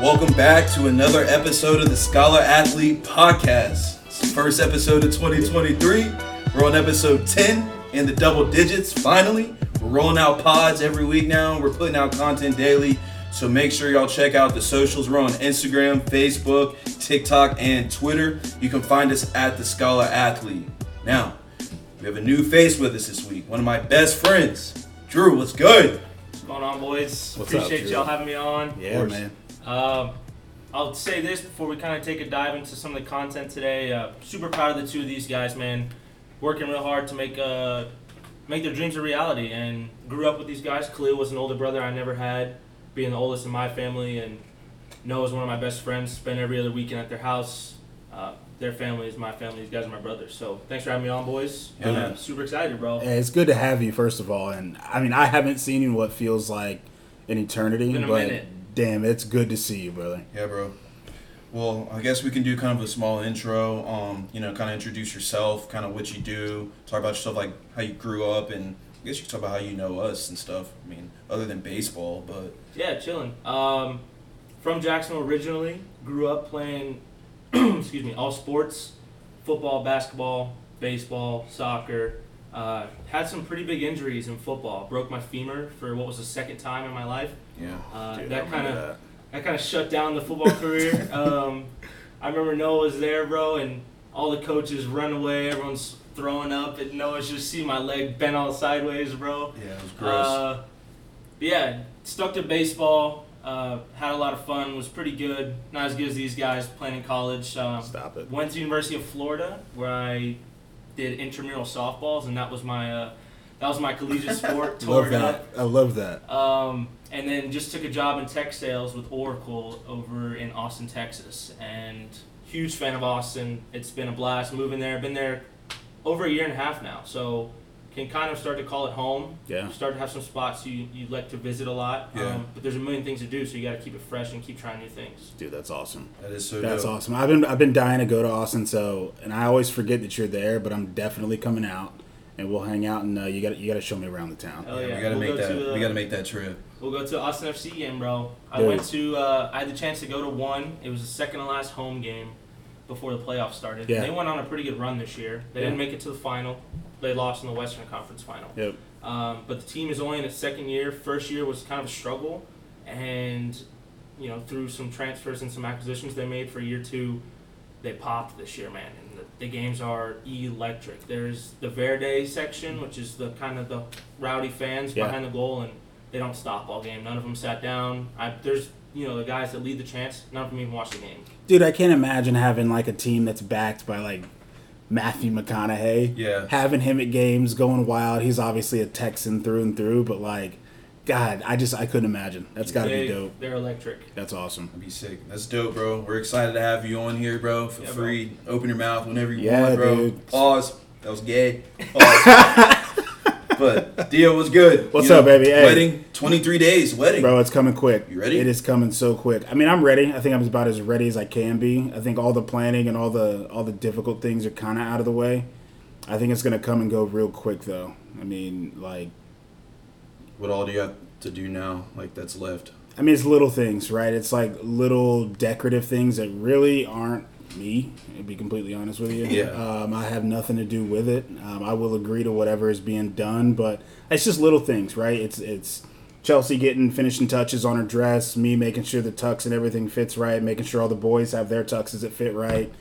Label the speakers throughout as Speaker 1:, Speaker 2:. Speaker 1: welcome back to another episode of the Scholar Athlete Podcast. It's the first episode of 2023. We're on episode 10 in the double digits. Finally, we're rolling out pods every week now. We're putting out content daily. So make sure y'all check out the socials. We're on Instagram, Facebook, TikTok, and Twitter. You can find us at the Scholar Athlete. Now, we have a new face with us this week. One of my best friends, Drew. What's good?
Speaker 2: What's going on, boys?
Speaker 3: What's up,
Speaker 2: Appreciate
Speaker 3: Drew?
Speaker 2: y'all having me on.
Speaker 3: Yeah, man.
Speaker 2: Um, I'll say this before we kind of take a dive into some of the content today. Uh, super proud of the two of these guys, man. Working real hard to make uh, make their dreams a reality. And grew up with these guys. Khalil was an older brother I never had, being the oldest in my family, and Noah was one of my best friends. Spent every other weekend at their house. Uh, their family is my family. These guys are my brothers. So thanks for having me on, boys.
Speaker 1: Yeah,
Speaker 2: Uh,
Speaker 1: man.
Speaker 2: super excited, bro.
Speaker 3: Yeah, it's good to have you, first of all. And I mean, I haven't seen you in what feels like an eternity,
Speaker 2: Been a
Speaker 3: but
Speaker 2: minute.
Speaker 3: damn, it's good to see you, brother.
Speaker 1: Yeah, bro. Well, I guess we can do kind of a small intro. Um, you know, kind of introduce yourself, kind of what you do, talk about yourself, like how you grew up, and I guess you can talk about how you know us and stuff. I mean, other than baseball, but
Speaker 2: Yeah, chilling. Um, from Jacksonville originally. Grew up playing, excuse me, all sports, football, basketball, baseball, soccer. Uh, had some pretty big injuries in football. Broke my femur for what was the second time in my life.
Speaker 1: yeah,
Speaker 2: Uh,
Speaker 3: Dude, I
Speaker 2: that
Speaker 3: remember
Speaker 2: kind of that kind of shut down the football career. Um, I remember Noah was there, bro, and all the coaches run away. Everyone's throwing up, and Noah's just see my leg bent all sideways, bro.
Speaker 1: yeah, it was gross.
Speaker 2: Uh, but yeah, stuck to baseball. Uh, had a lot of fun. Was pretty good. Not as good as these guys playing in college. Um,
Speaker 3: Stop it.
Speaker 2: went to University of Florida where I did intramural softballs, and that was my uh, that was my collegiate sport. Tore
Speaker 3: love
Speaker 2: it
Speaker 3: that.
Speaker 2: up.
Speaker 3: I love that.
Speaker 2: Um, and then just took a job in tech sales with Oracle over in Austin, Texas. And huge fan of Austin. It's been a blast moving there. Been there over a year and a half now, so can kind of start to call it home.
Speaker 3: Yeah.
Speaker 2: You start to have some spots you, you like to visit a lot.
Speaker 1: Yeah.
Speaker 2: Um, but there's a million things to do, so you got to keep it fresh and keep trying new things.
Speaker 3: Dude, that's awesome.
Speaker 1: that is so.
Speaker 3: That's
Speaker 1: dope.
Speaker 3: awesome. I've been I've been dying to go to Austin, so and I always forget that you're there, but I'm definitely coming out, and we'll hang out, and uh, you got you got to show me around the town.
Speaker 2: Hell
Speaker 1: Yeah,
Speaker 2: yeah.
Speaker 1: we gotta
Speaker 2: We'll
Speaker 1: make
Speaker 2: go
Speaker 1: that.
Speaker 2: to, uh,
Speaker 1: we gotta make that trip.
Speaker 2: We'll go to Austin FC game, bro. I
Speaker 3: Dude.
Speaker 2: went to. Uh, I had the chance to go to one. It was the second to last home game before the playoffs started.
Speaker 3: Yeah.
Speaker 2: They went on a pretty good run this year. They
Speaker 3: Yeah.
Speaker 2: didn't make it to the final. They lost in the Western Conference final.
Speaker 3: Yep.
Speaker 2: Um, but the team is only in its second year. First year was kind of a struggle, and you know through some transfers and some acquisitions they made for year two, they popped this year, man. And the, the games are electric. There's the Verde section, which is the kind of the rowdy fans
Speaker 3: Yeah.
Speaker 2: behind the goal, and they don't stop all game. None of them sat down. I, there's you know the guys that lead the chance. None of them even watch the game.
Speaker 3: Dude, I can't imagine having like a team that's backed by like Matthew McConaughey.
Speaker 1: Yeah.
Speaker 3: Having him at games, going wild. He's obviously a Texan through and through, but like, God, I just I couldn't imagine. That's got to
Speaker 2: they,
Speaker 3: be dope.
Speaker 2: They're electric.
Speaker 3: That's awesome.
Speaker 1: That'd be sick. That's dope, bro. We're excited to have you on here, bro. For
Speaker 2: Yeah, bro.
Speaker 1: free. Open your mouth whenever you
Speaker 3: Yeah,
Speaker 1: want, bro.
Speaker 3: dude.
Speaker 1: Pause. That was gay. Pause. but Dio was good.
Speaker 3: What's up, baby? Hey.
Speaker 1: Wedding. Twenty three days. Wedding.
Speaker 3: Bro, it's coming quick.
Speaker 1: You ready?
Speaker 3: It is coming so quick. I mean, I'm ready. I think I'm about as ready as I can be. I think all the planning and all the all the difficult things are kind of out of the way. I think it's gonna come and go real quick, though. I mean, like,
Speaker 1: What all do you have to do now? Like that's left.
Speaker 3: I mean, it's little things, right? It's like little decorative things that really aren't me. To be completely honest with you,
Speaker 1: Yeah.
Speaker 3: um, I have nothing to do with it. Um, I will agree to whatever is being done, but it's just little things, right? It's it's Chelsea getting finishing touches on her dress, me making sure the tux and everything fits right, making sure all the boys have their tuxes that fit right.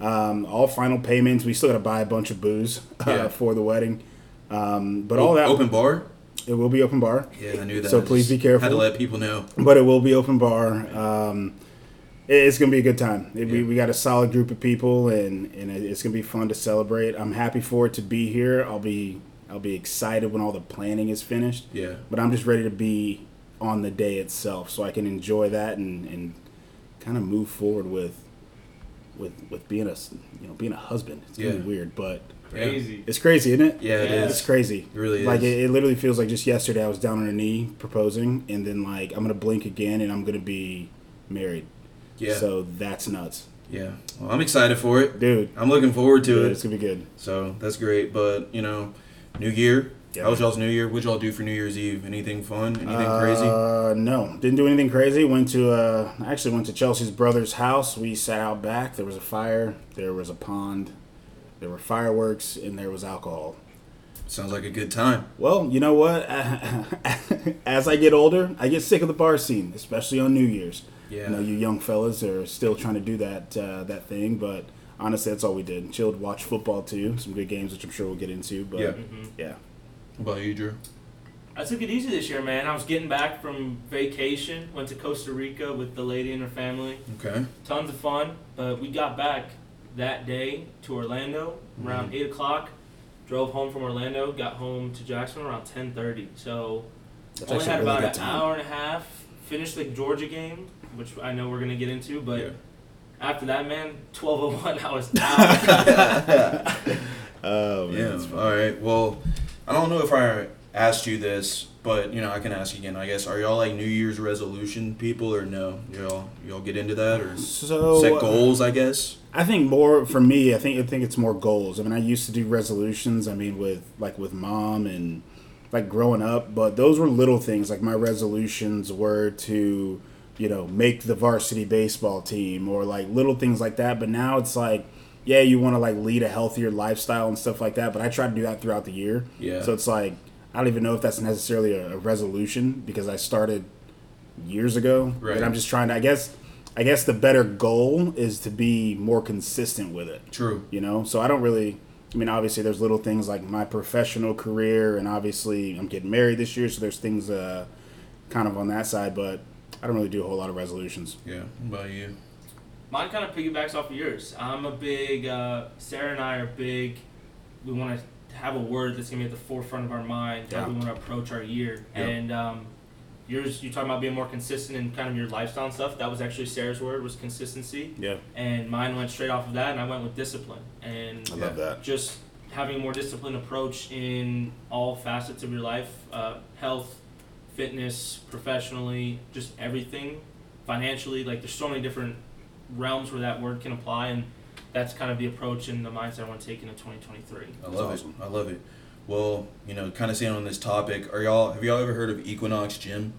Speaker 3: Um, all final payments. We still got to buy a bunch of booze uh,
Speaker 1: Yeah.
Speaker 3: for the wedding, um, but all that
Speaker 1: open bar.
Speaker 3: it will be open bar
Speaker 1: Yeah, I knew that.
Speaker 3: So
Speaker 1: I just
Speaker 3: please be careful.
Speaker 1: Had to let people know.
Speaker 3: but it will be open bar. Um, it- it's gonna be a good time. It, we, we got a solid group of people, and and it- it's gonna be fun to celebrate. I'm happy for it to be here. I'll be I'll be excited when all the planning is finished.
Speaker 1: Yeah.
Speaker 3: But I'm just ready to be on the day itself, so I can enjoy that and and kind of move forward with with with being a s- you know being a husband. It's gonna
Speaker 1: Yeah.
Speaker 3: be weird, but
Speaker 2: Crazy.
Speaker 3: it's crazy, isn't it?
Speaker 1: Yeah, it
Speaker 2: Yeah.
Speaker 1: is.
Speaker 3: It's crazy.
Speaker 1: It really
Speaker 3: Like
Speaker 1: is.
Speaker 3: it, it literally feels like just yesterday I was down on a knee proposing, and then like I'm gonna blink again and I'm gonna be married.
Speaker 1: Yeah.
Speaker 3: So that's nuts,
Speaker 1: Yeah. Well, I'm excited for it.
Speaker 3: dude.
Speaker 1: I'm looking forward to
Speaker 3: dude,
Speaker 1: it.
Speaker 3: It's gonna be good.
Speaker 1: So that's great. But you know, new year,
Speaker 3: Yeah.
Speaker 1: How was y'all's New Year? What'd y'all do for New Year's Eve? Anything fun? Anything crazy?
Speaker 3: Uh, no, didn't do anything crazy. Went to uh, I actually went to Chelsea's brother's house. We sat out back. There was a fire. There was a pond. There were fireworks, and there was alcohol.
Speaker 1: Sounds like a good time.
Speaker 3: Well, you know what? As I get older, I get sick of the bar scene, especially on New Year's.
Speaker 1: Yeah.
Speaker 3: I know you young fellas are still trying to do that uh, that thing, but honestly, that's all we did. Chilled, watched football too. Some good games, which I'm sure we'll get into. But
Speaker 1: Yeah.
Speaker 3: yeah.
Speaker 1: What about you, Drew?
Speaker 2: Mm-hmm. I took it easy this year, man. I was getting back from vacation. Went to Costa Rica with the lady and her family.
Speaker 1: Okay.
Speaker 2: Tons of fun. But we got back that day to Orlando around
Speaker 3: Mm-hmm.
Speaker 2: eight o'clock. Drove home from Orlando. Got home to Jackson around ten thirty. So
Speaker 3: That's
Speaker 2: only
Speaker 3: actually
Speaker 2: had
Speaker 3: a really
Speaker 2: about
Speaker 3: good
Speaker 2: an
Speaker 3: time.
Speaker 2: hour and a half. Finished the Georgia game, which I know we're gonna get into, but.
Speaker 1: Yeah.
Speaker 2: After that, man, twelve oh one, I was out.
Speaker 3: Oh man,
Speaker 1: Yeah.
Speaker 3: that's fun.
Speaker 1: All right. Well, I don't know if I asked you this, but you know I can ask again. I guess are y'all like New Year's resolution people or no? Y'all y'all get into that or
Speaker 3: So uh,
Speaker 1: set goals? I guess.
Speaker 3: I think more for me. I think I think it's more goals. I mean, I used to do resolutions. I mean, with like with mom and like growing up, but those were little things. Like my resolutions were to, you know, make the varsity baseball team or like little things like that. But now it's like, yeah, you want to like lead a healthier lifestyle and stuff like that. But I try to do that throughout the year.
Speaker 1: Yeah.
Speaker 3: So it's like I don't even know if that's necessarily a, a resolution because I started years ago.
Speaker 1: Right.
Speaker 3: And I'm just trying to. I guess. I guess the better goal is to be more consistent with it.
Speaker 1: True.
Speaker 3: You know. So I don't really. I mean, obviously, there's little things like my professional career, and obviously, I'm getting married this year, so there's things uh, kind of on that side. But I don't really do a whole lot of resolutions.
Speaker 1: Yeah. What about you?
Speaker 2: Mine kind of piggybacks off of yours. I'm a big, uh, Sarah and I are big, we want to have a word that's going to be at the forefront of our mind, how
Speaker 3: Yeah.
Speaker 2: we want to approach our year.
Speaker 1: Yep.
Speaker 2: And um, yours, you're talking about being more consistent in kind of your lifestyle and stuff. That was actually Sarah's word, was consistency.
Speaker 3: Yeah,
Speaker 2: And mine went straight off of that, and I went with discipline. And
Speaker 3: I
Speaker 1: Yeah.
Speaker 3: love that.
Speaker 2: just having a more disciplined approach in all facets of your life uh, health fitness professionally just everything financially like there's so many different realms where that word can apply and that's kind of the approach and the mindset i want to take into
Speaker 1: I
Speaker 2: 2023
Speaker 3: That's
Speaker 1: love
Speaker 3: awesome.
Speaker 1: it. I love it. Well, you know, kind of staying on this topic, are y'all have y'all ever heard of Equinox Gym?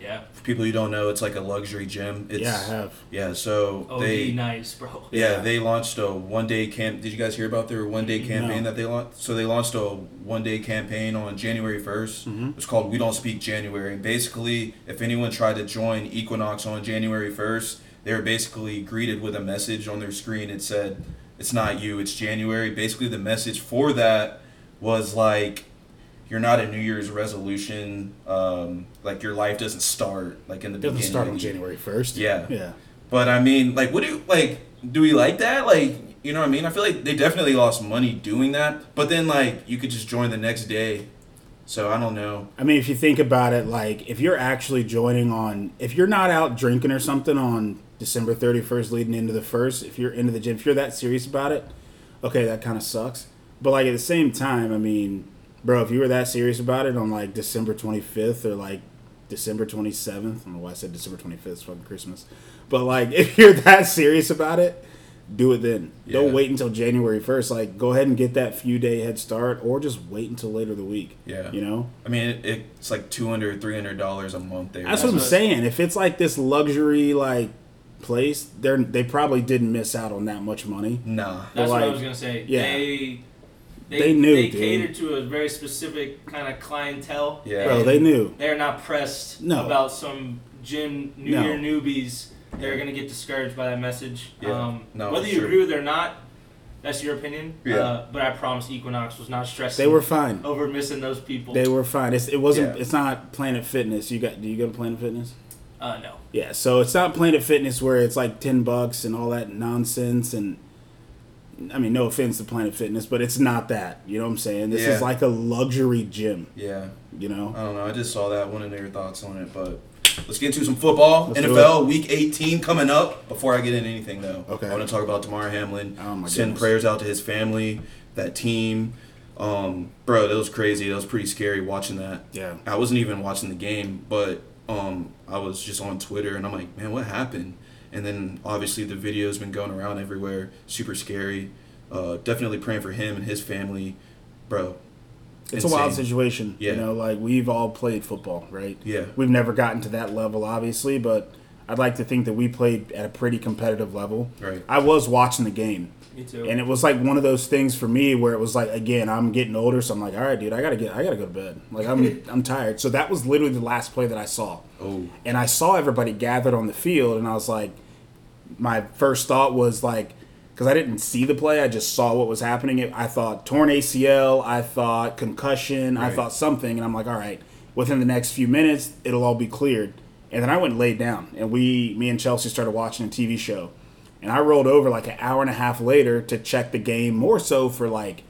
Speaker 2: yeah
Speaker 1: For people who don't know, it's like a luxury gym. It's,
Speaker 3: yeah, I have.
Speaker 1: yeah, So
Speaker 2: oh
Speaker 1: they
Speaker 2: nice bro
Speaker 1: yeah,
Speaker 3: Yeah.
Speaker 1: they launched a one day camp. Did you guys hear about their one day campaign
Speaker 3: No.
Speaker 1: that they launched? So they launched a one day campaign on January 1st
Speaker 3: Mhm.
Speaker 1: It's called We Don't Speak January. And basically, if anyone tried to join Equinox on January first, they were basically greeted with a message on their screen. It said, "It's not you. It's January." Basically, the message for that was like. You're not a New Year's resolution. Um, like your life doesn't start like in the
Speaker 3: It doesn't
Speaker 1: beginning.
Speaker 3: start on January first.
Speaker 1: Yeah.
Speaker 3: Yeah.
Speaker 1: But I mean, like, what do you like? Do we like that? Like, you know what I mean? I feel like they definitely lost money doing that. But then, like, you could just join the next day. So I don't know.
Speaker 3: I mean, if you think about it, like if you're actually joining on, if you're not out drinking or something on December 31st leading into the first, if you're into the gym, if you're that serious about it, okay, that kind of sucks. But like at the same time, I mean, bro, if you were that serious about it on like December 25th or like December 27th, I don't know why I said December 25th, it's fucking Christmas. But like if you're that serious about it, do it then.
Speaker 1: Yeah.
Speaker 3: Don't wait until January 1st. Like go ahead and get that few day head start or just wait until later the week.
Speaker 1: Yeah.
Speaker 3: You know?
Speaker 1: I mean, it, it's like two hundred, three hundred dollars a month. There.
Speaker 3: That's what I'm
Speaker 2: what-
Speaker 3: saying. If it's like this luxury like place, they're they probably didn't miss out on that much money.
Speaker 1: Nah.
Speaker 2: that's what i
Speaker 3: like,
Speaker 2: was gonna say
Speaker 3: yeah.
Speaker 2: they they,
Speaker 3: They knew,
Speaker 2: they
Speaker 3: dude.
Speaker 2: catered to a very specific kind of clientele
Speaker 1: Yeah.
Speaker 3: Bro,
Speaker 2: and-
Speaker 3: they knew.
Speaker 2: they're not pressed
Speaker 3: No.
Speaker 2: about some gym new
Speaker 3: No.
Speaker 2: year newbies. They're gonna get discouraged by that message.
Speaker 1: Yeah.
Speaker 2: Um,
Speaker 1: No,
Speaker 2: whether
Speaker 1: it's
Speaker 2: you
Speaker 1: true.
Speaker 2: agree with it or not, that's your opinion.
Speaker 1: Yeah.
Speaker 2: Uh, but I promise Equinox was not stressed.
Speaker 3: They were fine.
Speaker 2: over missing those people.
Speaker 3: They were fine. It's, it wasn't.
Speaker 1: Oh. Yeah.
Speaker 3: It's not Planet Fitness. You got? Do you go to Planet Fitness?
Speaker 2: uh, no.
Speaker 3: Yeah. So it's not Planet Fitness where it's like ten bucks and all that nonsense. And I mean, no offense to Planet Fitness, but it's not that. You know what I'm saying? This is
Speaker 1: Yeah.
Speaker 3: like a luxury gym.
Speaker 1: Yeah.
Speaker 3: You know?
Speaker 1: I don't know. I just saw that. Wanted to know your thoughts on it, but let's get into some football.
Speaker 3: Let's do
Speaker 1: NFL Week 18 coming up. Before I get into anything though,
Speaker 3: Okay.
Speaker 1: I want to talk about Damar Hamlin.
Speaker 3: Oh, my
Speaker 1: Send
Speaker 3: goodness.
Speaker 1: prayers out to his family, that team. Um, bro, that was crazy. That was pretty scary watching that.
Speaker 3: Yeah.
Speaker 1: I wasn't even watching the game, but um, I was just on Twitter and I'm like, man, what happened? And then obviously the video's been going around everywhere. Super scary. Uh, definitely praying for him and his family, bro.
Speaker 3: It's a wild
Speaker 1: Insane.
Speaker 3: situation.
Speaker 1: Yeah.
Speaker 3: You know, like we've all played football, right?
Speaker 1: Yeah.
Speaker 3: We've never gotten to that level, obviously, but I'd like to think that we played at a pretty competitive level.
Speaker 1: Right.
Speaker 3: I was watching the game.
Speaker 2: Me too.
Speaker 3: And it was like one of those things for me where it was like, again, I'm getting older, so I'm like, all right, dude, I gotta get, I gotta go to bed. Like I'm, I'm tired. So that was literally the last play that I saw.
Speaker 1: Oh.
Speaker 3: And I saw everybody gathered on the field, and I was like, my first thought was like, because I didn't see the play, I just saw what was happening. It- I thought torn ACL, I thought concussion, I
Speaker 1: Right.
Speaker 3: thought something, and I'm like, all right, within the next few minutes, it'll all be cleared. And then I went and laid down, and we, me and Chelsea, started watching a TV show, and I rolled over like an hour and a half later to check the game, more so for like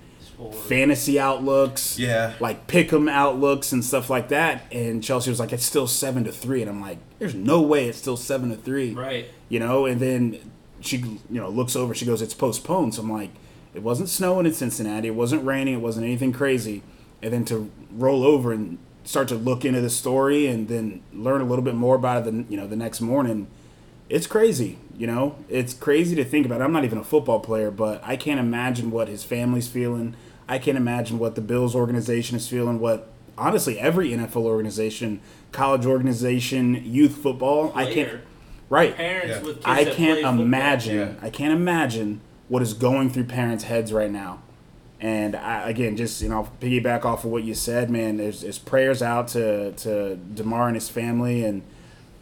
Speaker 3: fantasy outlooks,
Speaker 1: Yeah.
Speaker 3: like pick 'em outlooks and stuff like that. And Chelsea was like, it's still seven to three, and I'm like, there's no way it's still seven to three,
Speaker 2: Right.
Speaker 3: You know, and then she, you know, looks over, she goes, it's postponed. So I'm like, it wasn't snowing in Cincinnati, it wasn't raining, it wasn't anything crazy, and then to roll over and start to look into the story and then learn a little bit more about it, the you know, the next morning it's crazy you know it's crazy to think about i'm not even a football player but i can't imagine what his family's feeling i can't imagine what the bills organization is feeling what honestly every nfl organization college organization youth football i can't
Speaker 2: Player.
Speaker 3: right
Speaker 2: Parents
Speaker 1: Yeah.
Speaker 2: with kids
Speaker 3: i
Speaker 2: that
Speaker 3: can't
Speaker 2: play football.
Speaker 3: imagine
Speaker 1: Yeah.
Speaker 3: i can't imagine what is going through parents heads right now and I, again just you know piggyback off of what you said man there's, there's prayers out to to demar and his family and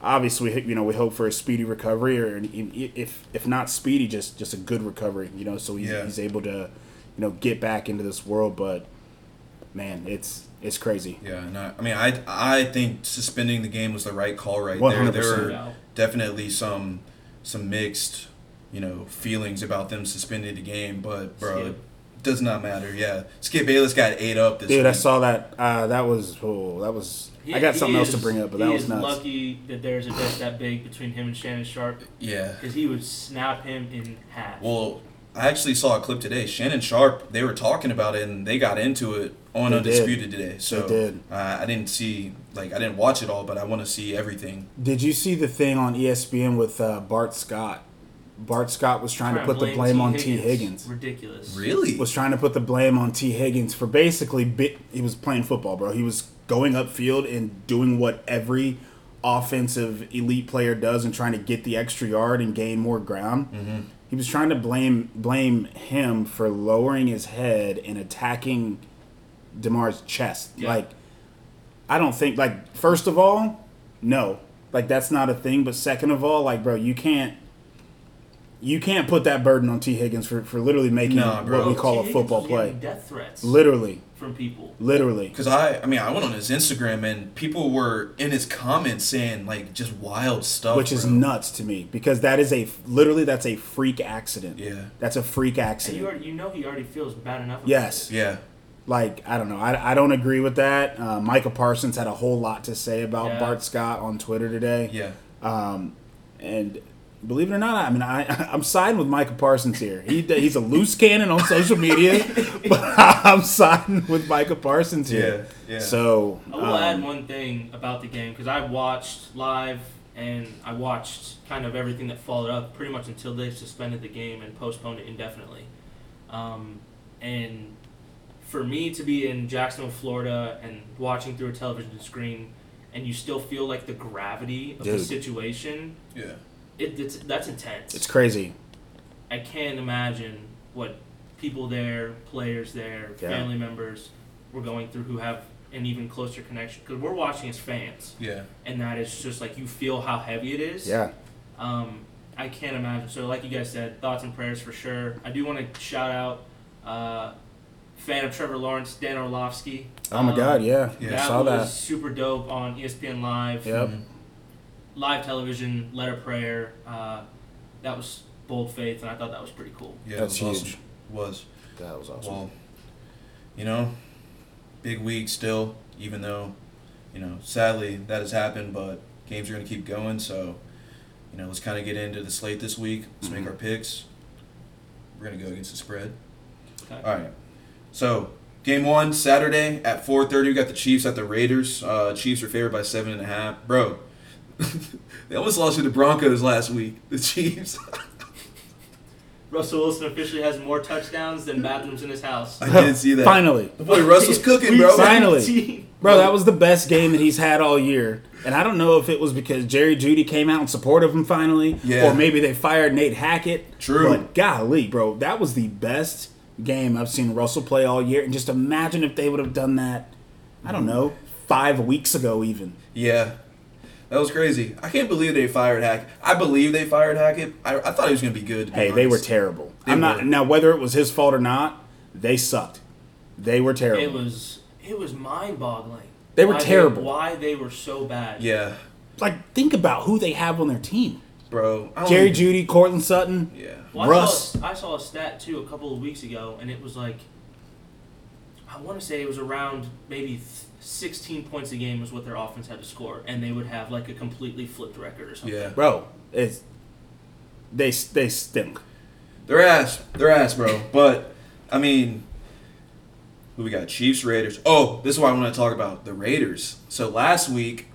Speaker 3: obviously you know we hope for a speedy recovery or an- if if not speedy just just a good recovery you know so he's,
Speaker 1: Yeah.
Speaker 3: he's able to you know get back into this world but man it's it's crazy
Speaker 1: Yeah, and I, I mean, I I think suspending the game was the right call right there.
Speaker 3: 100%.
Speaker 1: There were
Speaker 2: Yeah.
Speaker 1: definitely some some mixed, you know, feelings about them suspending the game, but bro,
Speaker 2: Skip.
Speaker 1: it does not matter. Yeah, Skip Bayless got ate up this
Speaker 3: dude i
Speaker 1: week.
Speaker 3: saw that uh that was oh that was
Speaker 2: Yeah,
Speaker 3: i got
Speaker 2: he
Speaker 3: something else to
Speaker 2: is-
Speaker 3: bring up but that
Speaker 2: he
Speaker 3: was
Speaker 2: is
Speaker 3: nuts
Speaker 2: lucky that there's a death that big between him and Shannon Sharp
Speaker 1: Yeah.
Speaker 2: because he would snap him in half.
Speaker 1: Well, I actually saw a clip today. Shannon Sharp, they were talking about it, and they got into it on
Speaker 3: They did.
Speaker 1: Undisputed today. So
Speaker 3: They did.
Speaker 1: Uh, I didn't see like I didn't watch it all, but I want to see everything.
Speaker 3: Did you see the thing on ESPN with uh, Bart Scott? Bart Scott was trying to
Speaker 2: Trying
Speaker 3: put the blame
Speaker 2: T.
Speaker 3: on T. Higgins.
Speaker 2: Ridiculous.
Speaker 1: Really?
Speaker 3: Was trying to put the blame on T. Higgins for basically bit, he was playing football, bro. He was going upfield and doing what every offensive elite player does and trying to get the extra yard and gain more ground. He was trying to blame blame him for lowering his head and attacking Demar's chest.
Speaker 2: Yeah.
Speaker 3: Like, I don't think like first of all, no, like that's not a thing. But second of all, like bro, you can't. You can't put that burden on T. Higgins for, for literally making
Speaker 1: Nah, bro.
Speaker 3: what we
Speaker 1: T.
Speaker 3: call
Speaker 2: T.
Speaker 3: a
Speaker 2: Higgins
Speaker 3: football
Speaker 2: was
Speaker 3: play.
Speaker 2: getting Death threats
Speaker 3: Literally,
Speaker 2: from people.
Speaker 3: literally.
Speaker 1: Because I, I mean, I went on his Instagram and people were in his comments saying like just wild stuff,
Speaker 3: Which is
Speaker 1: bro.
Speaker 3: nuts to me because that is a literally that's a freak accident.
Speaker 1: Yeah.
Speaker 3: That's a freak
Speaker 2: And
Speaker 3: accident.
Speaker 2: you, already, you know he already feels bad enough. about
Speaker 3: Yes.
Speaker 2: it.
Speaker 1: Yeah,
Speaker 3: like I don't know. I, I don't agree with that. Uh, Micah Parsons had a whole lot to say about
Speaker 2: Yeah.
Speaker 3: Bart Scott on Twitter today.
Speaker 1: yeah,
Speaker 3: And believe it or not, I mean I I'm siding with Micah Parsons here. He he's a loose cannon on social media, but I'm siding with Micah Parsons here.
Speaker 1: Yeah, yeah.
Speaker 3: So
Speaker 2: I will
Speaker 3: um,
Speaker 2: add one thing about the game because I watched live and I watched kind of everything that followed up pretty much until they suspended the game and postponed it indefinitely. Um, and for me to be in Jacksonville, Florida, and watching through a television screen, and you still feel like the gravity of the
Speaker 3: Dude.
Speaker 2: situation,
Speaker 1: yeah.
Speaker 2: it, it's, that's intense.
Speaker 3: it's crazy.
Speaker 2: I can't imagine what people there, players there,
Speaker 3: Yeah.
Speaker 2: family members were going through who have an even closer connection because we're watching as fans,
Speaker 1: Yeah,
Speaker 2: and that is just like you feel how heavy it is.
Speaker 3: Yeah.
Speaker 2: Um, I can't imagine. So, like you guys said, thoughts and prayers for sure. I do want to shout out uh, fan of Trevor Lawrence, Dan Orlovsky.
Speaker 3: Oh my
Speaker 2: Um,
Speaker 3: God. Yeah.
Speaker 1: Yeah.
Speaker 3: I
Speaker 2: that
Speaker 3: saw
Speaker 2: was
Speaker 3: that.
Speaker 2: super dope on E ESPN Live
Speaker 3: Yep.
Speaker 2: live television, letter prayer. Uh, that was bold faith, and I thought that was pretty cool.
Speaker 1: yeah.
Speaker 3: That's
Speaker 1: it was
Speaker 3: huge.
Speaker 1: Awesome. Was
Speaker 3: That was awesome.
Speaker 1: well, you know, big week still. Even though, you know, sadly that has happened, but games are gonna keep going. So, you know, let's kind of get into the slate this week. Let's
Speaker 3: Mm-hmm.
Speaker 1: make our picks. We're gonna go against the spread.
Speaker 2: Okay.
Speaker 1: All right. So game one Saturday at four thirty. We got the Chiefs at the Raiders. Uh, Chiefs are favored by seven and a half. Bro, they almost lost to the Broncos last week. The Chiefs.
Speaker 2: Russell Wilson officially has more touchdowns than bathrooms in his house.
Speaker 4: I did see that.
Speaker 3: Finally.
Speaker 4: The boy Russell's cooking, bro.
Speaker 3: Finally.
Speaker 2: Seventeen.
Speaker 3: Bro, that was the best game that he's had all year. And I don't know if it was because Jerry Judy came out in support of him finally,
Speaker 1: Yeah.
Speaker 3: or maybe they fired Nate Hackett.
Speaker 1: True.
Speaker 3: But golly, bro, that was the best game I've seen Russell play all year. And just imagine if they would have done that, I don't know, five weeks ago even.
Speaker 1: Yeah. That was crazy. I can't believe they fired Hackett. I believe they fired Hackett. I, I thought he was going to be good. to be
Speaker 3: Hey, they were
Speaker 1: honest.
Speaker 3: terrible.
Speaker 1: They
Speaker 3: I'm not
Speaker 1: were.
Speaker 3: now whether it was his fault or not, they sucked. They were terrible.
Speaker 2: It was it was mind boggling.
Speaker 3: They were terrible.
Speaker 2: why they were so bad?
Speaker 1: Yeah,
Speaker 3: like think about who they have on their team.
Speaker 1: bro. I don't
Speaker 3: Jerry
Speaker 1: even-
Speaker 3: Judy, Cortland Sutton.
Speaker 1: Yeah.
Speaker 2: Well,
Speaker 3: Russ.
Speaker 2: I saw, a- I saw a stat too a couple of weeks ago, and it was like I want to say it was around maybe th- 16 points a game was what their offense had to score, and they would have like a completely flipped record or something.
Speaker 1: Yeah.
Speaker 3: Bro, it's they they stink.
Speaker 1: They're ass. They're ass, bro. But I mean, who we got? Chiefs, Raiders. Oh, this is what I want to talk about. The Raiders. So last week,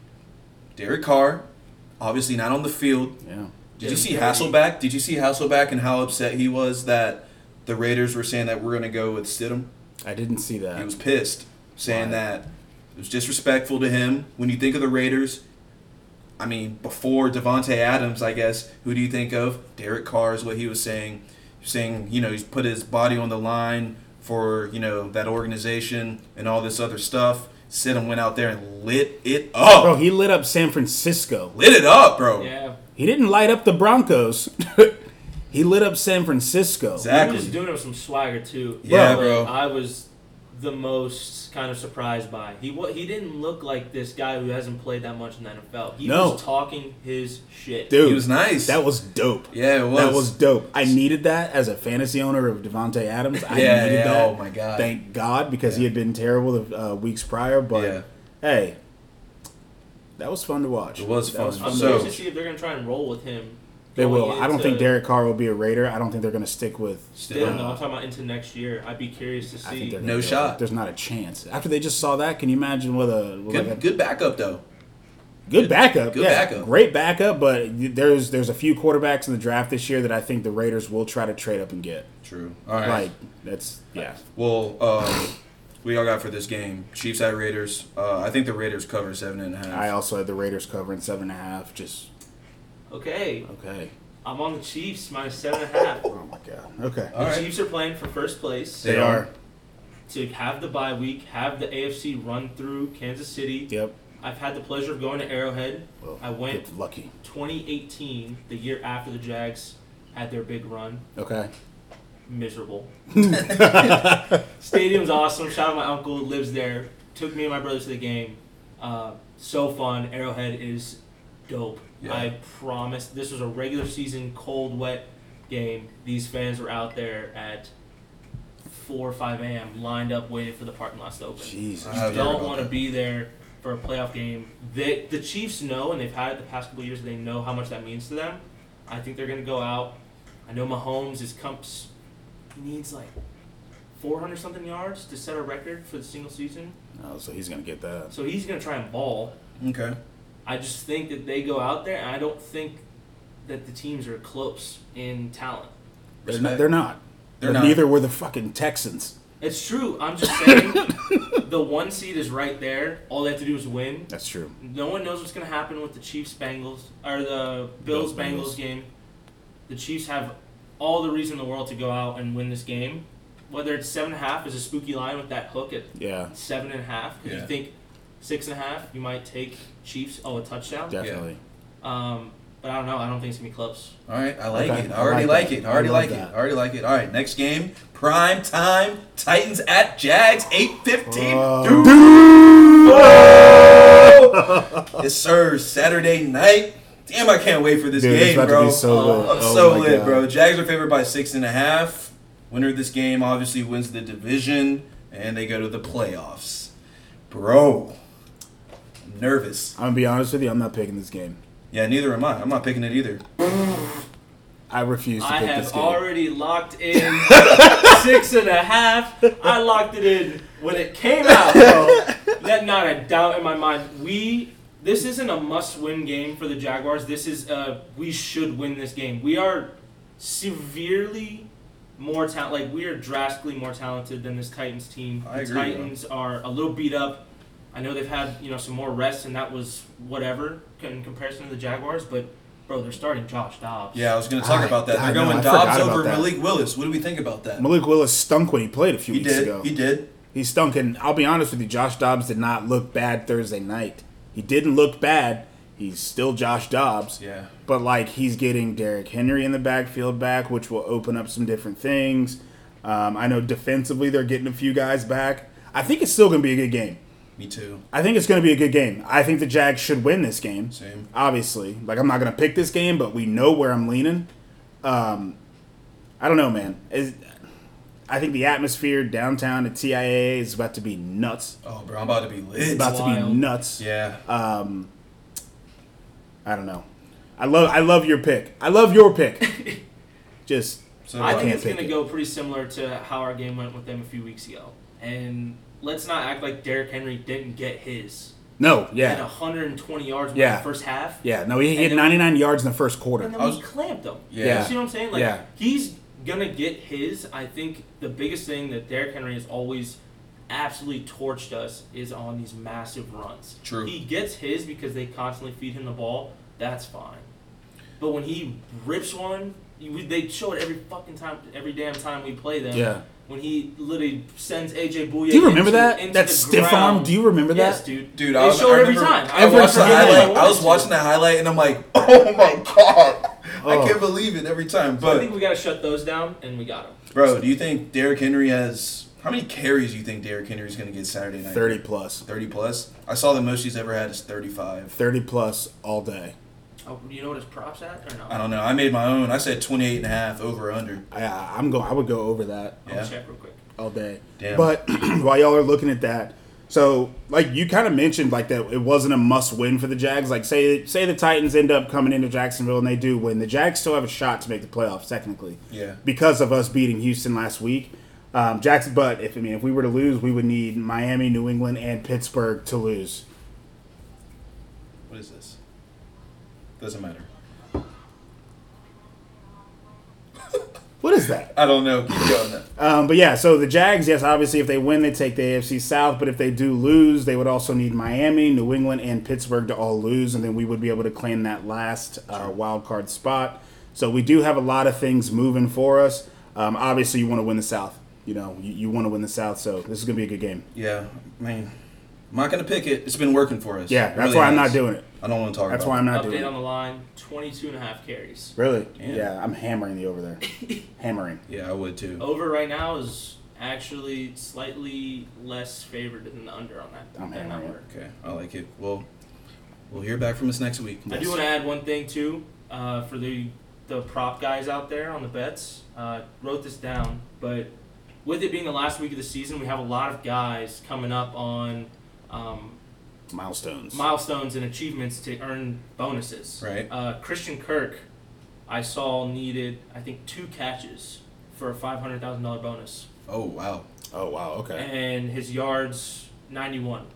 Speaker 1: Derek Carr, obviously not on the field.
Speaker 3: Yeah.
Speaker 1: Did
Speaker 2: Yeah,
Speaker 1: you see
Speaker 2: very-
Speaker 1: Hasselback? Did you see Hasselback and how upset he was that the Raiders were saying that we're going to go with Stidham?
Speaker 3: I didn't see that.
Speaker 1: He was pissed, saying
Speaker 3: Why?
Speaker 1: that it was disrespectful to him. When you think of the Raiders, I mean, before Devonte Adams, I guess, who do you think of? Derek Carr is what he was saying. He was saying, you know, he's put his body on the line for, you know, that organization and all this other stuff. Sidham went out there and lit it up.
Speaker 3: Bro, he lit up San Francisco.
Speaker 1: lit it up, bro.
Speaker 2: Yeah.
Speaker 3: He didn't light up the Broncos. he lit up San Francisco.
Speaker 2: He was
Speaker 1: Exactly.
Speaker 2: doing it with some swagger too.
Speaker 1: Yeah,
Speaker 2: But
Speaker 1: bro.
Speaker 2: I was the most kind of surprised by. He wa- he didn't look like this guy who hasn't played that much in the NFL. He
Speaker 3: No.
Speaker 2: was talking his shit.
Speaker 3: Dude,
Speaker 1: He was nice.
Speaker 3: That was dope.
Speaker 1: Yeah, it was.
Speaker 3: That was dope. I needed that as a fantasy owner of Devonte Adams. I
Speaker 1: Yeah,
Speaker 3: needed
Speaker 1: yeah,
Speaker 3: that.
Speaker 1: oh my God.
Speaker 3: Thank God because he had been terrible the uh, weeks prior. But
Speaker 1: Yeah.
Speaker 3: hey, that was fun to watch.
Speaker 1: It was
Speaker 3: That
Speaker 1: fun.
Speaker 2: I'm
Speaker 1: So-
Speaker 2: curious to see if they're gonna try and roll with him.
Speaker 3: They
Speaker 2: going
Speaker 3: will. I don't think
Speaker 2: into-
Speaker 3: Derek Carr will be a Raider. I don't think they're going to stick with.
Speaker 2: Still,
Speaker 1: Stidham.
Speaker 2: no, I'm talking about into next year. I'd be curious to
Speaker 3: I think
Speaker 2: see.
Speaker 3: they're
Speaker 1: No
Speaker 3: gonna go-
Speaker 1: shot.
Speaker 3: There's not a chance. After they just saw that, can you imagine what a what like a-
Speaker 1: Good, good backup, though.
Speaker 3: Good backup.
Speaker 1: good
Speaker 3: yeah,
Speaker 1: backup.
Speaker 3: Great backup, but y- there's there's a few quarterbacks in the draft this year that I think the Raiders will try to trade up and get.
Speaker 1: True. All right.
Speaker 3: Like that's yeah.
Speaker 1: Well, um, we all got for this game Chiefs at Raiders. Uh, I think the Raiders cover seven and a half.
Speaker 3: I also had the Raiders covering seven and a half. Just
Speaker 2: Okay,
Speaker 3: okay.
Speaker 2: I'm on the Chiefs minus seven and a half.
Speaker 3: Oh my god. Okay.
Speaker 1: All
Speaker 2: The
Speaker 1: right.
Speaker 2: Chiefs are playing for first place
Speaker 1: They are.
Speaker 2: to have the bye week, have the AFC run through Kansas City.
Speaker 3: Yep.
Speaker 2: I've had the pleasure of going to Arrowhead.
Speaker 3: Well,
Speaker 2: I went
Speaker 3: good- lucky.
Speaker 2: 2018, the year after the Jags had their big run.
Speaker 3: Okay.
Speaker 2: Miserable. Stadium's awesome. Shout out my uncle who lives there. Took me and my brothers to the game. Uh, so fun. Arrowhead is dope.
Speaker 1: Yeah.
Speaker 2: I promise. This was a regular season, cold, wet game. These fans were out there at 4 or 5 a.m. lined up waiting for the parking lots to open.
Speaker 3: Jesus.
Speaker 1: I have heard
Speaker 2: don't
Speaker 1: about
Speaker 2: want to
Speaker 1: that.
Speaker 2: be there for a playoff game. They, the Chiefs know, and they've had it the past couple of years. They know how much that means to them. I think they're going to go out. I know Mahomes is comps needs like 400 something yards to set a record for the single season,
Speaker 3: Oh, so he's gonna get that.
Speaker 2: so he's going to try and ball.
Speaker 1: Okay.
Speaker 2: I just think that they go out there, and I don't think that the teams are close in talent.
Speaker 3: They're
Speaker 1: Respect.
Speaker 3: not. They're not.
Speaker 1: They're
Speaker 3: But
Speaker 1: not.
Speaker 3: Neither were the fucking Texans.
Speaker 2: It's true. I'm just saying, the one seed is right there. All they have to do is win.
Speaker 3: That's true.
Speaker 2: No one knows what's going to happen with the Chiefs Bengals or the Bills
Speaker 3: Bills,
Speaker 2: Bengals game. The Chiefs have all the reason in the world to go out and win this game. Whether it's seven and a half is a spooky line with that hook at
Speaker 3: Yeah.
Speaker 2: seven and a half. If
Speaker 1: Yeah.
Speaker 2: you think six and a half, you might take Chiefs. Oh, a touchdown.
Speaker 3: Definitely.
Speaker 2: Um, but I don't know. I don't think it's gonna be close.
Speaker 1: All right. I like
Speaker 3: Okay.
Speaker 1: it. I
Speaker 3: I
Speaker 1: already
Speaker 3: like
Speaker 1: like,
Speaker 3: that.
Speaker 1: it. I already
Speaker 3: I
Speaker 1: like
Speaker 3: love
Speaker 1: it.
Speaker 3: that.
Speaker 1: I already like it. All right. Next game, prime time. Titans at Jags, eight fifteen.
Speaker 3: Oh.
Speaker 1: Oh! Yes, sir. Saturday night. Damn, I can't wait for this
Speaker 3: Dude, it's
Speaker 1: game,
Speaker 3: about
Speaker 1: bro.
Speaker 3: to be so
Speaker 2: Oh,
Speaker 3: lit.
Speaker 1: I'm
Speaker 3: Oh
Speaker 1: so
Speaker 3: my
Speaker 1: lit,
Speaker 3: God.
Speaker 1: bro. Jags are favored by six and a half. Winner of this game obviously wins the division, and they go to the playoffs. Bro, I'm nervous.
Speaker 3: I'm gonna be honest with you. I'm not picking this game.
Speaker 1: Yeah, neither am I. I'm not picking it either.
Speaker 3: I refuse to
Speaker 2: I
Speaker 3: pick this
Speaker 2: have
Speaker 3: game.
Speaker 2: already locked in six and a half. I locked it in when it came out, bro. That not a doubt in my mind. We this isn't a must-win game for the Jaguars. This is uh we should win this game. We are severely more talent. Like we are drastically more talented than this Titans team.
Speaker 1: I
Speaker 2: the
Speaker 1: agree, yeah.
Speaker 2: Titans are a little beat up. I know they've had you know some more rest, and that was whatever in comparison to the Jaguars. But bro, they're starting Josh Dobbs.
Speaker 1: Yeah, I was going to talk
Speaker 3: I-
Speaker 1: about that.
Speaker 3: I
Speaker 1: They're
Speaker 3: know,
Speaker 1: going
Speaker 3: I
Speaker 1: Dobbs
Speaker 3: forgot about
Speaker 1: over
Speaker 3: that.
Speaker 1: Malik Willis. What do we think about that?
Speaker 3: Malik Willis stunk when he played a few
Speaker 1: He
Speaker 3: weeks
Speaker 1: did.
Speaker 3: ago.
Speaker 1: He did.
Speaker 3: He stunk, and I'll be honest with you, Josh Dobbs did not look bad Thursday night. He didn't look bad. He's still Josh Dobbs.
Speaker 1: Yeah.
Speaker 3: But like he's getting Derrick Henry in the backfield back, which will open up some different things. Um, I know defensively they're getting a few guys back. I think it's still going to be a good game.
Speaker 1: Me too.
Speaker 3: I think it's going to be a good game. I think the Jags should win this game.
Speaker 1: Same.
Speaker 3: Obviously, like I'm not going to pick this game, but we know where I'm leaning. Um, I don't know, man. Is I think the atmosphere downtown at TIAA is about to be nuts.
Speaker 1: Oh, bro, I'm about to be
Speaker 3: It's
Speaker 1: lit.
Speaker 3: about to be
Speaker 2: wild.
Speaker 3: nuts. Um,
Speaker 1: yeah.
Speaker 3: I don't know. I love I love your pick. I love your pick. Just
Speaker 1: so
Speaker 2: I
Speaker 3: I
Speaker 2: think
Speaker 3: can't
Speaker 2: it's going
Speaker 3: pick
Speaker 2: to
Speaker 3: it.
Speaker 2: go pretty similar to how our game went with them a few weeks ago. And let's not act like Derrick Henry didn't get his.
Speaker 3: no,
Speaker 2: He had
Speaker 3: yeah,
Speaker 2: 120 yards in
Speaker 3: Yeah.
Speaker 2: the first half.
Speaker 3: yeah. No, he, he had
Speaker 2: And then-
Speaker 3: 99 yards in the first
Speaker 2: And
Speaker 3: quarter.
Speaker 2: then
Speaker 1: I
Speaker 2: we
Speaker 1: was-
Speaker 2: clamped him.
Speaker 1: Yeah.
Speaker 3: Yeah.
Speaker 2: You see what I'm saying? Like
Speaker 3: Yeah.
Speaker 2: he's gonna get his. I think the biggest thing that Derrick Henry has always absolutely torched us is on these massive runs.
Speaker 1: True.
Speaker 2: He gets his because they constantly feed him the ball. That's fine. But when he rips one, you- we- they show it every fucking time, every damn time we play them.
Speaker 3: Yeah.
Speaker 2: When he literally sends AJ Bouye.
Speaker 3: Do you remember
Speaker 2: into-
Speaker 3: that
Speaker 2: into
Speaker 3: that
Speaker 2: the
Speaker 3: stiff arm?
Speaker 2: ground.
Speaker 3: Do you remember that?
Speaker 2: Yes, dude.
Speaker 1: Dude,
Speaker 2: they
Speaker 1: I was,
Speaker 2: show
Speaker 1: I
Speaker 2: it every
Speaker 1: remember-
Speaker 2: time.
Speaker 1: I,
Speaker 3: Every
Speaker 1: watched the
Speaker 3: time.
Speaker 1: highlight. I was
Speaker 2: to.
Speaker 1: watching the highlight, and I'm like, oh my god,
Speaker 3: Oh.
Speaker 1: I can't believe it every time.
Speaker 2: So I think
Speaker 1: But
Speaker 2: we gotta shut those down, and we got him.
Speaker 1: bro, do you think Derrick Henry has how many carries? do You think Derrick Henry's going to get Saturday night?
Speaker 3: 30 plus.
Speaker 1: 30 plus. I saw the most he's ever had is 35.
Speaker 3: 30 plus all day.
Speaker 2: Oh, you know what his props at or no?
Speaker 1: I don't know. I made my own. I said 28 and a half over under.
Speaker 3: I, I'm go. I would go over that
Speaker 2: I'll
Speaker 1: Yeah.
Speaker 2: check real quick.
Speaker 3: all day.
Speaker 1: Damn.
Speaker 3: But while y'all are looking at that, so like you kind of mentioned, like that it wasn't a must-win for the Jags. Like say say the Titans end up coming into Jacksonville and they do win, the Jags still have a shot to make the playoffs technically.
Speaker 1: Yeah.
Speaker 3: Because of us beating Houston last week, um, Jackson. But if I mean if we were to lose, we would need Miami, New England, and Pittsburgh to lose.
Speaker 1: What is this? Doesn't matter.
Speaker 3: What is that?
Speaker 1: I don't know. Keep going. Though.
Speaker 3: Um, but yeah, so the Jags, yes, obviously, if they win, they take the AFC South. But if they do lose, they would also need Miami, New England, and Pittsburgh to all lose, and then we would be able to claim that last uh, wild card spot. So we do have a lot of things moving for us. Um, obviously, you want to win the South. You know, you, you want to win the South. So this is gonna be a good game.
Speaker 1: Yeah, man. I'm not gonna pick it. It's been working for us.
Speaker 3: Yeah,
Speaker 1: It
Speaker 3: that's
Speaker 1: really
Speaker 3: why I'm
Speaker 1: has.
Speaker 3: not doing it.
Speaker 1: I don't want to talk.
Speaker 3: That's
Speaker 1: about
Speaker 3: why I'm
Speaker 1: It.
Speaker 3: not doing
Speaker 2: Update on
Speaker 3: it.
Speaker 2: the line 22 and a half carries.
Speaker 3: Really?
Speaker 1: Yeah.
Speaker 3: Yeah, I'm hammering the over there. hammering.
Speaker 1: Yeah, I would too.
Speaker 2: Over right now is actually slightly less favored than the under on that,
Speaker 3: I'm
Speaker 2: that
Speaker 3: hammering
Speaker 2: number.
Speaker 1: Okay, I like it. Well, we'll hear back from us next week.
Speaker 2: I do want to add one thing too uh, for the the prop guys out there on the bets. Uh, wrote this down, but with it being the last week of the season, we have a lot of guys coming up on um,
Speaker 3: Milestones.
Speaker 2: milestones and achievements to earn bonuses.
Speaker 1: Right.
Speaker 2: Uh, Christian Kirk, I saw needed I think two catches for a five hundred thousand dollar bonus,
Speaker 1: Oh wow.
Speaker 3: oh wow. Okay.
Speaker 2: and his yards ninety one.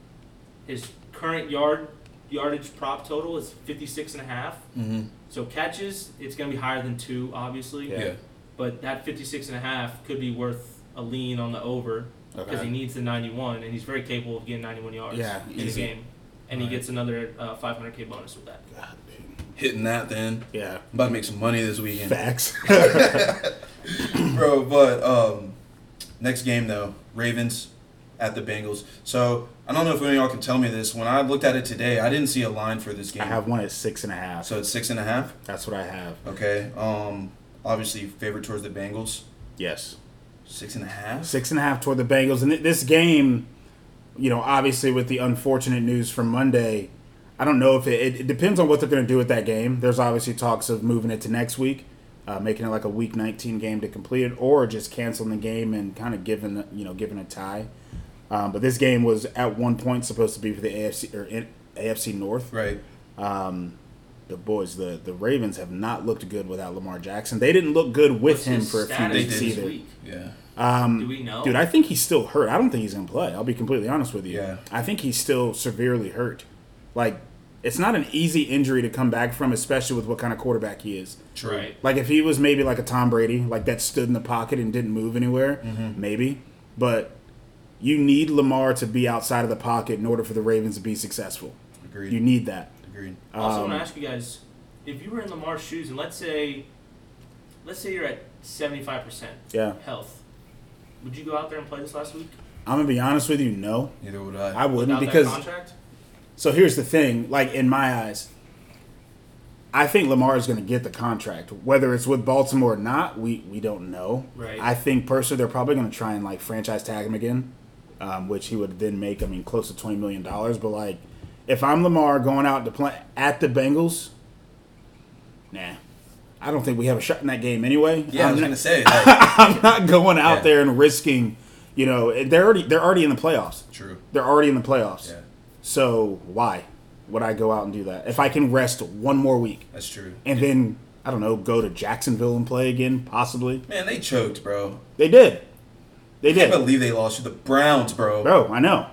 Speaker 2: His current yard yardage prop total is 56 and a half.
Speaker 1: Mm-hmm.
Speaker 2: So catches, it's going to be higher than two, obviously.
Speaker 1: Yeah.
Speaker 2: But that 56 and a half could be worth a lean on the over because
Speaker 3: Okay.
Speaker 2: he needs the 91, and he's very capable of getting 91 yards
Speaker 3: Yeah,
Speaker 2: in
Speaker 1: easy.
Speaker 2: a game. And he
Speaker 1: Right.
Speaker 2: gets another uh, 500k bonus with that.
Speaker 3: God, dude.
Speaker 1: Hitting that then.
Speaker 3: Yeah.
Speaker 1: I'm about to make some money this weekend,
Speaker 3: Facts.
Speaker 1: bro. But um, next game though, Ravens at the Bengals. So I don't know if any of y'all can tell me this. When I looked at it today, I didn't see a line for this game.
Speaker 3: I have one at six and a half.
Speaker 1: So it's six and a half.
Speaker 3: That's what I have.
Speaker 1: Okay. Um, obviously favored towards the Bengals.
Speaker 3: Yes.
Speaker 1: Six and a half.
Speaker 3: Six and a half toward the Bengals. And th- this game, you know, obviously with the unfortunate news from Monday, I don't know if it, it, it depends on what they're going to do with that game. There's obviously talks of moving it to next week, uh, making it like a week 19 game to complete it, or just canceling the game and kind of giving, you know, giving a tie. Um, but this game was at one point supposed to be for the AFC or in, AFC North.
Speaker 1: Right.
Speaker 3: The boys, the, the Ravens have not looked good without Lamar Jackson. They didn't look good with
Speaker 2: What's
Speaker 3: him
Speaker 2: his
Speaker 3: for a few
Speaker 2: status
Speaker 3: weeks
Speaker 1: this
Speaker 3: either. Um,
Speaker 2: week?
Speaker 1: Yeah.
Speaker 2: Do we know?
Speaker 3: Dude, I think he's still hurt. I don't think he's gonna play. I'll be completely honest with you.
Speaker 1: Yeah.
Speaker 3: I think he's still severely hurt. Like it's not an easy injury to come back from, especially with what kind of quarterback he is.
Speaker 1: True.
Speaker 2: Right.
Speaker 3: Like if he was maybe like a Tom Brady, like that stood in the pocket and didn't move anywhere,
Speaker 2: Mm-hmm.
Speaker 3: maybe. But you need Lamar to be outside of the pocket in order for the Ravens to be successful.
Speaker 1: Agreed.
Speaker 3: You need that. Um,
Speaker 1: Agreed.
Speaker 2: I also want to ask you guys, if you were in Lamar's shoes, and let's say, let's say you're at seventy five percent
Speaker 3: Yeah.
Speaker 2: health, would you go out there and play this last week?
Speaker 3: I'm gonna be honest with you, no.
Speaker 1: Neither would I.
Speaker 3: I wouldn't
Speaker 2: without
Speaker 3: because
Speaker 2: that contract?
Speaker 3: So here's the thing, like in my eyes, I think Lamar is going to get the contract, whether it's with Baltimore or not. We we don't know.
Speaker 2: Right.
Speaker 3: I think personally they're probably going to try and like franchise tag him again, um, which he would then make. I mean, close to twenty million dollars. But like, if I'm Lamar going out to play at the Bengals, nah, I don't think we have a shot in that game anyway.
Speaker 1: yeah, i
Speaker 3: I'm
Speaker 1: was
Speaker 3: not-
Speaker 1: gonna say. Like,
Speaker 3: I'm not going out
Speaker 1: Yeah.
Speaker 3: there and risking. You know, they're already they're already in the playoffs.
Speaker 1: true.
Speaker 3: They're already in the playoffs.
Speaker 1: Yeah,
Speaker 3: So why would I go out and do that if I can rest one more week
Speaker 1: that's true.
Speaker 3: and then I don't know go to Jacksonville and play again? Possibly
Speaker 1: Man, they choked, bro.
Speaker 3: they did. They
Speaker 1: I can't
Speaker 3: did,
Speaker 1: believe they lost to the Browns, bro.
Speaker 3: bro. I know.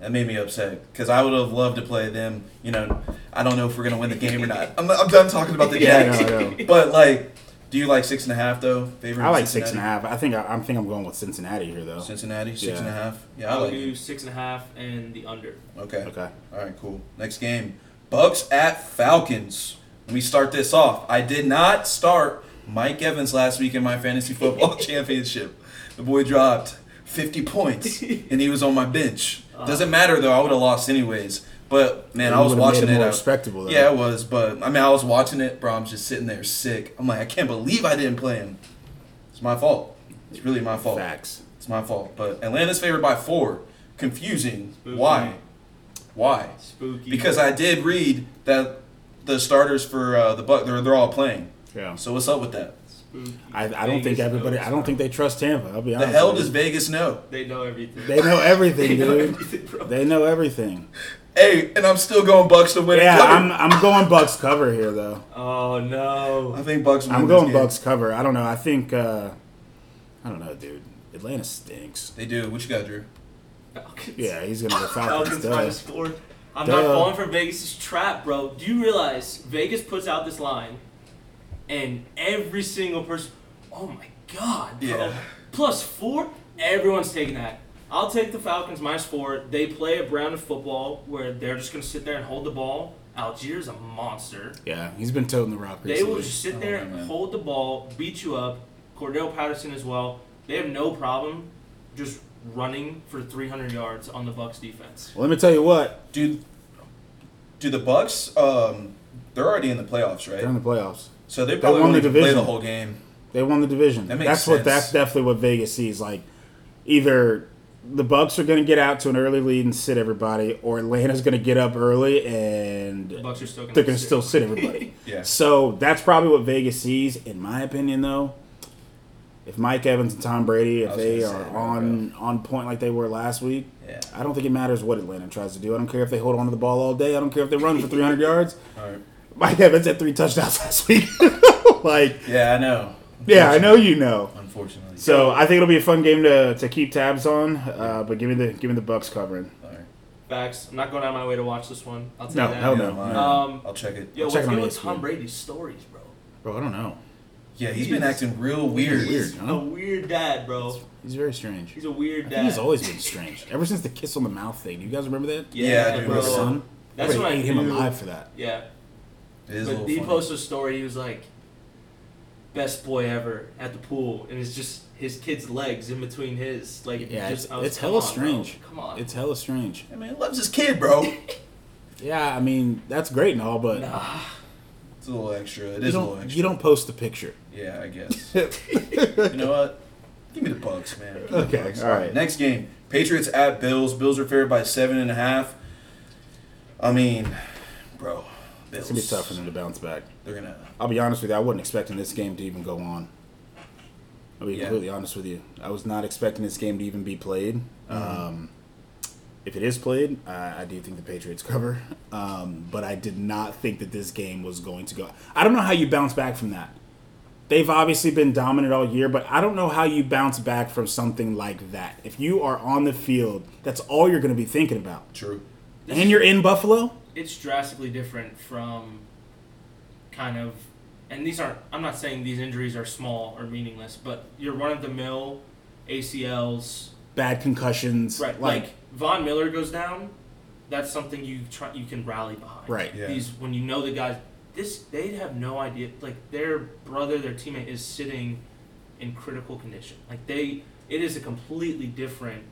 Speaker 1: That made me upset because I would have loved to play them. You know, I don't know if we're gonna win the game or not. I'm, I'm done talking about the
Speaker 3: Yeah,
Speaker 1: Jags.
Speaker 3: I know, I know.
Speaker 1: But like, do you like six and a half though? Favorite?
Speaker 3: I
Speaker 1: in
Speaker 3: like
Speaker 1: Cincinnati?
Speaker 3: six and a half. I think I, I think I'm going with Cincinnati here though.
Speaker 1: Cincinnati, six
Speaker 3: Yeah.
Speaker 1: and a half. yeah. I
Speaker 2: I would
Speaker 1: like.
Speaker 2: do
Speaker 1: It.
Speaker 2: six and a half and the under.
Speaker 1: Okay.
Speaker 3: Okay.
Speaker 1: All right, cool. Next game, Bucks at Falcons. We start this off. I did not start Mike Evans last week in my fantasy football championship. The boy dropped 50 points, and he was on my bench. Doesn't matter though. I would have lost anyways. But man,
Speaker 3: You
Speaker 1: I was
Speaker 3: would've made
Speaker 1: watching
Speaker 3: him
Speaker 1: it.
Speaker 3: more
Speaker 1: I-
Speaker 3: respectable, though.
Speaker 1: Yeah, it was. But I mean, I was watching it, bro. I'm just sitting there sick. I'm like, I can't believe I didn't play him. It's my fault. It's really my fault.
Speaker 3: Facts.
Speaker 1: It's my fault. But Atlanta's favored by four. Confusing. Why? Why?
Speaker 2: Spooky.
Speaker 1: Because I did read that the starters for uh, the Buck they're, they're all playing.
Speaker 3: Yeah.
Speaker 1: So what's up with that?
Speaker 2: Spooky.
Speaker 3: I, I don't think
Speaker 2: Vegas
Speaker 3: everybody.
Speaker 2: knows.
Speaker 3: I don't think they trust Tampa. I'll be
Speaker 1: The
Speaker 3: honest.
Speaker 1: hell
Speaker 3: with
Speaker 1: does
Speaker 3: you.
Speaker 1: Vegas know?
Speaker 2: They know everything.
Speaker 3: They know everything,
Speaker 2: They know
Speaker 3: dude.
Speaker 2: everything, bro.
Speaker 3: They know everything.
Speaker 1: Hey, and I'm still going Bucks to win. and
Speaker 3: Yeah,
Speaker 1: cover.
Speaker 3: I'm I'm going Bucks cover here though.
Speaker 2: Oh
Speaker 1: I
Speaker 2: no.
Speaker 1: think Bucks. Win
Speaker 3: I'm
Speaker 1: this
Speaker 3: going
Speaker 1: game.
Speaker 3: Bucks cover. I don't know. I think uh I don't know, dude. Atlanta stinks.
Speaker 1: They do. What you got, Drew?
Speaker 2: Falcons.
Speaker 3: Yeah, he's gonna go Falcons.
Speaker 2: Falcons
Speaker 3: duh.
Speaker 2: minus four. I'm not
Speaker 3: Duh.
Speaker 2: falling for Vegas' trap, bro. Do you realize Vegas puts out this line, and every single person, oh my god, bro,
Speaker 1: Yeah.
Speaker 2: plus four, everyone's taking that. I'll take the Falcons minus four. They play a brand of football where they're just gonna sit there and hold the ball. Algiers a monster.
Speaker 3: Yeah, he's been toting the rock
Speaker 2: They will
Speaker 3: recently.
Speaker 2: just sit
Speaker 1: Oh,
Speaker 2: there,
Speaker 1: man.
Speaker 2: hold the ball, beat you up. Cordell Patterson as well. They have no problem just running for 300 yards on the Bucks defense.
Speaker 3: Well, let me tell you what.
Speaker 1: Do do the Bucks? Um, they're already in the playoffs,
Speaker 3: They're in
Speaker 1: right?
Speaker 3: the playoffs.
Speaker 1: So they probably
Speaker 3: won
Speaker 1: won't
Speaker 3: the
Speaker 1: even play
Speaker 3: division.
Speaker 1: the whole game.
Speaker 3: They won the division.
Speaker 1: That makes
Speaker 3: that's
Speaker 1: sense.
Speaker 3: what. That's definitely what Vegas sees. Like, either the Bucks are gonna get out to an early lead and sit everybody, or Atlanta's gonna get up early and
Speaker 2: The Bucks are still gonna
Speaker 3: they're gonna
Speaker 2: sit.
Speaker 3: still sit everybody.
Speaker 1: Yeah.
Speaker 3: So that's probably what Vegas sees, in my opinion, though. If Mike Evans and Tom Brady,
Speaker 1: I
Speaker 3: if
Speaker 1: was
Speaker 3: they
Speaker 1: gonna
Speaker 3: are
Speaker 1: say, there we
Speaker 3: on on point like they were last week,
Speaker 1: Yeah.
Speaker 3: I don't think it matters what Atlanta tries to do. I don't care if they hold on to the ball all day. I don't care if they run for 300 yards.
Speaker 1: All right.
Speaker 3: Mike Evans had three touchdowns last week. like,
Speaker 1: Yeah, I know.
Speaker 3: yeah, I know you know.
Speaker 1: Unfortunately.
Speaker 3: So I think it'll be a fun game to, to keep tabs on. Uh, but give me the give me the Bucks covering.
Speaker 1: All right.
Speaker 2: Facts. I'm not going out of my way to watch this one. I'll tell
Speaker 3: No,
Speaker 2: you that.
Speaker 3: hell
Speaker 1: You
Speaker 3: no.
Speaker 1: don't mind.
Speaker 2: Um,
Speaker 1: I'll check it.
Speaker 2: Yo,
Speaker 3: I'll
Speaker 2: what's
Speaker 3: check it on
Speaker 2: good with
Speaker 3: ESPN.
Speaker 2: Tom Brady's stories, bro?
Speaker 3: Bro, I don't know.
Speaker 1: Yeah, he's been
Speaker 2: Jeez.
Speaker 1: acting real weird.
Speaker 3: Weird.
Speaker 2: A
Speaker 3: Huh?
Speaker 2: weird dad, bro.
Speaker 3: He's very strange.
Speaker 2: He's a weird
Speaker 3: I
Speaker 2: dad.
Speaker 3: think he's always been strange. Ever since the kiss on the mouth thing. Do you guys remember that?
Speaker 1: Yeah, I do
Speaker 3: With his
Speaker 1: remember.
Speaker 2: bro.
Speaker 3: son.
Speaker 2: That's
Speaker 3: Everybody
Speaker 2: what I
Speaker 3: ate
Speaker 2: knew.
Speaker 3: him alive for that.
Speaker 2: Yeah.
Speaker 1: It is a
Speaker 2: But
Speaker 1: little
Speaker 2: he
Speaker 1: funny.
Speaker 2: posted a story. He was like, "Best boy ever at the pool," and it's just his kid's legs in between his. Like,
Speaker 3: Yeah,
Speaker 2: just,
Speaker 3: it's-
Speaker 2: I was,
Speaker 3: it's
Speaker 2: "Come
Speaker 3: hella
Speaker 2: on,
Speaker 3: strange.
Speaker 2: Bro. Come on.
Speaker 3: It's hella strange.
Speaker 1: I mean, he loves his kid, bro. It's
Speaker 3: Yeah, I mean that's great and all, but
Speaker 2: nah.
Speaker 1: a little extra. It
Speaker 3: you
Speaker 1: is a little
Speaker 3: don't
Speaker 1: extra.
Speaker 3: you don't post the picture.
Speaker 1: Yeah, I guess. you know what? Give me the Bucks, man. Give me the
Speaker 3: Okay,
Speaker 1: Bucks.
Speaker 3: all right.
Speaker 1: Next game, Patriots at Bills. Bills are favored by seven and a half. I mean, bro, Bills.
Speaker 3: It's gonna be tough for them to bounce back.
Speaker 1: They're gonna.
Speaker 3: I'll be honest with you, I wasn't expecting this game to even go on. I'll be
Speaker 1: Yeah.
Speaker 3: completely honest with you. I was not expecting this game to even be played. Um, if it is played, I, I do think the Patriots cover. Um, but I did not think that this game was going to go. I don't know how you bounce back from that. They've obviously been dominant all year, but I don't know how you bounce back from something like that. If you are on the field, that's all you're going to be thinking about.
Speaker 1: True.
Speaker 3: And you're in Buffalo?
Speaker 2: it's drastically different from kind of and these aren't I'm not saying these injuries are small or meaningless, but your run of the mill ACLs
Speaker 3: Bad concussions.
Speaker 2: right like, Von Miller goes down, that's something you try you can rally behind.
Speaker 3: Right.
Speaker 1: Yeah.
Speaker 2: These when you know the guys this they have no idea like their brother, their teammate is sitting in critical condition. Like they it is a completely different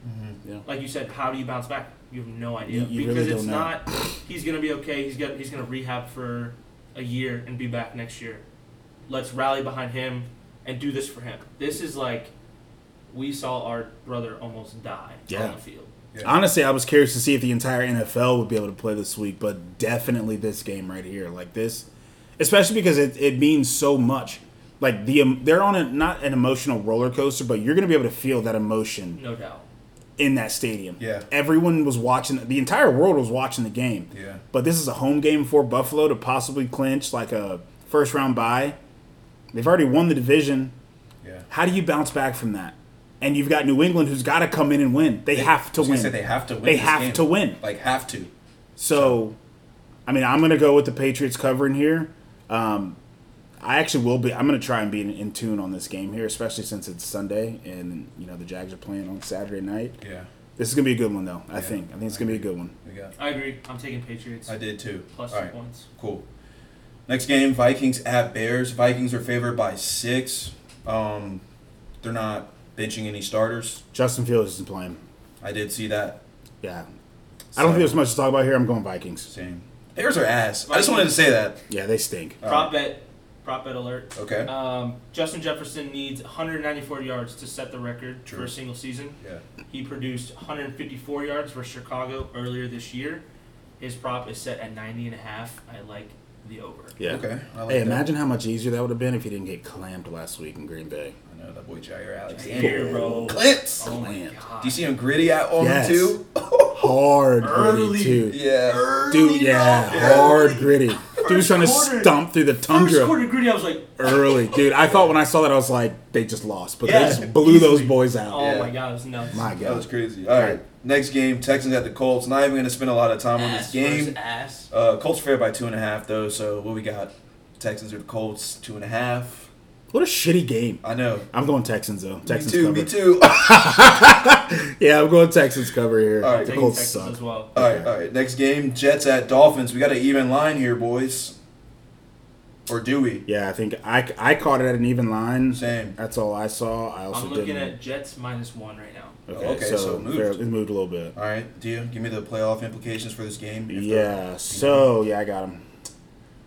Speaker 2: like you said, how do you bounce back? You have no idea
Speaker 3: You- Mm-hmm. you
Speaker 2: because
Speaker 3: really
Speaker 2: it's
Speaker 3: don't know.
Speaker 2: not. He's gonna be okay. He's got. He's gonna rehab for a year and be back next year. Let's rally behind him and do this for him. This is like we saw our brother almost die on
Speaker 3: Yeah.
Speaker 2: the field.
Speaker 3: Honestly, I was curious to see if the entire NFL would be able to play this week, but definitely this game right here, like this, especially because it, it means so much. Like the um, they're on a not an emotional roller coaster, but you're gonna be able to feel that emotion
Speaker 2: No doubt.
Speaker 3: in that stadium.
Speaker 1: Yeah.
Speaker 3: everyone was watching. The entire world was watching the game.
Speaker 1: Yeah.
Speaker 3: but this is a home game for Buffalo to possibly clinch like a first round bye. They've already won the division.
Speaker 1: Yeah.
Speaker 3: How do you bounce back from that? And you've got New England, who's got to come in and win. They, have
Speaker 1: I
Speaker 3: to
Speaker 1: was gonna
Speaker 3: win.
Speaker 1: Say they have to win.
Speaker 3: They
Speaker 1: this
Speaker 3: have
Speaker 1: game.
Speaker 3: to win.
Speaker 1: Like have to.
Speaker 3: So, I mean, I'm going to go with the Patriots covering here. Um, I actually will be. I'm going to try and be in, in tune on this game here, especially since it's Sunday and you know the Jags are playing on Saturday night.
Speaker 1: Yeah.
Speaker 3: This is going to be a good one, though. I think. I think it's going to be a good one.
Speaker 1: We got.
Speaker 2: I agree. I'm taking Patriots
Speaker 1: I did too.
Speaker 2: plus
Speaker 1: All right.
Speaker 2: points.
Speaker 1: Cool. Next game, Vikings at Bears. Vikings are favored by six. Um, they're not benching any starters.
Speaker 3: Justin Fields isn't playing.
Speaker 1: I did see that.
Speaker 3: Yeah, I don't think there's much to talk about here. I'm going Vikings.
Speaker 1: Same. Bears are ass. I just wanted to say that.
Speaker 3: Yeah, they stink.
Speaker 2: Prop bet. Prop bet alert.
Speaker 1: Okay.
Speaker 2: Um, Justin Jefferson needs 194 yards to set the record for
Speaker 1: True.
Speaker 2: a single season.
Speaker 1: Yeah.
Speaker 2: He produced 154 yards for Chicago earlier this year. His prop is set at 90 and a half. I like the over.
Speaker 3: Yeah.
Speaker 1: Okay. I like
Speaker 3: Hey,
Speaker 1: that.
Speaker 3: imagine how much easier that would have been if he didn't get clammed last week in Green Bay.
Speaker 1: I know that boy Jair
Speaker 2: Here,
Speaker 1: Alexander.
Speaker 2: bro.
Speaker 1: Clips.
Speaker 2: Oh my
Speaker 3: Slammed.
Speaker 2: god.
Speaker 1: Do you see him gritty at Auburn
Speaker 3: Yes.
Speaker 1: too?
Speaker 3: Hard
Speaker 2: Early.
Speaker 3: early, too.
Speaker 1: yeah.
Speaker 3: Dude, yeah, hard gritty. Dude was trying to
Speaker 2: quarter.
Speaker 3: stomp through the
Speaker 2: First
Speaker 3: tundra
Speaker 2: quarter gritty, I was like,
Speaker 3: early, dude. I thought when I saw that, I was like, they just lost, but
Speaker 2: Yeah,
Speaker 3: they just blew those
Speaker 2: easily.
Speaker 3: boys out.
Speaker 2: oh
Speaker 1: Yeah.
Speaker 2: my god, it was nuts.
Speaker 3: My
Speaker 1: That was
Speaker 3: God,
Speaker 1: crazy. All right. Next game, Texans at the Colts. Not even going to spend a lot of time on this
Speaker 2: ass
Speaker 1: game.
Speaker 2: versus ass.
Speaker 1: Uh, Colts favored by two and a half though. So what we got? Texans or the Colts? Two and a half.
Speaker 3: what a shitty game.
Speaker 1: I know.
Speaker 3: I'm going Texans though. Texans
Speaker 1: me too. Me too.
Speaker 3: cover. Yeah, I'm going Texans cover here.
Speaker 1: All right,
Speaker 3: the
Speaker 2: Taking
Speaker 3: Colts
Speaker 2: Texas
Speaker 3: suck.
Speaker 2: as well.
Speaker 1: all right. All right. Next game, Jets at Dolphins. We got an even line here, boys. Or do we?
Speaker 3: Yeah, I think I, I caught it at an even line.
Speaker 1: Same.
Speaker 3: That's all I saw. I also
Speaker 2: I'm looking
Speaker 3: didn't.
Speaker 2: at Jets minus one right now.
Speaker 3: okay,
Speaker 1: Oh, Okay,
Speaker 3: so,
Speaker 1: so it moved.
Speaker 3: fair- it moved a little bit.
Speaker 1: All right. Do you give me the playoff implications for this game? If
Speaker 3: Yeah. So yeah, I got him.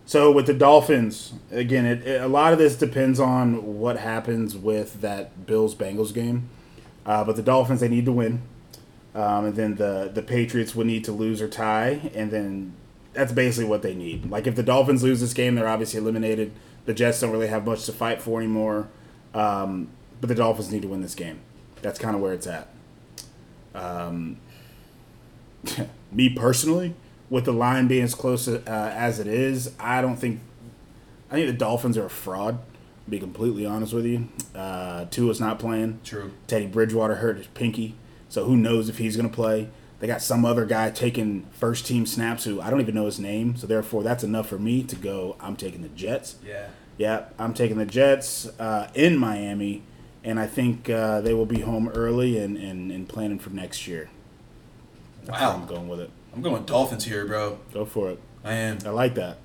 Speaker 3: So with the Dolphins again, it, it, a lot of this depends on what happens with that Bills Bengals game. Uh, but the Dolphins they need to win, um, and then the the Patriots would need to lose or tie, and then that's basically what they need. Like if the Dolphins lose this game, they're obviously eliminated. The Jets don't really have much to fight for anymore, um, but the Dolphins need to win this game. That's kind of where it's at Um, me personally, with the line being as close uh, as it is, I don't think. I think the Dolphins are a fraud. To be completely honest with you, uh, Tua's not playing.
Speaker 1: True.
Speaker 3: Teddy Bridgewater hurt his pinky, so who knows if he's going to play? They got some other guy taking first team snaps who I don't even know his name. So therefore, that's enough for me to go. I'm taking the Jets.
Speaker 1: Yeah.
Speaker 3: Yeah, I'm taking the Jets uh, in Miami, and I think uh, they will be home early and, and, and planning for next year. That's how
Speaker 1: Wow.
Speaker 3: I'm going with it.
Speaker 1: I'm going Dolphins here, bro.
Speaker 3: Go for it.
Speaker 1: I am.
Speaker 3: I like that.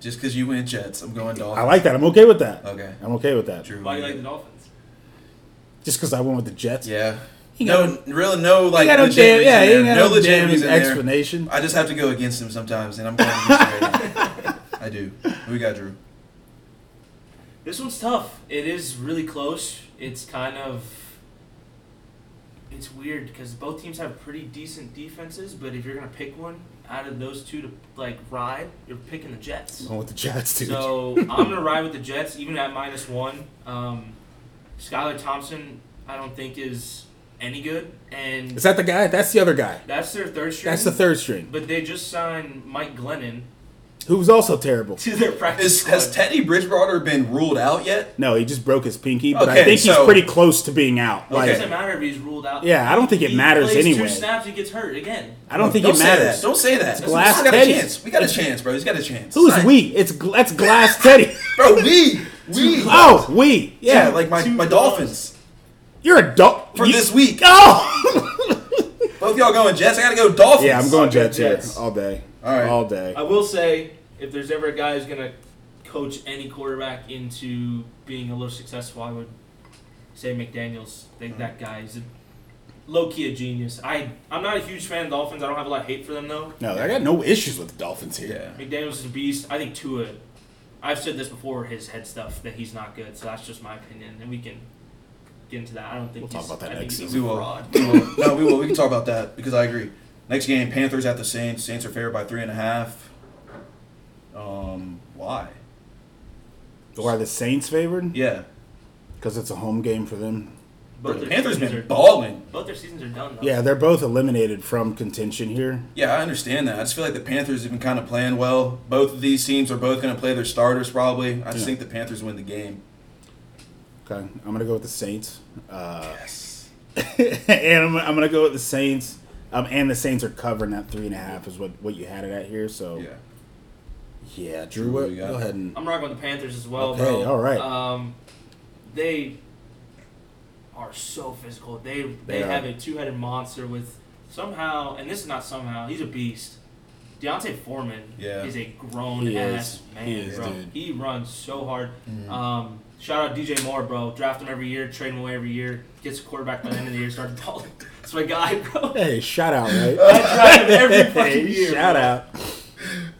Speaker 1: Just because you went Jets, I'm going Dolphins.
Speaker 3: I like that. I'm okay with that.
Speaker 1: Okay.
Speaker 3: I'm okay with that.
Speaker 1: True.
Speaker 2: Why do you like the Dolphins?
Speaker 3: Just because I went with the Jets.
Speaker 1: Yeah.
Speaker 3: He
Speaker 1: no, really, no,
Speaker 3: He
Speaker 1: like,
Speaker 3: got no
Speaker 1: legit
Speaker 3: damn,
Speaker 1: reason
Speaker 3: yeah, he
Speaker 1: there.
Speaker 3: ain't got no,
Speaker 1: legit
Speaker 3: damn
Speaker 1: reason there.
Speaker 3: explanation.
Speaker 1: I just have to go against him sometimes, and I'm going against him right now. I do. Who we got, Drew?
Speaker 2: This one's tough. It is really close. It's kind of it's weird because both teams have pretty decent defenses, but if you're gonna pick one out of those two to like ride, you're picking the Jets.
Speaker 3: I went with the Jets, dude.
Speaker 2: So I'm gonna ride with the Jets, even at minus one. Um, Skylar Thompson, I don't think is any good, and
Speaker 3: Is that the guy? That's the other guy.
Speaker 2: that's their third string.
Speaker 3: That's the third string.
Speaker 2: But they just signed Mike Glennon,
Speaker 3: who's also terrible.
Speaker 2: to their practice
Speaker 1: Is, has
Speaker 2: squad.
Speaker 1: Teddy Bridgewater been ruled out yet?
Speaker 3: No, he just broke his pinky, but I
Speaker 1: Okay,
Speaker 3: think he's
Speaker 1: so-
Speaker 3: pretty close to being out.
Speaker 2: It
Speaker 3: Like,
Speaker 2: doesn't matter if he's ruled out.
Speaker 3: Yeah, I don't think it
Speaker 2: He
Speaker 3: matters
Speaker 2: plays
Speaker 3: anyway.
Speaker 2: Two snaps, he gets hurt again.
Speaker 3: I don't think
Speaker 1: Don't
Speaker 3: it
Speaker 1: say
Speaker 3: matters.
Speaker 1: that. Don't say that. We
Speaker 3: glass
Speaker 1: still got
Speaker 3: Teddy.
Speaker 1: a chance. We got a chance, bro. He's got a chance.
Speaker 3: Who is
Speaker 1: Sign-
Speaker 3: we? It's gl- that's Glass Teddy.
Speaker 1: Bro, we. We.
Speaker 3: oh, we.
Speaker 1: Yeah,
Speaker 3: Yeah,
Speaker 1: like my,
Speaker 2: Two
Speaker 1: my
Speaker 2: dogs.
Speaker 1: Dolphins.
Speaker 3: you're a dog
Speaker 1: For this week.
Speaker 3: Oh.
Speaker 1: Both y'all going Jets. I gotta go Dolphins.
Speaker 3: yeah, I'm
Speaker 2: I'll
Speaker 3: going
Speaker 2: go
Speaker 3: Jets here
Speaker 2: Jets.
Speaker 3: all day.
Speaker 1: All right.
Speaker 3: All day.
Speaker 2: I will say, if there's ever a guy who's gonna coach any quarterback into being a little successful, I would say McDaniel's. I think that guy is a low key a genius. I I'm not a huge fan of Dolphins. I don't have a lot of hate for them though.
Speaker 3: No, I got no issues with the Dolphins here.
Speaker 1: Yeah.
Speaker 2: McDaniel's is a beast. I think Tua. I've said this before. His head stuff that he's not good. So that's just my opinion, and we can get into that. I don't think
Speaker 3: We'll talk
Speaker 2: he's-
Speaker 3: about that
Speaker 2: I think
Speaker 3: next
Speaker 2: he's a
Speaker 1: We will.
Speaker 2: fraud.
Speaker 1: we will. No, we will. We can talk about that because I agree. Next game, Panthers at the Saints. Saints are favored by three and a half. Um, why?
Speaker 3: Why are the Saints favored?
Speaker 1: Yeah,
Speaker 3: Because it's a home game for them.
Speaker 1: Bro, the
Speaker 2: their
Speaker 1: Panthers
Speaker 2: seasons
Speaker 1: been
Speaker 2: are-
Speaker 1: balling.
Speaker 2: Both their seasons are done. Though.
Speaker 3: Yeah, they're both eliminated from contention here.
Speaker 1: Yeah, I understand that. I just feel like the Panthers have been kind of playing well. Both of these teams are both going to play their starters probably. I just
Speaker 3: Yeah.
Speaker 1: think the Panthers win the game.
Speaker 3: Okay, I'm going to go with the Saints. Uh,
Speaker 1: Yes.
Speaker 3: and I'm, I'm going to go with the Saints. Um, and the Saints are covering that three and a half is what, what you had it at here. So,
Speaker 1: Yeah.
Speaker 3: yeah Drew, what,
Speaker 1: What do you got?
Speaker 3: go ahead and
Speaker 2: I'm rocking with the Panthers as well,
Speaker 3: Okay,
Speaker 2: bro.
Speaker 3: all right.
Speaker 2: Um, they are so physical. They they,
Speaker 3: They are.
Speaker 2: have a two-headed monster with somehow, and this is not somehow. He's a beast. Deontay Foreman
Speaker 1: Yeah.
Speaker 2: is a grown
Speaker 3: He
Speaker 2: ass
Speaker 3: is.
Speaker 2: man,
Speaker 3: He is,
Speaker 2: bro.
Speaker 3: dude. Mm-hmm.
Speaker 2: He runs so hard. Um, shout out DJ Moore, bro. Draft him every year, trade him away every year. Gets a quarterback by the end of the year, starts balling. That's my guy, bro.
Speaker 3: Hey, shout out, right?
Speaker 2: I draft him every fucking
Speaker 3: Hey,
Speaker 2: year.
Speaker 3: shout
Speaker 2: bro.
Speaker 3: out.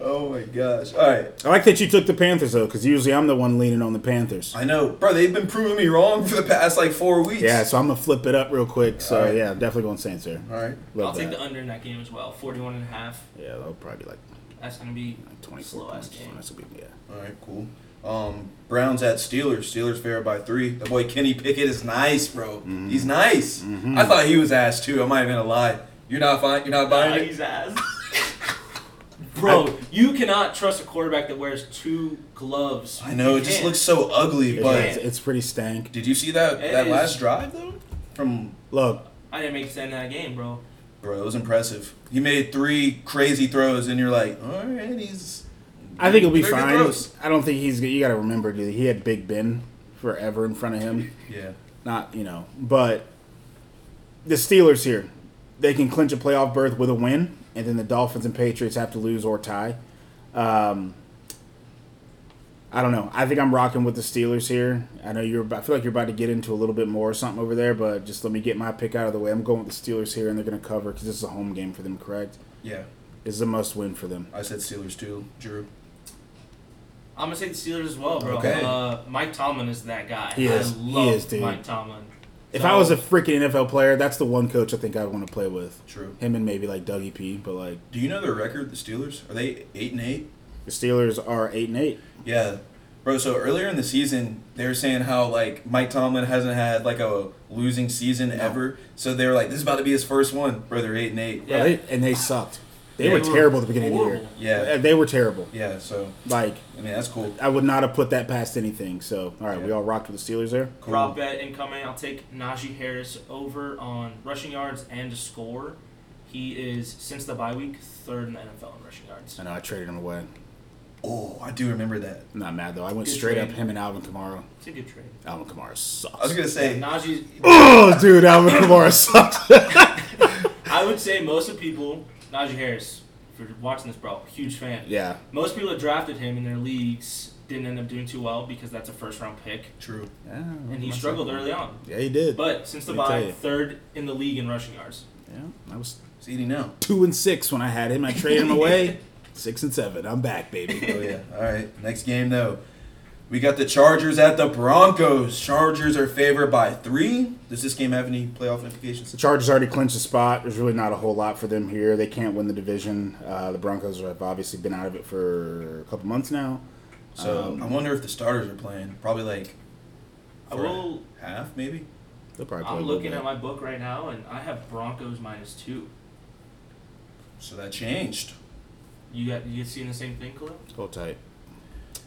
Speaker 1: Oh my gosh. All right.
Speaker 3: I like that you took the Panthers though, because usually I'm the one leaning on the Panthers.
Speaker 1: I know, bro. They've been proving me wrong for the past like four weeks.
Speaker 3: Yeah, so I'm gonna flip it up real quick. So
Speaker 1: Alright.
Speaker 3: yeah, I'm definitely going Saints here.
Speaker 1: All right.
Speaker 2: I'll
Speaker 3: Love
Speaker 2: take
Speaker 3: that.
Speaker 2: the under in that game as well. 41 and a half.
Speaker 3: yeah, that'll probably be like
Speaker 2: That's going to be
Speaker 3: 24
Speaker 2: slow ass
Speaker 3: points.
Speaker 2: game.
Speaker 3: That's gonna be yeah.
Speaker 1: All right. Cool. Um, Browns at Steelers. Steelers favored by three. The boy Kenny Pickett is nice, bro. He's nice. I thought he was ass too. I'm not even gonna lie. You're not fine. You're not buying it.
Speaker 2: His ass. Bro, you cannot trust a quarterback that wears two gloves.
Speaker 1: I know.
Speaker 2: You
Speaker 1: It just
Speaker 2: can't.
Speaker 1: looks so ugly.
Speaker 3: It's,
Speaker 1: But
Speaker 3: it's, it's pretty stank.
Speaker 1: did you see that
Speaker 2: It
Speaker 1: that
Speaker 2: is-
Speaker 1: last drive though? From
Speaker 3: Look,
Speaker 2: I didn't make sense in that game, bro.
Speaker 1: bro, it was impressive. He made three crazy throws, and you're like, all right, he's.
Speaker 3: I think he'll be
Speaker 1: Very good
Speaker 3: fine.
Speaker 1: throws.
Speaker 3: I don't think he's. You gotta remember, dude. He had Big Ben forever in front of him.
Speaker 1: Yeah.
Speaker 3: Not you know, but the Steelers here, they can clinch a playoff berth with a win, and then the Dolphins and Patriots have to lose or tie. Um, I don't know. I think I'm rocking with the Steelers here. I know you're. I feel like you're about to get into a little bit more or something over there, but just let me get my pick out of the way. I'm going with the Steelers here, and they're going to cover because this is a home game for them. Correct?
Speaker 1: Yeah.
Speaker 3: This is a must win for them.
Speaker 1: I said Steelers too, Drew.
Speaker 2: I'm going to take the Steelers as well, bro.
Speaker 1: Okay.
Speaker 2: Uh, Mike Tomlin is that guy.
Speaker 3: He is.
Speaker 2: I
Speaker 3: He
Speaker 2: love
Speaker 3: is, dude.
Speaker 2: Mike Tomlin.
Speaker 3: If
Speaker 2: So,
Speaker 3: I was a freaking NFL player, that's the one coach I think I'd want to play with.
Speaker 1: True.
Speaker 3: Him and maybe like Dougie P. But like
Speaker 1: Do you know their record? The Steelers are they eight and eight?
Speaker 3: the Steelers are eight and eight.
Speaker 1: Yeah, bro. So earlier in the season, they were saying how like Mike Tomlin hasn't had like a losing season ever. So they were like, this is about to be his first one, bro. They're eight and eight.
Speaker 2: Yeah.
Speaker 3: Right? And they sucked. They
Speaker 2: Yeah,
Speaker 3: were
Speaker 2: they were
Speaker 3: terrible at the beginning of
Speaker 2: horrible.
Speaker 3: the year.
Speaker 1: Yeah,
Speaker 3: They were terrible.
Speaker 1: yeah. So
Speaker 3: Like
Speaker 1: I mean, that's cool.
Speaker 3: I would not have put that past anything. So all right, we all rocked with the Steelers there.
Speaker 1: Cool.
Speaker 2: prop bet incoming. I'll take Najee Harris over on rushing yards and a score. He is, since the bye week, third in the NFL in rushing yards.
Speaker 3: I know I traded him away.
Speaker 1: Oh, I do remember that.
Speaker 3: I'm not mad though. I went
Speaker 2: Good
Speaker 3: straight
Speaker 2: trade.
Speaker 3: up him and Alvin Kamara.
Speaker 2: It's a good trade.
Speaker 3: Alvin Kamara
Speaker 1: I was
Speaker 3: sucks.
Speaker 1: gonna say,
Speaker 2: Najee,
Speaker 3: Oh, dude, Alvin Kamara sucks.
Speaker 2: I would say most of people, Najee Harris, if you're watching this, bro, huge fan.
Speaker 3: yeah,
Speaker 2: Most people that drafted him in their leagues didn't end up doing too well because that's a first round pick,
Speaker 1: true.
Speaker 2: and he struggled early on.
Speaker 3: Yeah, he did.
Speaker 2: But since the
Speaker 3: Let me tell
Speaker 2: bye,
Speaker 3: you.
Speaker 2: third in the league in rushing yards.
Speaker 3: yeah, I was
Speaker 1: It's eating now.
Speaker 3: two and six when I had him. I traded him away. Six and seven. I'm back, baby.
Speaker 1: Oh yeah. All right. Next game though. We got the Chargers at the Broncos. Chargers are favored by three. Does this game have any playoff implications?
Speaker 3: The Chargers already clinched the spot. There's really not a whole lot for them here. They can't win the division. Uh, the Broncos have obviously been out of it for a couple months now.
Speaker 1: So I wonder if the starters are playing. Probably like
Speaker 2: I
Speaker 1: for
Speaker 2: will.
Speaker 1: half, maybe.
Speaker 3: They'll probably play a
Speaker 2: I'm
Speaker 3: little
Speaker 2: looking
Speaker 3: bit.
Speaker 2: at my book right now, and I have Broncos minus two.
Speaker 1: So that changed.
Speaker 2: You got you seeing the same thing, Khalil?
Speaker 3: Hold tight.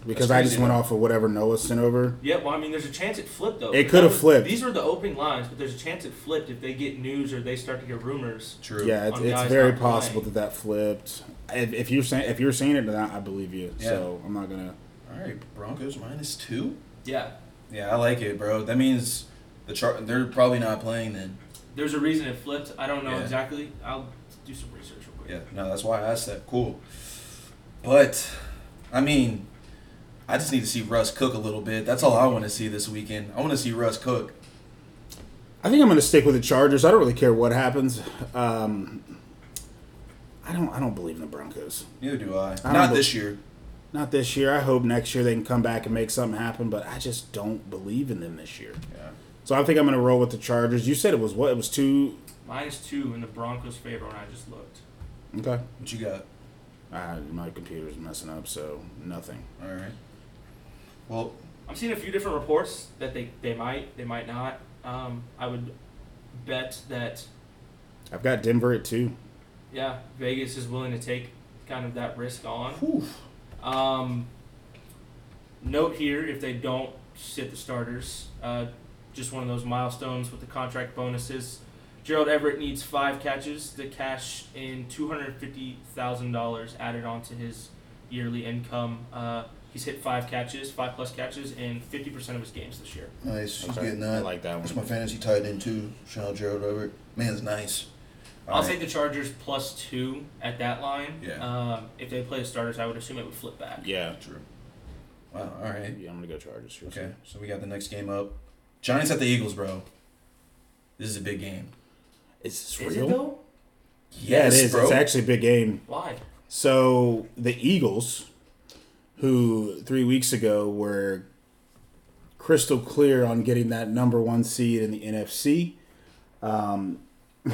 Speaker 3: Because
Speaker 1: That's
Speaker 3: I just
Speaker 1: crazy,
Speaker 3: went
Speaker 1: though.
Speaker 3: off of whatever Noah sent over.
Speaker 2: Yeah, well, I mean, there's a chance it flipped though.
Speaker 3: It
Speaker 2: That
Speaker 3: could have
Speaker 2: was-
Speaker 3: flipped.
Speaker 2: These were the opening lines, but there's a chance it flipped if they get news or they start to get rumors.
Speaker 1: True.
Speaker 3: Yeah, it's,
Speaker 2: On
Speaker 3: it's
Speaker 2: guys
Speaker 3: very
Speaker 2: not
Speaker 3: possible
Speaker 2: playing.
Speaker 3: that that flipped. If, if you're saying if you're saying it, then I, I believe you.
Speaker 1: Yeah.
Speaker 3: So I'm not gonna.
Speaker 1: All right, Broncos minus two.
Speaker 2: Yeah,
Speaker 1: Yeah, I like it, bro. That means the char- they're probably not playing then.
Speaker 2: there's a reason it flipped. I don't know
Speaker 1: Yeah.
Speaker 2: exactly. I'll do some research real quick.
Speaker 1: Yeah, no, that's why I asked that. Cool. But, I mean, I just need to see Russ cook a little bit. That's all I want to see this weekend. I want to see Russ cook.
Speaker 3: I think I'm gonna stick with the Chargers. I don't really care what happens. Um, I don't. I don't believe in the Broncos.
Speaker 1: Neither do I.
Speaker 3: I
Speaker 1: not
Speaker 3: don't
Speaker 1: this year.
Speaker 3: Not this year. I hope next year they can come back and make something happen. But I just don't believe in them this year.
Speaker 1: Yeah.
Speaker 3: So I think I'm gonna roll with the Chargers. You said it was what? It was two.
Speaker 2: Minus two in the Broncos' favor when I just looked.
Speaker 3: Okay.
Speaker 1: What you got?
Speaker 3: Uh, my computer's messing up, so nothing.
Speaker 1: All right. Well,
Speaker 2: I'm seeing a few different reports that they, they might, they might not. Um, I would bet that,
Speaker 3: I've got Denver at two.
Speaker 2: yeah, Vegas is willing to take kind of that risk on.
Speaker 1: whew.
Speaker 2: Um, note here if they don't sit the starters, uh, just one of those milestones with the contract bonuses. Gerald Everett needs five catches to cash in $250,000 added onto his yearly income. Uh, he's hit five catches, five plus catches, in 50% of his games this year.
Speaker 1: Nice. He's
Speaker 3: Okay.
Speaker 1: getting that.
Speaker 3: I like that
Speaker 1: That's
Speaker 3: one.
Speaker 1: my fantasy tight end, too. Shout out Gerald Everett. Man's nice.
Speaker 2: I'll
Speaker 1: All right.
Speaker 2: take the Chargers plus two at that line.
Speaker 1: Yeah.
Speaker 2: Um, if they play the starters, I would assume it would flip back.
Speaker 3: Yeah.
Speaker 1: True. Wow. All right.
Speaker 3: Yeah, I'm gonna go Chargers. here,
Speaker 1: Okay. So we got the next game up. Giants at the Eagles, bro. This is a big game.
Speaker 3: so. Is this
Speaker 2: Is
Speaker 3: real?
Speaker 2: it though?
Speaker 3: yeah, it is.
Speaker 1: bro.
Speaker 3: It's actually a big game.
Speaker 2: Why?
Speaker 3: So the Eagles, who three weeks ago were crystal clear on getting that number one seed in the NFC, um,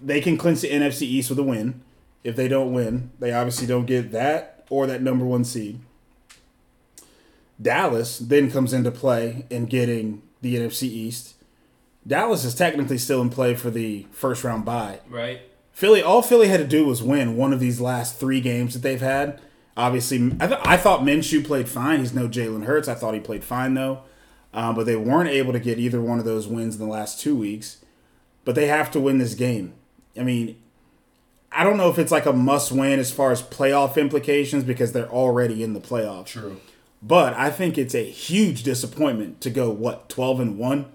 Speaker 3: they can clinch the NFC East with a win. If they don't win, they obviously don't get that or that number one seed. Dallas then comes into play in getting the NFC East. Dallas is technically still in play for the first round bye.
Speaker 2: Right?
Speaker 3: Philly, all Philly had to do was win one of these last three games that they've had. Obviously, I, th- I thought Minshew played fine. He's no Jalen Hurts. I thought he played fine though, um, but they weren't able to get either one of those wins in the last two weeks. But they have to win this game. I mean, I don't know if it's like a must-win as far as playoff implications because they're already in the playoffs.
Speaker 1: True.
Speaker 3: But I think it's a huge disappointment to go what twelve and one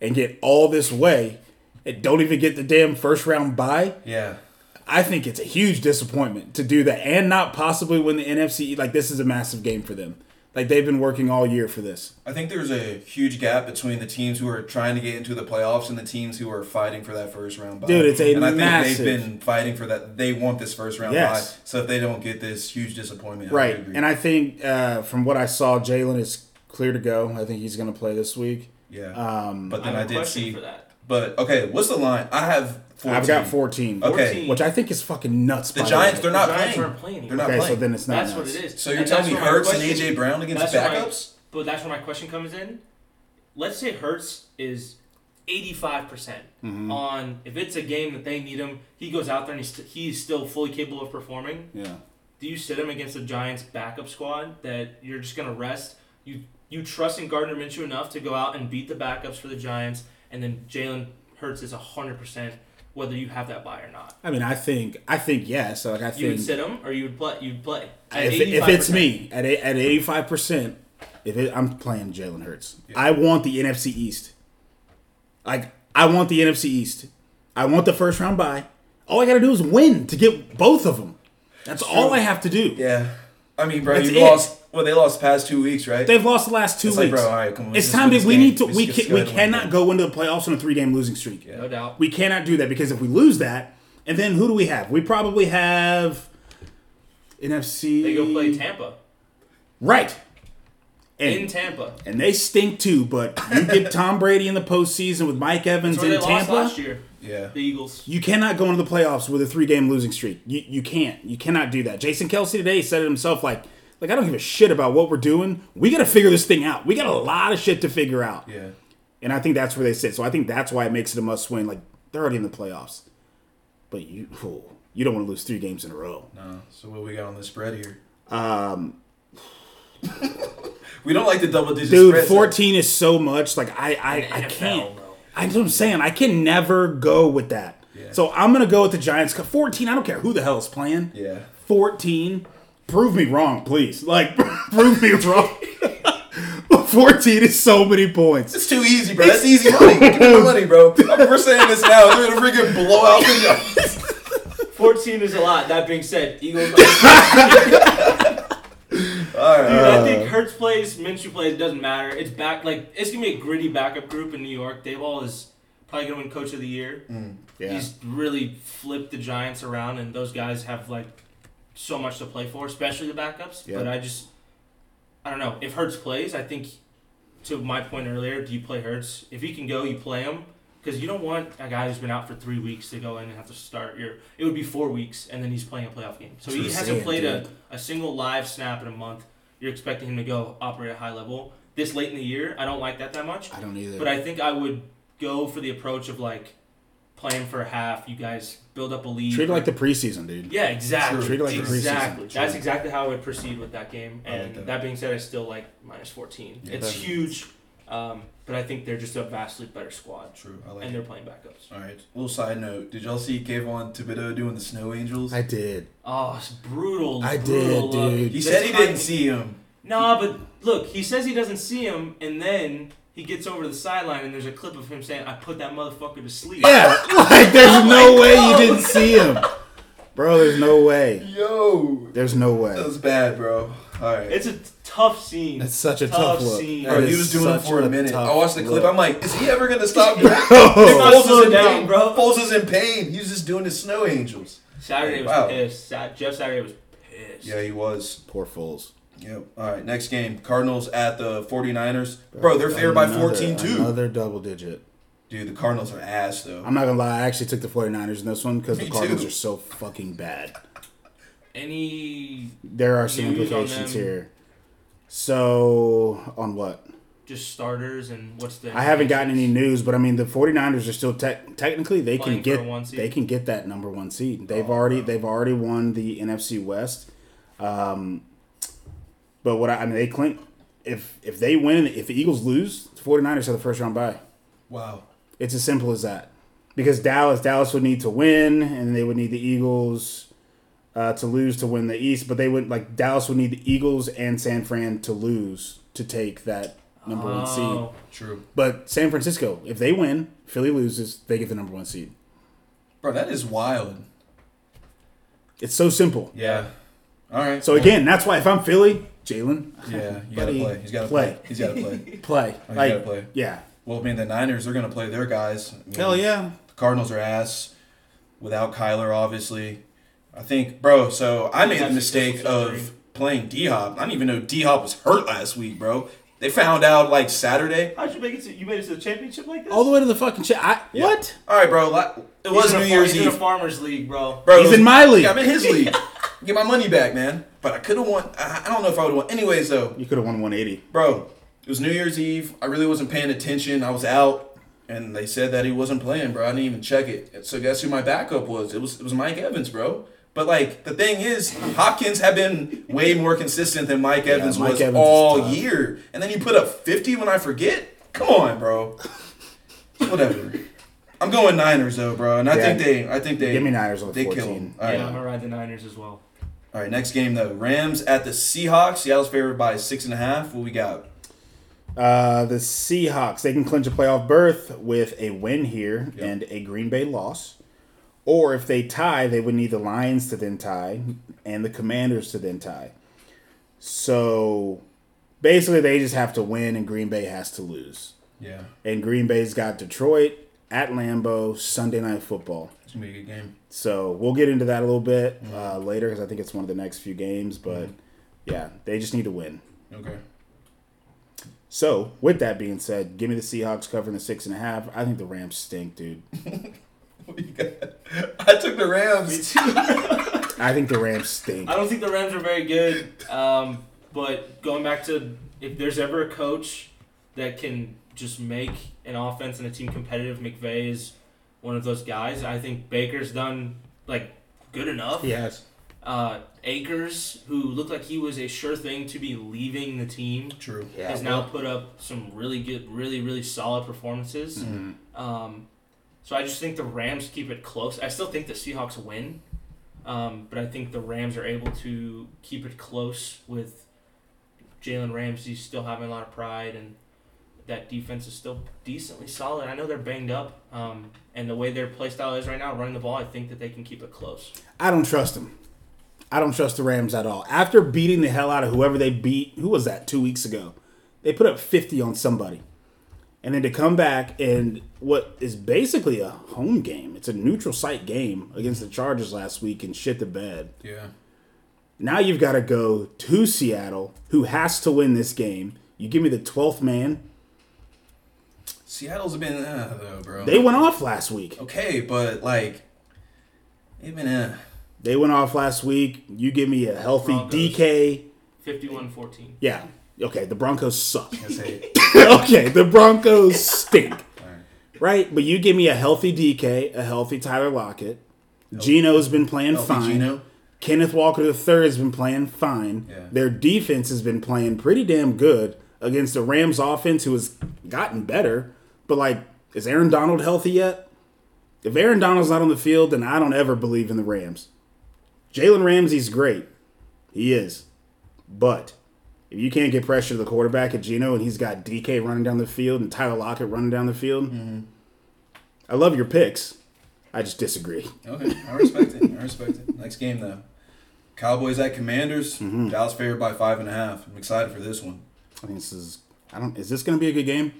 Speaker 3: and get all this way and don't even get the damn first round bye.
Speaker 1: Yeah.
Speaker 3: I think it's a huge disappointment to do that and not possibly win the NFC. E. Like this is a massive game for them. Like they've been working all year for this.
Speaker 1: I think there's a huge gap between the teams who are trying to get into the playoffs and the teams who are fighting for that first round bye.
Speaker 3: Dude, it's a
Speaker 1: and I think
Speaker 3: massive-
Speaker 1: they've been fighting for that. They want this first round
Speaker 3: Yes.
Speaker 1: bye. So if they don't get this, huge disappointment.
Speaker 3: Right.
Speaker 1: I agree.
Speaker 3: And I think uh, from what I saw, Jalen is clear to go. I think he's going to play this week.
Speaker 1: yeah.
Speaker 3: Um,
Speaker 1: but
Speaker 2: I
Speaker 1: then
Speaker 2: have
Speaker 1: I,
Speaker 2: a
Speaker 1: did
Speaker 2: question
Speaker 1: see.
Speaker 2: for that.
Speaker 1: But okay, what's the line? I have. 14.
Speaker 3: I've got 14,
Speaker 1: Okay.
Speaker 2: 14.
Speaker 3: which I think is fucking nuts.
Speaker 1: The
Speaker 3: by
Speaker 1: Giants,
Speaker 3: way.
Speaker 1: they're not
Speaker 2: The Giants
Speaker 1: playing.
Speaker 2: aren't playing
Speaker 1: They're not
Speaker 3: okay.
Speaker 1: playing.
Speaker 3: So then it's not.
Speaker 2: That's what
Speaker 3: nuts.
Speaker 2: it is.
Speaker 1: So you're
Speaker 2: And
Speaker 1: telling
Speaker 2: that's
Speaker 1: me
Speaker 2: where my
Speaker 1: Hurts and
Speaker 2: question-
Speaker 1: AJ Brown against
Speaker 2: that's where my-
Speaker 1: backups?
Speaker 2: but that's where my question comes in. Let's say Hurts is 85% percent
Speaker 1: Mm-hmm.
Speaker 2: on if it's a game that they need him, he goes out there and he's, st- he's still fully capable of performing.
Speaker 3: Yeah.
Speaker 2: Do you sit him against the Giants backup squad that you're just going to rest? You you trust in Gardner Minshew enough to go out and beat the backups for the Giants and then Jalen Hurts is 100% whether you have that buy or not.
Speaker 3: I mean, I think I think yes. Like I think
Speaker 2: You would sit him or you would play you'd play. At
Speaker 3: if, if it's
Speaker 2: 85%.
Speaker 3: me at a, at eighty five percent, if it, I'm playing Jalen Hurts, I want the NFC East. Like I want the NFC East. I want the first round bye. All I got to do is win to get both of them. That's all I have to do.
Speaker 1: Yeah. I mean, bro,
Speaker 3: That's
Speaker 1: you
Speaker 3: it.
Speaker 1: lost. Well, they lost past two weeks, right?
Speaker 3: They've lost the last two
Speaker 1: It's like,
Speaker 3: weeks.
Speaker 1: bro, all right, come on,
Speaker 3: it's
Speaker 1: just
Speaker 3: time
Speaker 1: win
Speaker 3: to
Speaker 1: this
Speaker 3: we
Speaker 1: game.
Speaker 3: need to
Speaker 1: Just-
Speaker 3: we
Speaker 1: just
Speaker 3: can,
Speaker 1: go
Speaker 3: we
Speaker 1: ahead and win the
Speaker 3: cannot
Speaker 1: game.
Speaker 3: go into the playoffs on a three game losing streak.
Speaker 2: No doubt.
Speaker 3: We cannot do that because if we lose that, and then who do we have? We probably have NFC.
Speaker 2: They go play Tampa.
Speaker 3: right. And
Speaker 2: In Tampa.
Speaker 3: and they stink too. But you get Tom Brady in the postseason with Mike Evans
Speaker 2: That's where
Speaker 3: in
Speaker 2: they lost
Speaker 3: Tampa.
Speaker 2: last year.
Speaker 1: Yeah.
Speaker 2: The Eagles.
Speaker 3: You cannot go into the playoffs with a three-game losing streak. You you can't. You cannot do that. Jason Kelsey today said it himself. Like like I don't give a shit about what we're doing. We got to figure this thing out. We got a lot of shit to figure out.
Speaker 1: Yeah.
Speaker 3: And I think that's where they sit. So I think that's why it makes it a must-win. Like they're already in the playoffs, but you. oh, you don't want to lose three games in a row.
Speaker 1: No. So what we got on the spread here?
Speaker 3: Um,
Speaker 1: We don't like the double digit
Speaker 3: dude,
Speaker 1: spreads.
Speaker 3: fourteen is so much. Like I, I, I can't. I, that's what I'm saying. I can never go with that.
Speaker 1: Yeah.
Speaker 3: So I'm gonna go with the Giants. Fourteen. I don't care who the hell is playing.
Speaker 1: Yeah.
Speaker 3: Fourteen. Prove me wrong, please. Like prove me wrong. Fourteen is so many points.
Speaker 1: It's too easy, bro. That's easy money. Give me the money, bro. We're saying this now. They're gonna freaking blow out the
Speaker 2: 14 is a lot. That being said, Eagles. Dude,
Speaker 1: All right.
Speaker 2: I think Hertz plays, Minshew plays, it doesn't matter. It's back like it's gonna be a gritty backup group in New York. Dayball is probably gonna win Coach of the Year.
Speaker 3: Mm, Yeah.
Speaker 2: He's really flipped the Giants around, and those guys have like so much to play for, especially the backups.
Speaker 3: Yeah.
Speaker 2: But I just, I don't know. If Hertz plays, I think to my point earlier, do you play Hertz? If he can go, you play him because you don't want a guy who's been out for three weeks to go in and have to start. Your it would be four weeks, and then he's playing a playoff game. So
Speaker 3: That's what
Speaker 2: he
Speaker 3: I'm
Speaker 2: hasn't
Speaker 3: saying,
Speaker 2: played a, a single live snap in a month. You're expecting him to go operate at a high level this late in the year. I don't like that that much.
Speaker 3: I don't either.
Speaker 2: But I think I would go for the approach of like playing for a half. You guys build up a lead.
Speaker 3: Treat it like the preseason, dude.
Speaker 2: yeah, exactly.
Speaker 1: True, treat it like the
Speaker 3: preseason.
Speaker 2: exactly.
Speaker 3: True.
Speaker 2: That's exactly how I would proceed with that game.
Speaker 3: I like
Speaker 2: And
Speaker 3: that.
Speaker 2: that. being said, I still like minus fourteen.
Speaker 1: Yeah.
Speaker 2: it's
Speaker 1: Definitely.
Speaker 2: huge, um, but I think they're just a vastly better squad,
Speaker 1: True. I like
Speaker 2: and
Speaker 1: it.
Speaker 2: they're playing backups.
Speaker 1: All right. Little side note. Did y'all see Kayvon Thibodeau doing the Snow Angels?
Speaker 3: I did.
Speaker 2: Oh, it's brutal.
Speaker 3: I
Speaker 2: brutal
Speaker 3: did,
Speaker 2: look.
Speaker 3: dude.
Speaker 1: he
Speaker 2: The
Speaker 1: said he
Speaker 2: timing-
Speaker 1: didn't see him.
Speaker 2: Nah, but look, he says he doesn't see him, and then he gets over to the sideline, and there's a clip of him saying, "I put that motherfucker to sleep."
Speaker 3: Yeah, like there's no
Speaker 2: my
Speaker 3: way
Speaker 2: God.
Speaker 3: you didn't see him, bro. There's no way.
Speaker 1: Yo.
Speaker 3: There's no
Speaker 1: That
Speaker 3: way.
Speaker 1: was bad, bro. All right.
Speaker 2: It's a t- tough scene.
Speaker 3: That's such a
Speaker 2: Tough
Speaker 3: tough, look.
Speaker 2: scene.
Speaker 3: That
Speaker 1: Bro, he
Speaker 3: is
Speaker 1: was doing it
Speaker 3: such
Speaker 1: for a minute.
Speaker 3: tough
Speaker 1: I watched the clip.
Speaker 3: look.
Speaker 1: I'm like, is he ever gonna stop? bro?
Speaker 2: not
Speaker 1: Foles is
Speaker 2: slowing
Speaker 1: in
Speaker 2: down,
Speaker 1: pain.
Speaker 2: bro.
Speaker 1: Foles is in pain. He was just doing his snow angels.
Speaker 2: Saturday was
Speaker 1: Wow.
Speaker 2: pissed. Sa- Jeff Saturday was pissed.
Speaker 1: Yeah, he was.
Speaker 3: Poor fools.
Speaker 1: Yep. All right. Next game, Cardinals at the 49ers. Bro, they're favored by 14 too.
Speaker 3: Another double digit.
Speaker 1: Dude, the Cardinals are ass though.
Speaker 3: I'm not gonna lie. I actually took the 49ers in this one because the
Speaker 1: Me
Speaker 3: Cardinals
Speaker 1: too.
Speaker 3: are so fucking bad.
Speaker 2: Any
Speaker 3: There are some
Speaker 2: News on
Speaker 3: implications
Speaker 2: them.
Speaker 3: here. So on what?
Speaker 2: just starters and what's the?
Speaker 3: I haven't gotten any news, but I mean the 49ers are still tech technically they can
Speaker 2: Playing for
Speaker 3: get
Speaker 2: a one seed.
Speaker 3: they can get that number 1 seed. They've
Speaker 1: Oh,
Speaker 3: already they've already won the NFC West. Um but what I, I mean they claim if if they win if the Eagles lose, the 49ers have the first round bye.
Speaker 1: Wow.
Speaker 3: It's as simple as that. Because Dallas Dallas would need to win and they would need the Eagles uh, to lose to win the East, but they would like Dallas would need the Eagles and San Fran to lose to take that number 1 seed.
Speaker 2: Oh,
Speaker 1: True.
Speaker 3: But San Francisco, if they win, Philly loses, they get the number one seed.
Speaker 1: Bro, that is wild.
Speaker 3: It's so simple.
Speaker 1: Yeah. All right.
Speaker 3: So again, that's why if I'm Philly, Jalen,
Speaker 1: yeah, you gotta
Speaker 3: buddy,
Speaker 1: play. He's gotta
Speaker 3: play.
Speaker 1: play. He's gotta play.
Speaker 3: play.
Speaker 1: Oh, you
Speaker 3: like,
Speaker 1: gotta play.
Speaker 3: yeah.
Speaker 1: Well, I mean, the Niners are gonna play their guys. I mean,
Speaker 3: Hell yeah.
Speaker 1: The Cardinals are ass without Kyler, obviously. I think, bro. So I made the
Speaker 2: actually
Speaker 1: mistake
Speaker 2: physical surgery.
Speaker 1: of playing D Hop. I didn't even know D Hop was hurt last week, bro. They found out like Saturday.
Speaker 2: how'd you make it? To, you made it to the championship like this?
Speaker 3: All the way to the fucking cha- I,
Speaker 1: Yeah.
Speaker 3: What?
Speaker 1: All right, bro. la- It
Speaker 2: He's
Speaker 1: was
Speaker 2: in
Speaker 1: New
Speaker 2: a far-
Speaker 1: Year's
Speaker 2: he's in a
Speaker 1: Eve,
Speaker 2: farmers league, bro.
Speaker 1: bro. it
Speaker 3: He's
Speaker 1: was-
Speaker 3: in my league.
Speaker 1: Yeah, I'm in his league. Get my money back, man. But I could have won. I I don't know if I would have won. Anyways, though,
Speaker 3: You could have won 180.
Speaker 1: bro, it was New Year's Eve. I really wasn't paying attention. I was out, and they said that he wasn't playing, bro. I didn't even check it. So guess who my backup was? It was it was Mike Evans, bro. But like the thing is, Hopkins had been way more consistent than Mike Evans
Speaker 3: Mike
Speaker 1: was
Speaker 3: Evans is
Speaker 1: all
Speaker 3: tough.
Speaker 1: year, and then you put up fifty when I forget. Come on, bro. Whatever. I'm going Niners though, bro, and I
Speaker 3: Yeah.
Speaker 1: think they, I think they
Speaker 3: Give me Niners on
Speaker 1: They kill
Speaker 3: 14.
Speaker 1: him. All right.
Speaker 2: yeah, I'm gonna ride the Niners as well.
Speaker 1: All right, next game though. Rams at the Seahawks. Seattle's favored by six and a half. What we got?
Speaker 3: Uh, the Seahawks, they can clinch a playoff berth with a win here
Speaker 1: Yep.
Speaker 3: and a Green Bay loss. Or if they tie, they would need the Lions to then tie and the Commanders to then tie. So basically, they just have to win and Green Bay has to lose.
Speaker 1: Yeah,
Speaker 3: And Green Bay's got Detroit at Lambeau Sunday Night Football.
Speaker 1: it's gonna be a good game.
Speaker 3: So we'll get into that a little bit uh, later because I think it's one of the next few games. But yeah, they just need to win.
Speaker 1: Okay.
Speaker 3: So, with that being said, give me the Seahawks covering the six and a half. I think the Rams stink, dude.
Speaker 1: What you got? I took the Rams.
Speaker 3: I think the Rams stink.
Speaker 2: I don't think the Rams are very good. Um, but going back to if there's ever a coach that can just make an offense and a team competitive, McVay is one of those guys. I think Baker's done like good enough.
Speaker 3: He has.
Speaker 2: Uh, Akers, who looked like he was a sure thing to be leaving the team,
Speaker 1: True.
Speaker 3: Yeah,
Speaker 2: has now put up some really good, really, really solid performances.
Speaker 3: Mm-hmm.
Speaker 2: Um, so I just think the Rams keep it close. I still think the Seahawks win, um, but I think the Rams are able to keep it close with Jalen Ramsey still having a lot of pride and that defense is still decently solid. I know they're banged up, um, and the way their play style is right now, running the ball, I think that they can keep it close.
Speaker 3: I don't trust him. I don't trust the Rams at all. After beating the hell out of whoever they beat, who was that two weeks ago? They put up 50 on somebody. And then to come back and what is basically a home game, it's a neutral site game against the Chargers last week and shit the bed.
Speaker 1: Yeah.
Speaker 3: Now you've got to go to Seattle, who has to win this game. You give me the 12th man.
Speaker 1: Seattle's been uh, though, bro.
Speaker 3: They went off last week.
Speaker 1: okay, but like they've been uh,
Speaker 3: They went off last week. You give me a healthy
Speaker 2: Broncos.
Speaker 3: DK.
Speaker 2: 51-14.
Speaker 3: Yeah. Okay, the Broncos suck.
Speaker 1: I say
Speaker 3: okay, the Broncos stink.
Speaker 1: Alright.
Speaker 3: Right? But you give me a healthy DK, a healthy Tyler Lockett. Gino's been playing
Speaker 1: healthy
Speaker 3: fine.
Speaker 1: Geno.
Speaker 3: Kenneth Walker III has been playing fine.
Speaker 1: Yeah.
Speaker 3: Their defense has been playing pretty damn good against the Rams offense, who has gotten better. But, like, is Aaron Donald healthy yet? If Aaron Donald's not on the field, then I don't ever believe in the Rams. Jalen Ramsey's great. He is. But if you can't get pressure to the quarterback at Geno and he's got DK running down the field and Tyler Lockett running down the field, I love your picks. I just disagree.
Speaker 1: Okay, I respect it. I respect it. Next game though. Cowboys at Commanders.
Speaker 3: Mm-hmm.
Speaker 1: Dallas favored by five and a half. I'm excited for this one.
Speaker 3: I think this is. I don't. Is this going to be a good game?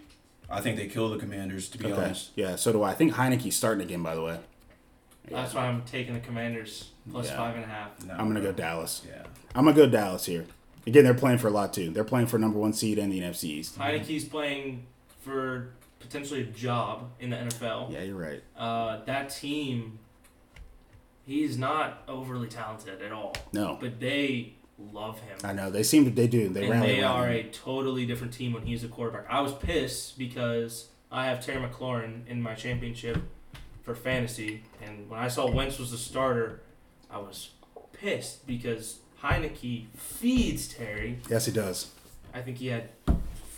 Speaker 1: I think they kill the Commanders, to be honest.
Speaker 3: Yeah. So do I. I think Heineke's starting the game. By the way,
Speaker 2: That's why I'm taking the Commanders plus
Speaker 3: Yeah.
Speaker 2: five and a half.
Speaker 1: No,
Speaker 3: I'm going to go Dallas.
Speaker 1: Yeah.
Speaker 3: I'm going to go Dallas here. Again, they're playing for a lot too. They're playing for number one seed and the NFC East.
Speaker 2: Heineke's playing for potentially a job in the NFL.
Speaker 3: Yeah, you're right.
Speaker 2: Uh, that team, he's not overly talented at all,
Speaker 3: No,
Speaker 2: but they love him.
Speaker 3: I know they seem to. They do. They
Speaker 2: and
Speaker 3: rally
Speaker 2: they
Speaker 3: around
Speaker 2: are
Speaker 3: him.
Speaker 2: a totally different team when he's a quarterback. I was pissed because I have Terry McLaurin in my championship for fantasy, and when I saw Wentz was the starter, I was pissed because Heineke feeds Terry.
Speaker 3: Yes, he does.
Speaker 2: I think he had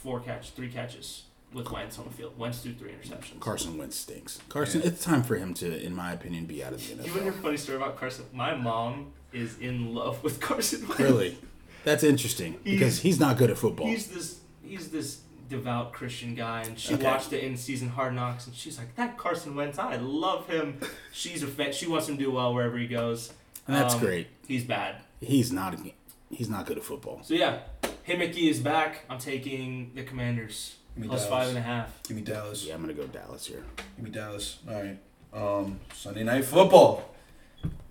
Speaker 2: four catch, three catches with Wentz on the field. Wentz threw three interceptions.
Speaker 3: Carson Wentz stinks. Carson,
Speaker 1: Yeah.
Speaker 3: it's time for him to, in my opinion, be out of the
Speaker 2: You want to hear a
Speaker 3: NFL.
Speaker 2: funny story about Carson? My mom is in love with Carson Wentz.
Speaker 3: really, that's interesting because he's not good at football.
Speaker 2: He's this. He's this devout Christian guy, and she
Speaker 3: Okay.
Speaker 2: watched the in-season Hard Knocks, and she's like, "That Carson Wentz, I love him. She's a fan. She wants him to do well wherever he goes. Um,
Speaker 3: And that's great.
Speaker 2: He's bad.
Speaker 3: He's not. He's not good at football.
Speaker 2: So yeah, Himiki is back. I'm taking the Commanders
Speaker 1: Give me
Speaker 2: plus
Speaker 1: Dallas.
Speaker 2: five and a half.
Speaker 1: Give me Dallas.
Speaker 3: Yeah, I'm gonna go Dallas here.
Speaker 1: Give me Dallas. All right. Um, Sunday night football.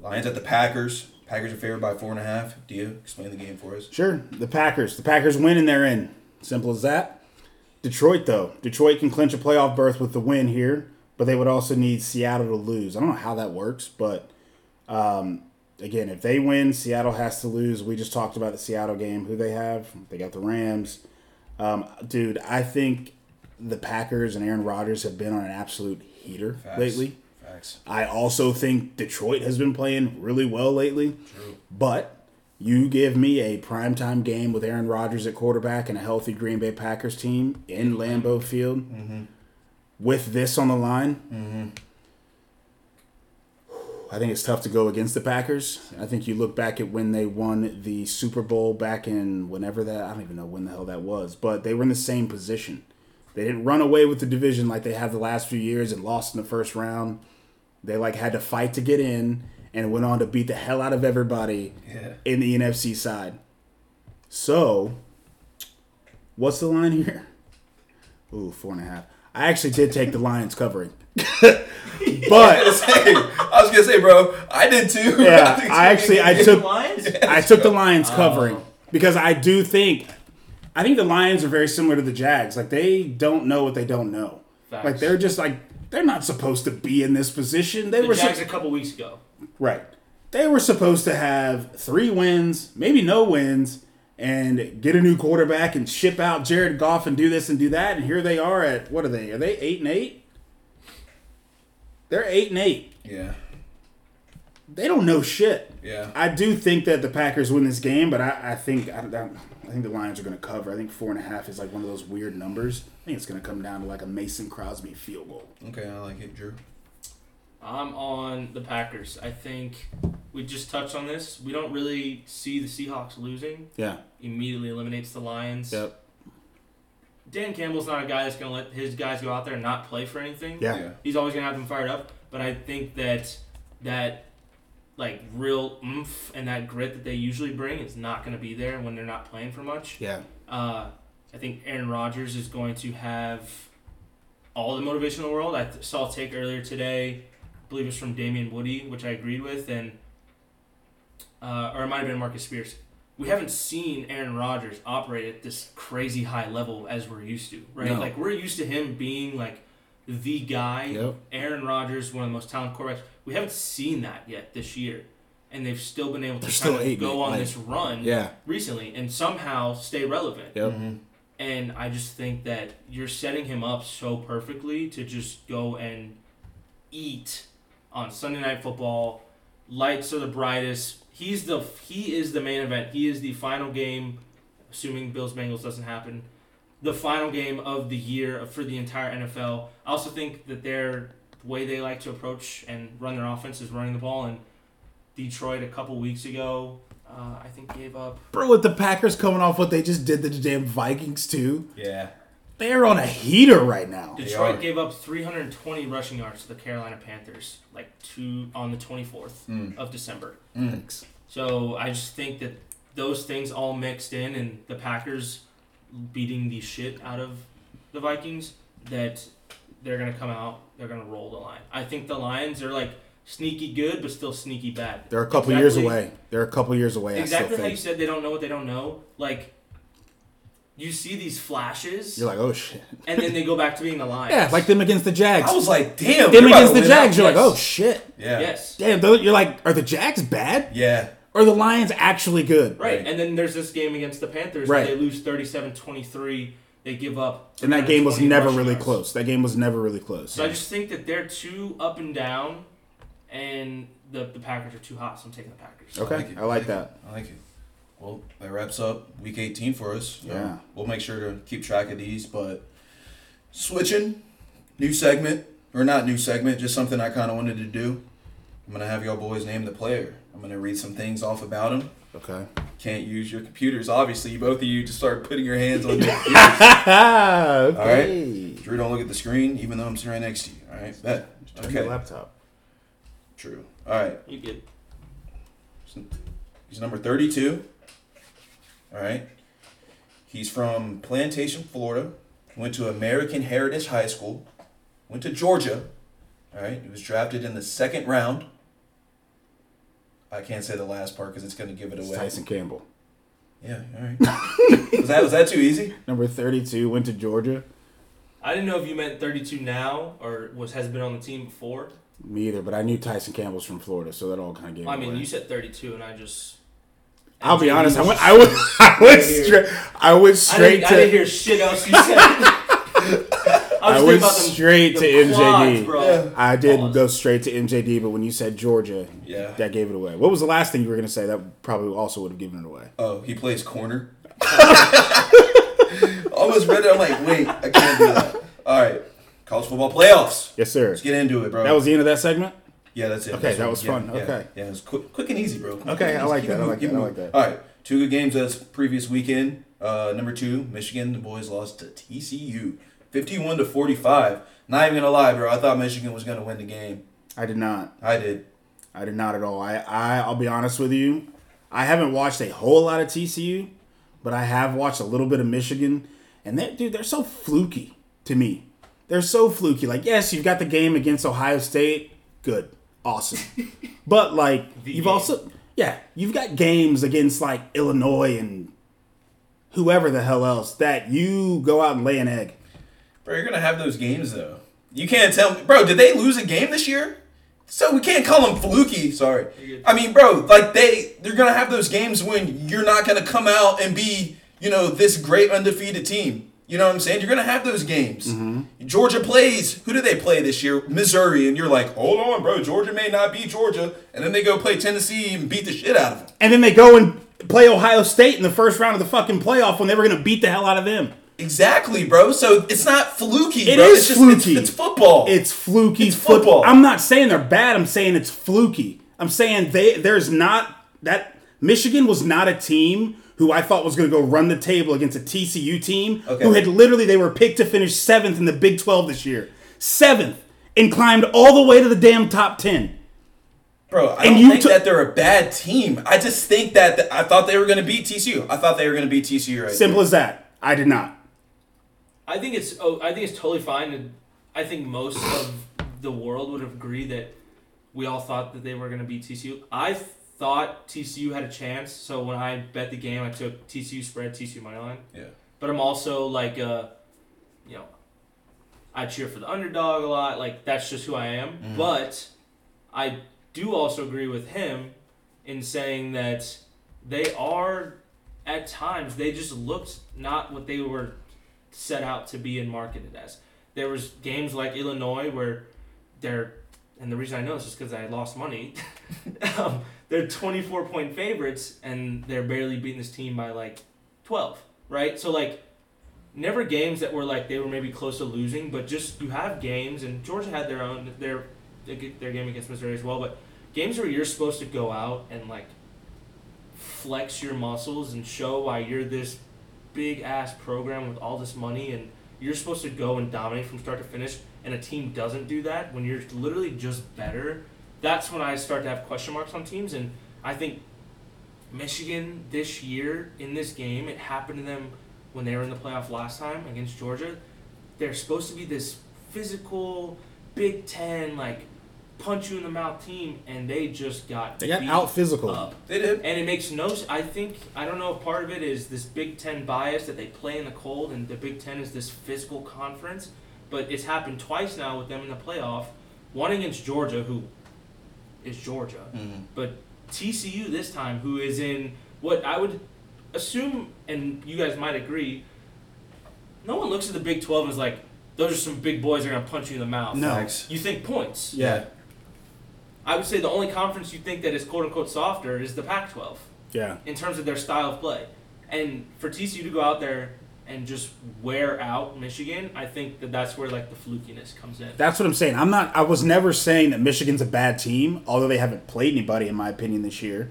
Speaker 1: Lions at the Packers. Packers are favored by four and a half. Do you explain the game for us?
Speaker 3: Sure, the Packers. The Packers win and they're in. Simple as that. Detroit though, Detroit can clinch a playoff berth with the win here, but they would also need Seattle to lose. I don't know how that works, but um, again, if they win, Seattle has to lose. We just talked about the Seattle game, who they have. They got the Rams. Um, dude, I think the Packers and Aaron Rodgers have been on an absolute heater
Speaker 1: Facts.
Speaker 3: lately.
Speaker 1: Facts.
Speaker 3: I also think Detroit has been playing really well lately.
Speaker 1: True.
Speaker 3: But you give me a primetime game with Aaron Rodgers at quarterback and a healthy Green Bay Packers team in Lambeau Field with this on the line. I think it's tough to go against the Packers. I think you look back at when they won the Super Bowl back in whenever that, I don't even know when the hell that was, but they were in the same position. They didn't run away with the division like they have the last few years and lost in the first round. They like had to fight to get in and went on to beat the hell out of everybody
Speaker 1: Yeah.
Speaker 3: in the NFC side. So, what's the line here? Ooh, four and a half. I actually did take the Lions covering, but
Speaker 1: Hey, I was gonna say, bro. I did too.
Speaker 3: yeah, I actually I took
Speaker 2: Lions?
Speaker 3: I took the Lions
Speaker 2: Oh.
Speaker 3: covering because I do think I think the Lions are very similar to the Jags. Like they don't know what they don't know.
Speaker 2: Facts.
Speaker 3: Like they're just like they're not supposed to be in this position. They
Speaker 2: The
Speaker 3: were su-
Speaker 2: Jags a couple weeks ago.
Speaker 3: Right. They were supposed to have three wins, maybe no wins, and get a new quarterback and ship out Jared Goff and do this and do that. And here they are at what are they? Are they eight and eight? They're eight and eight.
Speaker 1: Yeah.
Speaker 3: they don't know shit.
Speaker 1: Yeah.
Speaker 3: I do think that the Packers win this game, but I, I think I, I think the Lions are going to cover. I think four and a half is like one of those weird numbers. I think it's going to come down to like a Mason Crosby field goal.
Speaker 1: Okay, I like it, Drew.
Speaker 2: I'm on the Packers. I think we just touched on this. We don't really see the Seahawks losing.
Speaker 3: Yeah.
Speaker 2: Immediately eliminates the Lions. Dan Campbell's not a guy that's going to let his guys go out there and not play for anything.
Speaker 3: Yeah.
Speaker 2: He's always going to have them fired up. But I think that that like real oomph and that grit that they usually bring is not going to be there when they're not playing for much.
Speaker 3: Yeah.
Speaker 2: Uh, I think Aaron Rodgers is going to have all the motivation in the world. I th- saw a take earlier today, I believe it's from Damian Woody, which I agreed with, and uh, or it might have been Marcus Spears. We haven't seen Aaron Rodgers operate at this crazy high level as we're used to, right?
Speaker 3: No.
Speaker 2: Like we're used to him being like the guy.
Speaker 3: Yep.
Speaker 2: Aaron Rodgers, one of the most talented quarterbacks. We haven't seen that yet this year, and they've still been able to
Speaker 3: They're
Speaker 2: kind
Speaker 3: still
Speaker 2: of
Speaker 3: eight,
Speaker 2: go on
Speaker 3: like-
Speaker 2: this run
Speaker 3: Yeah.
Speaker 2: recently and somehow stay relevant.
Speaker 3: Yep.
Speaker 2: And I just think that you're setting him up so perfectly to just go and eat on Sunday night football. Lights are the brightest. He's the he is the main event. He is the final game, assuming Bills Bengals doesn't happen. The final game of the year for the entire NFL. I also think that their the way they like to approach and run their offense is running the ball. And Detroit a couple weeks ago, uh, I think gave up
Speaker 3: Bro, with the Packers coming off what they just did to the damn Vikings too,
Speaker 1: Yeah.
Speaker 3: they're on a heater right now.
Speaker 2: Detroit
Speaker 1: are.
Speaker 2: gave up 320 rushing yards to the Carolina Panthers, like two on the 24th
Speaker 3: Hmm.
Speaker 2: of December.
Speaker 3: Thanks.
Speaker 2: So I just think that those things all mixed in, and the Packers beating the shit out of the Vikings, that they're gonna come out, they're gonna roll the line. I think the Lions are like sneaky good, but still sneaky bad.
Speaker 3: They're a couple
Speaker 2: Exactly-
Speaker 3: years away. They're a couple years away. I
Speaker 2: Exactly
Speaker 3: still
Speaker 2: how you
Speaker 3: think.
Speaker 2: said they don't know what they don't know. Like you see these flashes,
Speaker 3: You're like, oh shit.
Speaker 2: and then they go back to being the Lions.
Speaker 3: Yeah, like them against the Jags.
Speaker 1: I was like, damn.
Speaker 3: them
Speaker 1: we're about
Speaker 3: against
Speaker 1: to
Speaker 3: the
Speaker 1: win out.
Speaker 3: Jags. You're like,
Speaker 2: Yes.
Speaker 3: oh shit.
Speaker 1: Yeah.
Speaker 2: Yes.
Speaker 3: Damn, those, you're like, are the Jags bad?
Speaker 1: Yeah.
Speaker 3: Are the Lions actually good?
Speaker 2: Right.
Speaker 1: Right.
Speaker 2: And then there's this game against the Panthers
Speaker 3: Right.
Speaker 2: where they lose 37-23. They give up.
Speaker 3: And that game was
Speaker 2: 320
Speaker 3: never
Speaker 2: rushing
Speaker 3: really
Speaker 2: yards.
Speaker 3: close. That game was never really close.
Speaker 2: So I just think that they're too up and down, and the, the Packers are too hot, so I'm taking the Packers.
Speaker 3: Okay,
Speaker 1: it.
Speaker 3: I like that.
Speaker 1: I like it. Well, that wraps up week 18 for us. Um,
Speaker 3: Yeah.
Speaker 1: we'll make sure to keep track of these, but switching, new segment, or not new segment, just something I kind of wanted to do. I'm going to have y'all boys name the player. I'm going to read some things off about him.
Speaker 3: Okay.
Speaker 1: Can't use your computers, obviously. You both of you just start putting your hands on your
Speaker 3: Ah,
Speaker 1: All right.
Speaker 3: okay.
Speaker 1: Drew, don't look at the screen, even though I'm sitting right next to you. All right, bet.
Speaker 3: Turn your
Speaker 1: Okay,
Speaker 3: laptop.
Speaker 1: Drew. All right,
Speaker 2: You get
Speaker 1: he's number 32. All right, he's from Plantation, Florida. Went to American Heritage High School. Went to Georgia. All right, he was drafted in the second round. I can't say the last part because it's going to give it
Speaker 3: It's
Speaker 1: away.
Speaker 3: Tyson Campbell.
Speaker 1: Yeah, all right. was that was that too easy?
Speaker 3: Number 32 went to Georgia.
Speaker 2: I didn't know if you meant 32 now or was has been on the team before.
Speaker 3: Me either, but I knew Tyson Campbell's from Florida, so that all kind of gave
Speaker 2: I
Speaker 3: it
Speaker 2: mean,
Speaker 3: away.
Speaker 2: you said 32, and I just
Speaker 3: I'll be honest. I went. I went. I went straight. I went
Speaker 2: I
Speaker 3: straight
Speaker 2: didn't, I didn't
Speaker 3: to.
Speaker 2: hear shit else you said. I was
Speaker 3: I
Speaker 2: thinking
Speaker 3: went
Speaker 2: about them-
Speaker 3: straight
Speaker 2: the
Speaker 3: to MJD.
Speaker 2: quads, bro.
Speaker 1: Yeah.
Speaker 3: I did
Speaker 2: Pause.
Speaker 3: go straight to MJD, but when you said Georgia,
Speaker 1: Yeah.
Speaker 3: that gave it away. What was the last thing you were going to say? That probably also would have given it away.
Speaker 1: Oh, he plays corner. Almost read it. I'm like, wait, I can't do that. All right, college football playoffs.
Speaker 3: Yes, sir.
Speaker 1: Let's get into it, bro.
Speaker 3: That was the end of that segment.
Speaker 1: yeah, that's it.
Speaker 3: Okay,
Speaker 1: That's
Speaker 3: that
Speaker 1: it.
Speaker 3: was
Speaker 1: Yeah,
Speaker 3: fun.
Speaker 1: yeah,
Speaker 3: Okay.
Speaker 1: yeah, it was quick, quick and easy, bro. Quick
Speaker 3: Okay,
Speaker 1: and
Speaker 3: I
Speaker 1: easy.
Speaker 3: like
Speaker 1: Keep
Speaker 3: that,
Speaker 1: it
Speaker 3: I
Speaker 1: moving,
Speaker 3: like
Speaker 1: keep it
Speaker 3: that, I like
Speaker 1: moving.
Speaker 3: that.
Speaker 1: All right, two good games this previous weekend. Uh, number two, Michigan. The boys lost to TCU, 51 to 45. Not even gonna lie, bro. I thought Michigan was gonna win the game.
Speaker 3: I did not.
Speaker 1: I did.
Speaker 3: I did not at all. I, I I'll be honest with you. I haven't watched a whole lot of TCU, but I have watched a little bit of Michigan, and they dude, they're so fluky to me. They're so fluky. Like, yes, you've got the game against Ohio State. Good. Awesome. but like you've
Speaker 2: game.
Speaker 3: also yeah, you've got games against like Illinois and whoever the hell else that you go out and lay an egg.
Speaker 1: Bro, you're gonna have those games though. You can't tell me, bro. Did they lose a game this year? So we can't call them fluky. Sorry. I mean, bro, like they they're gonna have those games when you're not gonna come out and be you know this great undefeated team. You know what I'm saying? You're gonna have those games.
Speaker 3: Mm-hmm.
Speaker 1: Georgia plays. Who do they play this year? Missouri, and you're like, hold on, bro. Georgia may not be Georgia, and then they go play Tennessee and beat the shit out of them.
Speaker 3: And then they go and play Ohio State in the first round of the fucking playoff when they were going to beat the hell out of them.
Speaker 1: Exactly, bro. So it's not fluky.
Speaker 3: It
Speaker 1: bro.
Speaker 3: is
Speaker 1: it's just,
Speaker 3: fluky.
Speaker 1: It's, it's football.
Speaker 3: It's fluky
Speaker 1: It's
Speaker 3: foot-
Speaker 1: football.
Speaker 3: I'm not saying they're bad. I'm saying it's fluky. I'm saying they there's not that Michigan was not a team who I thought was going to go run the table against a TCU team
Speaker 1: Okay.
Speaker 3: who had literally they were picked to finish seventh in the Big 12 this year, seventh, and climbed all the way to the damn top ten.
Speaker 1: Bro, I
Speaker 3: And
Speaker 1: don't
Speaker 3: you
Speaker 1: think
Speaker 3: took-
Speaker 1: that they're a bad team. I just think that th- I thought they were going to beat TCU. I thought they were going to beat TCU right
Speaker 3: Simple as that. I did not.
Speaker 2: I think it's oh, I think it's totally fine. and I think most of the world would agree that we all thought that they were going to beat TCU. I thought TCU had a chance, so when I bet the game, I took TCU spread, TCU money line.
Speaker 1: there. Yeah.
Speaker 2: But I'm also like, uh, you know, I cheer for the underdog a lot. Like that's just who I am. But I do also agree with him in saying that they are at times they just looked not what they were set out to be and marketed as. There was games like Illinois where they're and the reason I know this is because I lost money. um, they're 24 point favorites and they're barely beating this team by like 12, right? So like never games that were like they were maybe close to losing, but just you have games and Georgia had their own their their game against Missouri as well, but games where you're supposed to go out and like flex your muscles and show why you're this big ass program with all this money and you're supposed to go and dominate from start to finish and a team doesn't do that when you're literally just better that's when i start to have question marks on teams and i think michigan this year in this game it happened to them when they were in the playoff last time against georgia they're supposed to be this physical big ten like punch you in the mouth team and they just got
Speaker 3: They got
Speaker 2: beat
Speaker 3: out physical.
Speaker 2: up.
Speaker 1: They did.
Speaker 2: And it makes no. s- I think I don't know. if Part of it is this Big Ten bias that they play in the cold, and the Big Ten is this physical conference. But it's happened twice now with them in the playoff. One against Georgia, who is Georgia, but TCU this time, who is in what I would assume, and you guys might agree. No one looks at the Big Twelve and is like, "Those are some big boys that are gonna punch you in the mouth."
Speaker 3: No.
Speaker 1: Facts.
Speaker 2: You think points.
Speaker 3: Yeah.
Speaker 2: I would say the only conference you think that is quote unquote softer is the Pac 12
Speaker 3: Yeah.
Speaker 2: in terms of their style of play. And for TCU to go out there and just wear out Michigan, I think that that's where like the flukiness comes in.
Speaker 3: That's what I'm saying. I'm not. I was never saying that Michigan's a bad team, although they haven't played anybody, in my opinion, this year.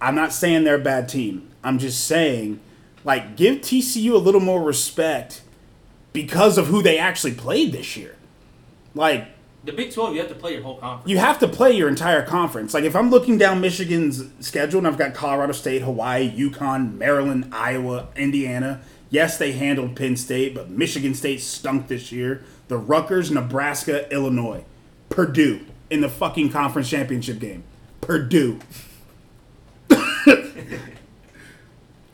Speaker 3: I'm not saying they're a bad team. I'm just saying, like, give TCU a little more respect because of who they actually played this year. Like,
Speaker 2: The Big 12, you have to play your whole conference.
Speaker 3: you have to play your entire conference. Like if I'm looking down Michigan's schedule and I've got Colorado State, Hawaii, Yukon, Maryland, Iowa, Indiana. Yes, they handled Penn State, but Michigan State stunk this year. The Rutgers, Nebraska, Illinois, Purdue in the fucking conference championship game. Purdue.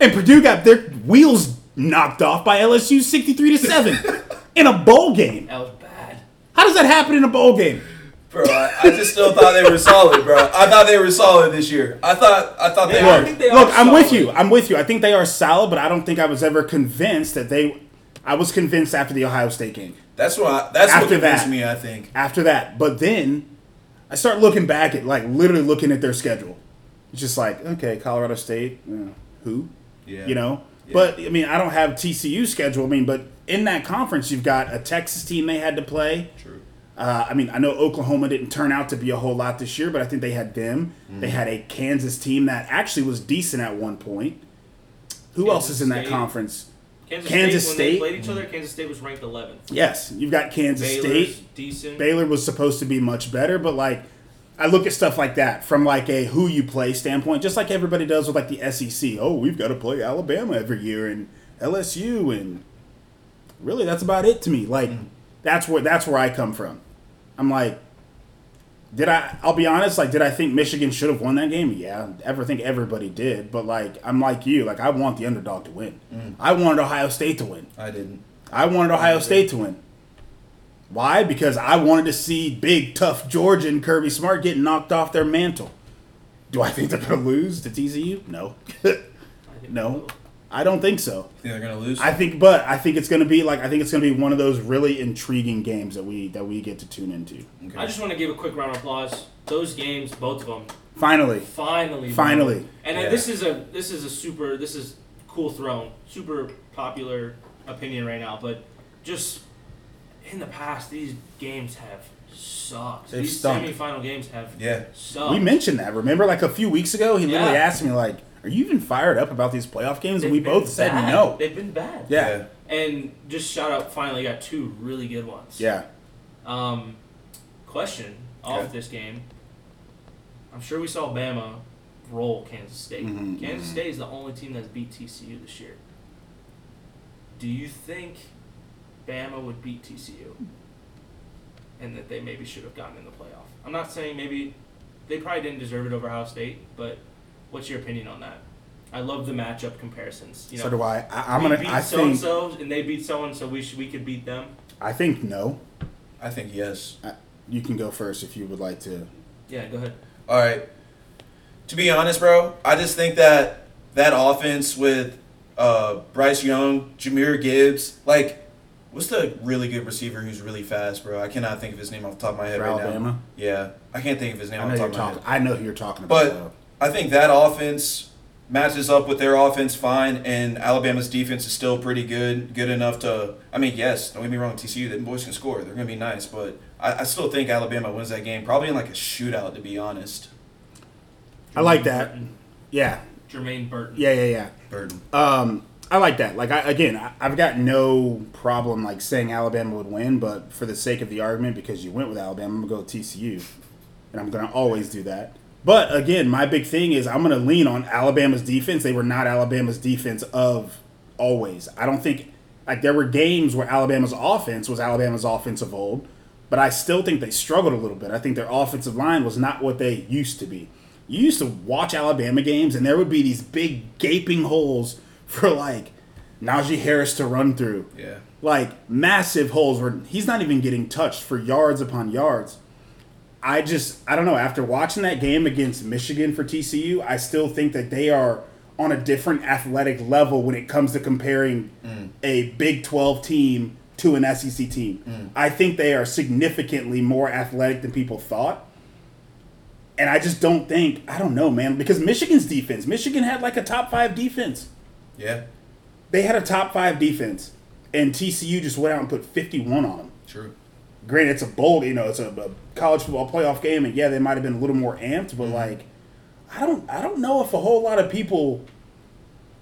Speaker 3: and Purdue got their wheels knocked off by LSU 63 to 7 in a bowl game.
Speaker 2: That was bad.
Speaker 3: How does that happen in a bowl game?
Speaker 1: Bro, I, I just still thought they were solid, bro. I thought they were solid this year. I thought I thought they
Speaker 2: Yeah.
Speaker 1: were.
Speaker 2: think they
Speaker 3: Look,
Speaker 2: are
Speaker 3: look, I'm with
Speaker 2: solid.
Speaker 3: you. I'm with you. I think they are solid, but I don't think I was ever convinced that they. I was convinced after the Ohio State game,
Speaker 1: That's what I, that's
Speaker 3: After
Speaker 1: what convinced
Speaker 3: that.
Speaker 1: me. I think.
Speaker 3: after that. But then I start looking back at, like, literally looking at their schedule. It's just like, okay, Colorado State, uh, who?
Speaker 1: Yeah.
Speaker 3: You know? But, I mean, I don't have TCU schedule. I mean, but in that conference, you've got a Texas team they had to play.
Speaker 1: True.
Speaker 3: Uh, I mean, I know Oklahoma didn't turn out to be a whole lot this year, but I think they had them. They had a Kansas team that actually was decent at one point. Who else
Speaker 2: Kansas
Speaker 3: is in that
Speaker 2: State.
Speaker 3: conference?
Speaker 2: Kansas,
Speaker 3: Kansas
Speaker 2: State, when
Speaker 3: State?
Speaker 2: they played each other, Kansas State was ranked 11th.
Speaker 3: Yes, you've got Kansas
Speaker 2: Baylor's
Speaker 3: State.
Speaker 2: decent.
Speaker 3: Baylor was supposed to be much better, but like I look at stuff like that from like a who you play standpoint, just like everybody does with like the SEC. Oh, we've got to play Alabama every year and LSU and really that's about it to me. Like that's where that's where I come from. I'm like did I I'll be honest, like did I think Michigan should have won that game? Yeah, I ever think everybody did, but like I'm like you, like I want the underdog to win. I wanted Ohio State to win.
Speaker 1: I didn't.
Speaker 3: I wanted Ohio State to win. Why? Because I wanted to see big, tough Georgia and Kirby Smart get knocked off their mantle. Do I think they're going to lose to TCU? No.
Speaker 2: I think
Speaker 3: no. I don't think so.
Speaker 1: Think they're gonna lose.
Speaker 3: I think, but I think it's going to be like I think it's going to be one of those really intriguing games that we that we get to tune into.
Speaker 1: Okay.
Speaker 2: I just want to give a quick round of applause. Those games, both of them,
Speaker 3: Finally,
Speaker 2: finally. bro.
Speaker 3: Finally.
Speaker 2: And
Speaker 1: Yeah.
Speaker 2: this is a this is a super this is cool throne, super popular opinion right now. But just in the past, these games have sucked.
Speaker 3: They've
Speaker 2: these
Speaker 3: stunk.
Speaker 2: semifinal games have
Speaker 1: yeah.
Speaker 2: sucked.
Speaker 3: we mentioned that. Remember, like a few weeks ago, he literally
Speaker 2: Um, Yeah.
Speaker 3: asked me like, "Are you even fired up about these playoff games?"
Speaker 2: They've
Speaker 3: And we
Speaker 2: been
Speaker 3: both said
Speaker 2: bad.
Speaker 3: no.
Speaker 2: They've been bad.
Speaker 3: Yeah.
Speaker 1: Yeah.
Speaker 2: And just shout out, finally got two really good ones.
Speaker 3: Yeah,
Speaker 2: Um, question off
Speaker 1: Okay.
Speaker 2: this game. I'm sure we saw Bama roll Kansas State.
Speaker 3: Mhm.
Speaker 2: Kansas State is the only team that's beat TCU this year. Do you think Bama would beat TCU? And that they maybe should have gotten in the playoff. I'm not saying maybe they probably didn't deserve it over Ohio State, but what's your opinion on that? I love the matchup comparisons. You know,
Speaker 3: so do I. I I'm
Speaker 2: we
Speaker 3: gonna.
Speaker 2: beat
Speaker 3: I
Speaker 2: so and
Speaker 3: think.
Speaker 2: so, and they beat so and so. We should we could beat them.
Speaker 3: I think no.
Speaker 1: I think yes.
Speaker 3: You can go first if you would like to.
Speaker 2: Yeah, go ahead.
Speaker 1: All right. To be honest, bro, I just think that that offense with uh, Bryce Young, Jameer Gibbs, like, what's the really good receiver who's really fast, bro? I cannot think of his name off the top of my head
Speaker 3: For
Speaker 1: right now.
Speaker 3: Alabama?
Speaker 1: Yeah, I can't think of his name
Speaker 3: I
Speaker 1: off
Speaker 3: know
Speaker 1: the top
Speaker 3: you're
Speaker 1: of my head.
Speaker 3: talking. I know who you're talking about.
Speaker 1: But
Speaker 3: though.
Speaker 1: I think that offense matches up with their offense fine, and Alabama's defense is still pretty good, good enough to. I mean, yes, don't get me wrong, TCU, the boys can score. They're going to be nice, but I, I still think Alabama wins that game, probably in like a shootout, to be honest.
Speaker 3: I like that. Yeah,
Speaker 2: Jermaine Burton.
Speaker 3: yeah, yeah, yeah.
Speaker 1: Burden.
Speaker 3: Um, I like that. Like I, again, I, I've got no problem like saying Alabama would win, but for the sake of the argument, because you went with Alabama, I'm gonna go with TCU, and I'm gonna always do that. But again, my big thing is I'm gonna lean on Alabama's defense. They were not Alabama's defense of always. I don't think like there were games where Alabama's offense was Alabama's offense of old, but I still think they struggled a little bit. I think their offensive line was not what they used to be. You used to watch Alabama games, and there would be these big gaping holes for like Najee Harris to run through.
Speaker 1: Yeah.
Speaker 3: Like massive holes where he's not even getting touched for yards upon yards. I just I don't know. After watching that game against Michigan for TCU, I still think that they are on a different athletic level when it comes to comparing a Big 12 team to an SEC team. I think they are significantly more athletic than people thought. And I just don't think, I don't know, man, because Michigan's defense, Michigan had like a top 5 defense
Speaker 1: Yeah.
Speaker 3: they had a top five defense, and TCU just went out and put 51 on them.
Speaker 1: True.
Speaker 3: Granted, it's a bold, you know, it's a, a college football playoff game, and yeah, they might have been a little more amped, but like, I don't, I don't know if a whole lot of people,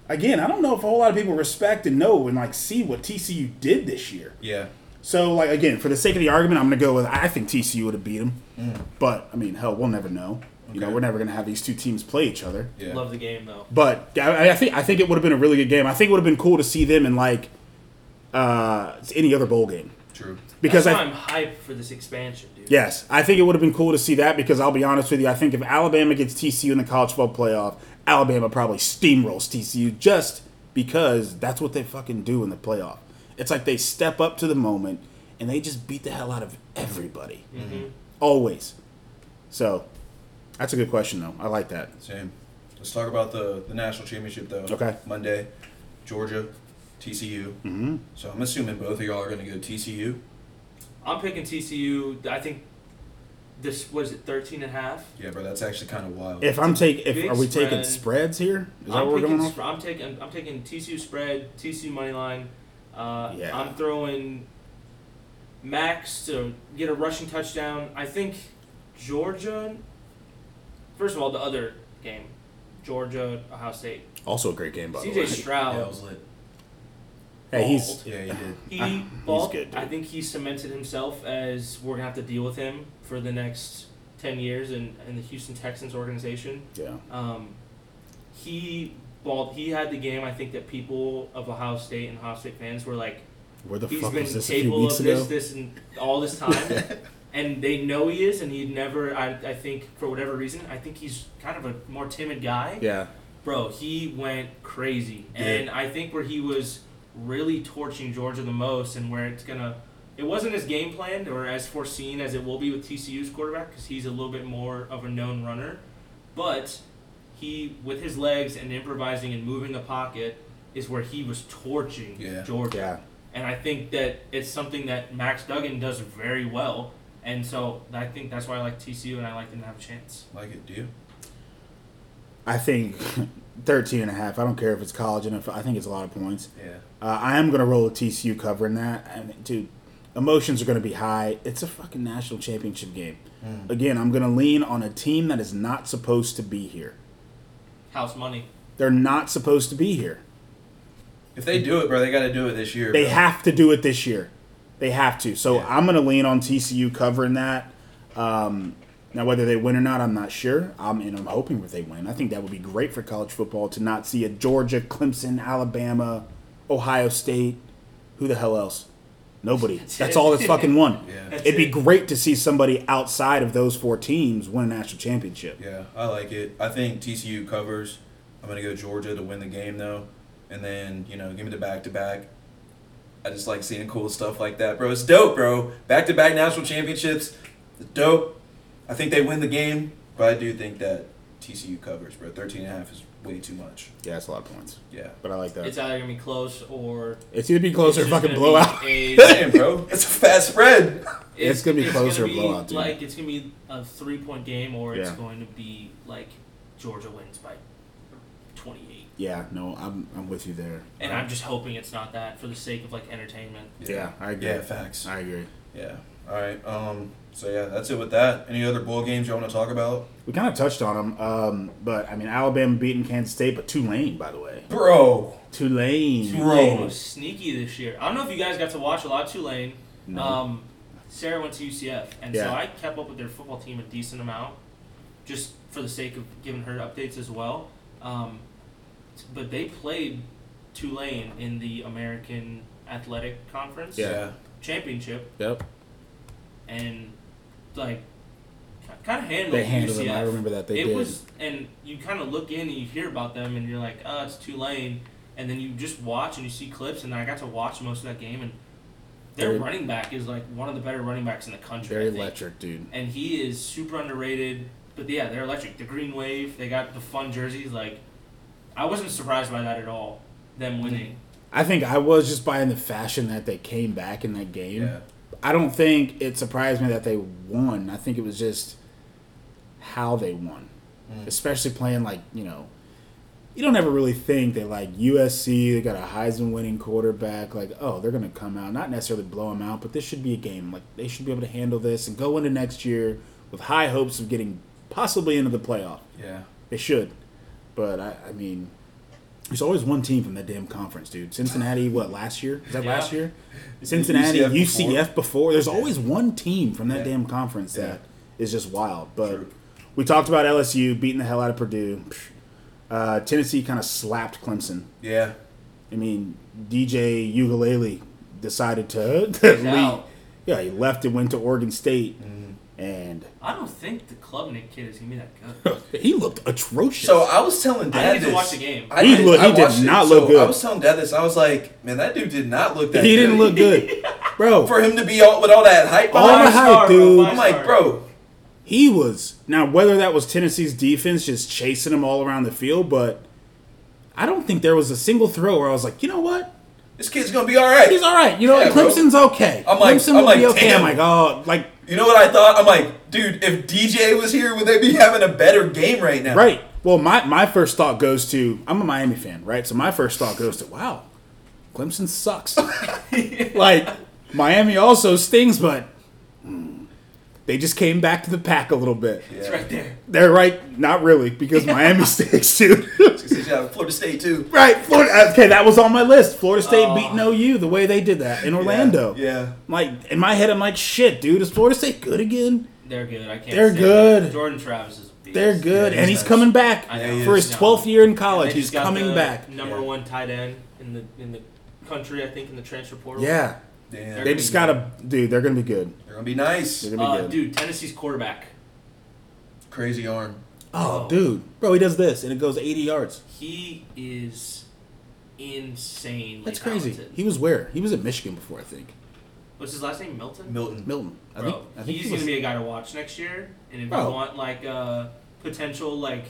Speaker 3: again, I don't know if a whole lot of people respect and know and like see what TCU did this year.
Speaker 1: Yeah.
Speaker 3: So like again, for the sake of the argument, I'm gonna go with I think TCU would have beat them, but I mean, hell, we'll never know. You know,
Speaker 1: Okay.
Speaker 3: we're never gonna have these two teams play each other.
Speaker 1: Yeah.
Speaker 2: Love the game though.
Speaker 3: But I, I think I think it would have been a really good game. I think it would have been cool to see them in like uh, any other bowl game
Speaker 1: True.
Speaker 3: because
Speaker 2: That's
Speaker 3: I
Speaker 2: why I'm hyped for this expansion, dude.
Speaker 3: yes I think it would have been cool to see that because I'll be honest with you I think if Alabama gets TCU in the college football playoff Alabama probably steamrolls TCU just because that's what they fucking do in the playoff. It's like they step up to the moment and they just beat the hell out of everybody
Speaker 2: Mm-hmm.
Speaker 3: always. So that's a good question though. I like that.
Speaker 1: Same. Let's talk about the, the national championship, though.
Speaker 3: Okay.
Speaker 1: Monday, Georgia, TCU. Mm-hmm. So I'm assuming both of y'all are going to go TCU.
Speaker 2: I'm picking TCU. I think this was it 13 and a half.
Speaker 1: Yeah, bro, that's actually kind of wild.
Speaker 3: If I'm taking, if
Speaker 2: Big
Speaker 3: are we taking
Speaker 2: spread.
Speaker 3: spreads here? Is that
Speaker 2: I'm
Speaker 3: what we're
Speaker 2: picking,
Speaker 3: going on?
Speaker 2: sp- I'm taking I'm taking TCU spread, TCU money line. Uh,
Speaker 3: Yeah.
Speaker 2: I'm throwing Max to get a rushing touchdown. I think Georgia. First of all, the other game, Georgia Ohio State.
Speaker 3: Also a great game, by the
Speaker 2: CJ
Speaker 3: way.
Speaker 2: Stroud.
Speaker 1: yeah, it was lit.
Speaker 3: Hey, he's
Speaker 1: Yeah, you did.
Speaker 2: He
Speaker 3: Ah, he's
Speaker 2: balled.
Speaker 3: good, dude.
Speaker 2: I think he cemented himself as we're gonna have to deal with him for the next ten years in, in the Houston Texans organization.
Speaker 3: yeah.
Speaker 2: Um, he balled. He had the game. I think that people of Ohio State and Ohio State fans were like,
Speaker 3: Where the
Speaker 2: he's
Speaker 3: fuck
Speaker 2: been
Speaker 3: was this a few
Speaker 2: capable
Speaker 3: weeks
Speaker 2: of
Speaker 3: ago?
Speaker 2: this, this, and all this time. And they know he is, and he never. I, I think for whatever reason, I think he's kind of a more timid guy
Speaker 3: yeah,
Speaker 2: bro, he went crazy.
Speaker 1: Yeah.
Speaker 2: And I think where he was really torching Georgia the most and where it's going to it wasn't as game planned or as foreseen as it will be with TCU's quarterback because he's a little bit more of a known runner. But he, with his legs and improvising and moving the pocket, is where he was torching
Speaker 1: Yeah.
Speaker 2: Georgia.
Speaker 3: Yeah.
Speaker 2: And I think that it's something that Max Duggan does very well. And so I think that's why I like TCU and I like them to have a chance.
Speaker 1: Like it, do you?
Speaker 3: I think 13 and a half. I don't care if it's college and if I think it's a lot of points.
Speaker 1: Yeah.
Speaker 3: Uh, I am going to roll with TCU covering that. I mean, dude, emotions are going to be high. It's a fucking national championship game. Again, I'm going to lean on a team that is not supposed to be here.
Speaker 2: House money.
Speaker 3: They're not supposed to be here.
Speaker 1: If they do it, bro, they got to do it this year.
Speaker 3: They
Speaker 1: bro.
Speaker 3: have to do it this year. They have to. So
Speaker 1: Yeah.
Speaker 3: I'm going to lean on TCU covering that. Um, now, whether they win or not, I'm not sure. I'm and I'm hoping that they win. I think that would be great for college football to not see a Georgia, Clemson, Alabama, Ohio State. Who the hell else? Nobody. That's all that's fucking won.
Speaker 1: Yeah.
Speaker 3: It'd be great to see somebody outside of those four teams win a national championship.
Speaker 1: Yeah, I like it. I think TCU covers. I'm gonna go Georgia to win the game though, and then you know give me the back to back. I just like seeing cool stuff like that, bro. It's dope, bro. Back to back national championships, it's dope. I think they win the game, but I do think that TCU covers, bro. 13 and a half is way too much.
Speaker 3: Yeah, that's a lot of points.
Speaker 1: Yeah.
Speaker 3: But I like that.
Speaker 2: It's
Speaker 3: It's,
Speaker 2: either gonna be close or
Speaker 3: either be close or
Speaker 2: it's just
Speaker 3: fucking
Speaker 2: gonna
Speaker 3: blowout.
Speaker 2: be a-
Speaker 1: Damn, bro. It's a fast spread.
Speaker 3: It's gonna be close
Speaker 2: gonna
Speaker 3: or a blowout, dude.
Speaker 2: Like it's gonna be a three point game, or it's
Speaker 3: Yeah.
Speaker 2: going to be like Georgia wins by twenty eight.
Speaker 3: yeah, no, I'm I'm with you there.
Speaker 2: And I'm just hoping it's not that for the sake of like entertainment.
Speaker 3: Yeah, I agree.
Speaker 1: Yeah, facts.
Speaker 3: I agree.
Speaker 1: Yeah. All right. Um. So yeah, that's it with that. Any other bowl games you all want to talk about,
Speaker 3: We kind of touched on them, um, but I mean, Alabama beating Kansas State, but Tulane, by the way,
Speaker 1: bro?
Speaker 3: Tulane.
Speaker 2: Tulane
Speaker 1: Bro.
Speaker 2: was sneaky this year. I don't know if you guys got to watch a lot of Tulane.
Speaker 3: No.
Speaker 2: Um, Sarah went to UCF, and so
Speaker 3: Yeah.
Speaker 2: I kept up with their football team a decent amount, just for the sake of giving her updates as well. Um, but they played Tulane in the American Athletic Conference
Speaker 3: Yeah.
Speaker 2: Championship,
Speaker 3: Yep,
Speaker 2: and like kind of handled
Speaker 3: they handled
Speaker 2: UCF
Speaker 3: them. I remember that they
Speaker 2: it
Speaker 3: did.
Speaker 2: was, and you kind of look in and you hear about them, and you're like, oh, it's Tulane, and then you just watch and you see clips, and I got to watch most of that game, and their
Speaker 3: Very-
Speaker 2: running back is like one of the better running backs in the country, I
Speaker 3: Very
Speaker 2: think.
Speaker 3: electric, dude.
Speaker 2: and he is super underrated. But yeah, they're electric. The green wave, they got the fun jerseys. Like, I wasn't surprised by that at all. Them
Speaker 3: Mm.
Speaker 2: winning,
Speaker 3: I think I was just buying the fashion that they came back in that game.
Speaker 1: Yeah.
Speaker 3: I don't think it surprised me that they won. I think it was just how they won, especially playing like you know. You don't ever really think that like USC, they got a Heisman winning quarterback. Like, oh, they're gonna come out, not necessarily blow them out, but this should be a game. Like, they should be able to handle this and go into next year with high hopes of getting possibly into the playoff.
Speaker 1: Yeah.
Speaker 3: They should, but I, I mean, there's always one team from that damn conference, dude. Cincinnati, what last year? Is that
Speaker 2: Yeah.
Speaker 3: last year? Cincinnati,
Speaker 1: UCF
Speaker 3: UCF,
Speaker 1: before.
Speaker 3: before. There's always one team from that
Speaker 1: Yeah.
Speaker 3: damn conference
Speaker 1: Yeah.
Speaker 3: that is just wild. But
Speaker 1: True.
Speaker 3: we talked about LSU beating the hell out of Purdue. Psh. Uh, Tennessee kind of slapped Clemson.
Speaker 1: Yeah.
Speaker 3: I mean, DJ Ugalele decided to
Speaker 2: He's
Speaker 3: leave.
Speaker 2: out.
Speaker 3: Yeah, he left and went to Oregon State,
Speaker 1: Mm-hmm.
Speaker 3: and
Speaker 2: I don't think the club Nick kid is gonna be that good.
Speaker 3: he looked atrocious.
Speaker 1: So I was telling Dad
Speaker 2: didn't get
Speaker 1: this.
Speaker 2: to watch the game.
Speaker 1: I
Speaker 3: He
Speaker 1: did,
Speaker 3: look-
Speaker 1: I
Speaker 3: he did
Speaker 1: watched it.
Speaker 3: not
Speaker 1: So
Speaker 3: look good.
Speaker 1: I was telling Dad this. I was like, man, that dude did not look that.
Speaker 3: he
Speaker 1: good.
Speaker 3: didn't look good, bro.
Speaker 1: for him to be all with all that hype.
Speaker 3: All
Speaker 1: behind
Speaker 3: the
Speaker 1: him,
Speaker 3: hype,
Speaker 2: Five-star, bro,
Speaker 3: dude.
Speaker 1: I'm
Speaker 2: five-star.
Speaker 1: like, bro,
Speaker 3: he was now whether that was Tennessee's defense just chasing him all around the field, but I don't think there was a single throw where I was like, you know what,
Speaker 1: this kid's gonna be all right.
Speaker 3: he's all right. You know,
Speaker 1: Yeah, bro.
Speaker 3: Clemson's okay.
Speaker 1: I'm like-
Speaker 3: Clemson
Speaker 1: I'm
Speaker 3: will
Speaker 1: like,
Speaker 3: be okay.
Speaker 1: damn.
Speaker 3: I'm like, oh, like
Speaker 1: You know what I thought? I'm like, dude, if DJ was here, would they be having a better game right now?
Speaker 3: right. Well, my my first thought goes to I'm a Miami fan, right? So my first thought goes to, wow, Clemson sucks. like Miami also stings, but. mm, They just came back to the pack a little bit.
Speaker 1: Yeah.
Speaker 2: It's right there.
Speaker 3: They're right, not really, because Miami stinks too.
Speaker 1: Yeah, Florida State too.
Speaker 3: Right, Florida. uh, Okay, that was on my list. Florida State
Speaker 2: Oh.
Speaker 3: beating OU the way they did that in Orlando.
Speaker 1: Yeah.
Speaker 3: I'm Like in my head, I'm like, shit, dude, is Florida State good again?
Speaker 2: They're good. I can't.
Speaker 3: They're
Speaker 2: say
Speaker 3: good.
Speaker 2: That. Jordan Travis is. A beast.
Speaker 3: They're good,
Speaker 1: Yeah,
Speaker 3: and
Speaker 1: he's
Speaker 3: he's
Speaker 1: nice.
Speaker 3: coming back
Speaker 2: I
Speaker 1: know.
Speaker 3: for his
Speaker 2: Yeah.
Speaker 3: 12th year in college.
Speaker 2: They
Speaker 3: Oh, He's
Speaker 2: just got
Speaker 3: coming
Speaker 2: the
Speaker 3: back.
Speaker 2: Number
Speaker 1: Yeah.
Speaker 2: one tight end in the in the country, I think, in the transfer portal.
Speaker 3: Yeah,
Speaker 1: Damn.
Speaker 2: They're
Speaker 3: they just gotta, dude. They're gonna be good.
Speaker 1: They're gonna be nice.
Speaker 3: They're gonna be
Speaker 2: Uh,
Speaker 3: good.
Speaker 2: dude, Tennessee's quarterback.
Speaker 1: Crazy arm.
Speaker 3: Oh, dude, bro, he does this, and it goes 80 yards.
Speaker 2: He is insanely
Speaker 3: That's crazy.
Speaker 2: talented.
Speaker 3: He was where? He was at Michigan before, I think.
Speaker 2: What's his last name? Milton.
Speaker 1: Milton.
Speaker 3: Milton. I
Speaker 2: Bro,
Speaker 3: think. I think
Speaker 2: he's
Speaker 3: he was- Oh.
Speaker 2: gonna be a guy to watch next year, and if
Speaker 3: Bro.
Speaker 2: you want like a potential like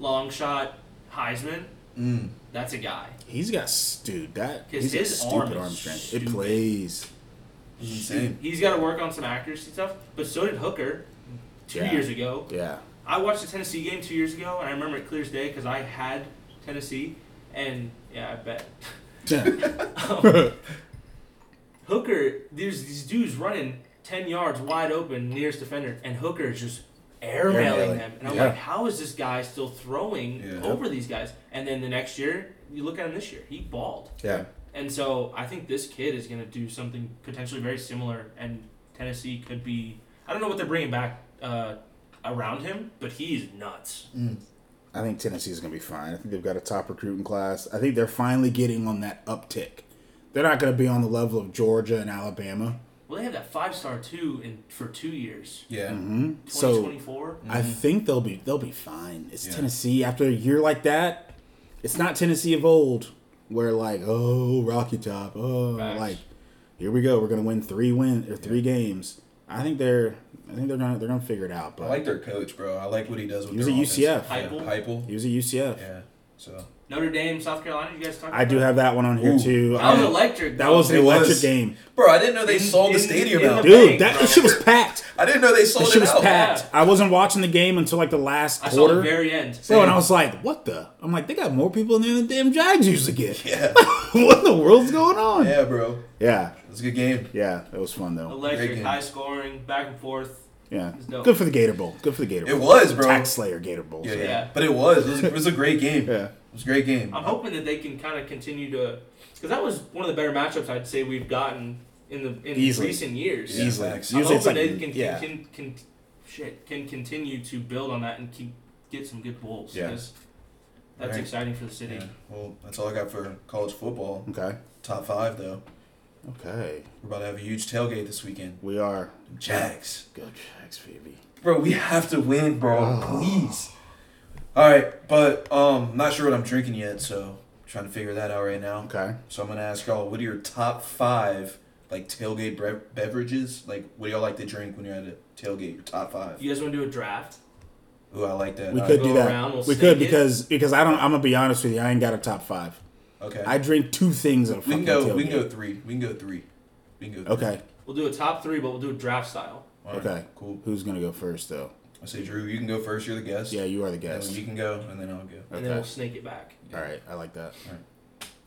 Speaker 2: long shot Heisman,
Speaker 1: Mm.
Speaker 2: That's a guy.
Speaker 3: He's got s- dude that
Speaker 2: His-
Speaker 3: he's got
Speaker 2: his arm
Speaker 3: stupid
Speaker 2: is
Speaker 3: arm strength.
Speaker 2: stupid.
Speaker 3: It plays.
Speaker 1: It's insane.
Speaker 2: He's got to work on some accuracy stuff, but so did Hooker two
Speaker 3: Yeah.
Speaker 2: years ago.
Speaker 3: Yeah.
Speaker 2: I watched the Tennessee game two years ago, and I remember it clear as day because I had Tennessee, and yeah, I bet. Hooker, there's these dudes running 10 yards wide open, nearest defender, and Hooker is just airmailing
Speaker 3: Airmailing.
Speaker 2: them. And I'm
Speaker 3: Yeah.
Speaker 2: like, how is this guy still throwing
Speaker 1: Yeah.
Speaker 2: over these guys? And then the next year, you look at him this year, he balled.
Speaker 3: yeah.
Speaker 2: And so I think this kid is going to do something potentially very similar, and Tennessee could be. I don't know what they're bringing back uh, around him, but he's nuts.
Speaker 3: I think Tennessee's going to be fine. I think they've got a top recruiting class. I think they're finally getting on that uptick. They're not going to be on the level of Georgia and Alabama.
Speaker 2: Well, they have that five star two in for two years.
Speaker 1: Yeah.
Speaker 3: Mm-hmm. Hmm? So
Speaker 2: 2024.
Speaker 3: I think they'll be they'll be fine. It's
Speaker 1: Yeah.
Speaker 3: Tennessee after a year like that. It's not Tennessee of old where like oh Rocky Top oh
Speaker 2: Facts.
Speaker 3: like here we go we're going to win three win or three games. I think they're I think they're gonna they're gonna figure it
Speaker 1: I
Speaker 3: out. But
Speaker 1: like their coach, bro. I like what he does with
Speaker 3: He was
Speaker 1: their
Speaker 3: at
Speaker 1: offense.
Speaker 3: UCF.
Speaker 1: Yeah, Heupel.
Speaker 3: he was at UCF.
Speaker 1: Yeah. So
Speaker 2: Notre Dame, South Carolina. You guys talking?
Speaker 3: I do have that one on here
Speaker 1: Ooh.
Speaker 3: too.
Speaker 2: That was
Speaker 3: I-
Speaker 2: electric.
Speaker 3: That
Speaker 2: though.
Speaker 3: was an
Speaker 1: It
Speaker 3: electric
Speaker 1: was.
Speaker 3: game.
Speaker 1: Bro, I didn't know they
Speaker 2: In-
Speaker 1: sold the
Speaker 2: in-
Speaker 1: stadium
Speaker 2: in
Speaker 1: out.
Speaker 2: the-
Speaker 3: Dude,
Speaker 2: Bang,
Speaker 3: that
Speaker 2: bro.
Speaker 3: shit was packed.
Speaker 1: I didn't know they sold
Speaker 3: That
Speaker 1: it
Speaker 3: shit was
Speaker 1: out.
Speaker 3: packed.
Speaker 2: Yeah.
Speaker 3: I wasn't watching the game until like the last
Speaker 2: I saw
Speaker 3: quarter.
Speaker 2: the very end.
Speaker 3: Bro, and I was like, what the? I'm like, they got more people in there than damn Jags usually get.
Speaker 1: Yeah.
Speaker 3: what in the world's going on? Yeah.
Speaker 1: Yeah, bro.
Speaker 3: yeah,
Speaker 1: It was a good game.
Speaker 3: that was fun though.
Speaker 1: Great
Speaker 2: electric,
Speaker 1: game.
Speaker 2: high scoring, back and forth.
Speaker 3: Yeah,
Speaker 2: was dope.
Speaker 3: good for the Gator Bowl. Good for the Gator Bowl.
Speaker 1: It was, bro.
Speaker 3: Tax Slayer Gator Bowl.
Speaker 1: Yeah,
Speaker 3: so-
Speaker 1: yeah,
Speaker 2: Yeah.
Speaker 1: But it was. It was, it was a great game.
Speaker 3: Yeah.
Speaker 1: It was a great game.
Speaker 2: I'm hoping that they can kind of continue to, because that was one of the better matchups I'd say we've gotten in the in
Speaker 3: Easily.
Speaker 2: recent years.
Speaker 1: Yeah.
Speaker 3: Easily,
Speaker 1: I'm
Speaker 2: I'm
Speaker 3: usually
Speaker 2: hoping
Speaker 3: it's like,
Speaker 2: they can,
Speaker 3: yeah,
Speaker 2: can, can shit can continue to build on that and keep get some good bowls.
Speaker 3: Yeah.
Speaker 2: 'cause That's
Speaker 1: Right.
Speaker 2: exciting for the city.
Speaker 1: Yeah. Well, that's all I got for college football.
Speaker 3: okay,
Speaker 1: Top five, though.
Speaker 3: okay,
Speaker 1: We're about to have a huge tailgate this weekend.
Speaker 3: we are
Speaker 1: Jags.
Speaker 3: Go Jags, baby.
Speaker 1: Bro, we have to win, bro. Please. All right, but um, I'm not sure what I'm drinking yet, so trying to figure that out right now.
Speaker 3: Okay,
Speaker 1: So I'm gonna ask y'all, what are your top five like tailgate bre- beverages? Like, what do y'all like to drink when you're at a tailgate? Your top five.
Speaker 2: You guys want to do a draft?
Speaker 1: Ooh, I like that.
Speaker 3: we
Speaker 1: All
Speaker 3: could
Speaker 1: right.
Speaker 3: do
Speaker 2: go
Speaker 3: that.
Speaker 2: around, we'll
Speaker 3: we could
Speaker 2: sing it.
Speaker 3: because because I don't. I'm gonna be honest with you. I ain't got a top five.
Speaker 1: Okay.
Speaker 3: I drink two things at a
Speaker 1: we can
Speaker 3: fucking
Speaker 1: go. We
Speaker 3: tailgate.
Speaker 1: can go three. We can go three. We can go. Three.
Speaker 3: Okay,
Speaker 2: We'll do a top three, but we'll do a draft style.
Speaker 1: All right,
Speaker 3: okay,
Speaker 1: Cool.
Speaker 3: Who's gonna go first though?
Speaker 1: I say, Drew, you can go first. You're the guest.
Speaker 3: Yeah, you are the
Speaker 1: And then
Speaker 3: guest.
Speaker 1: you can go, and then I'll go.
Speaker 2: And
Speaker 3: Okay.
Speaker 2: then we'll snake it back.
Speaker 3: All right, I like that.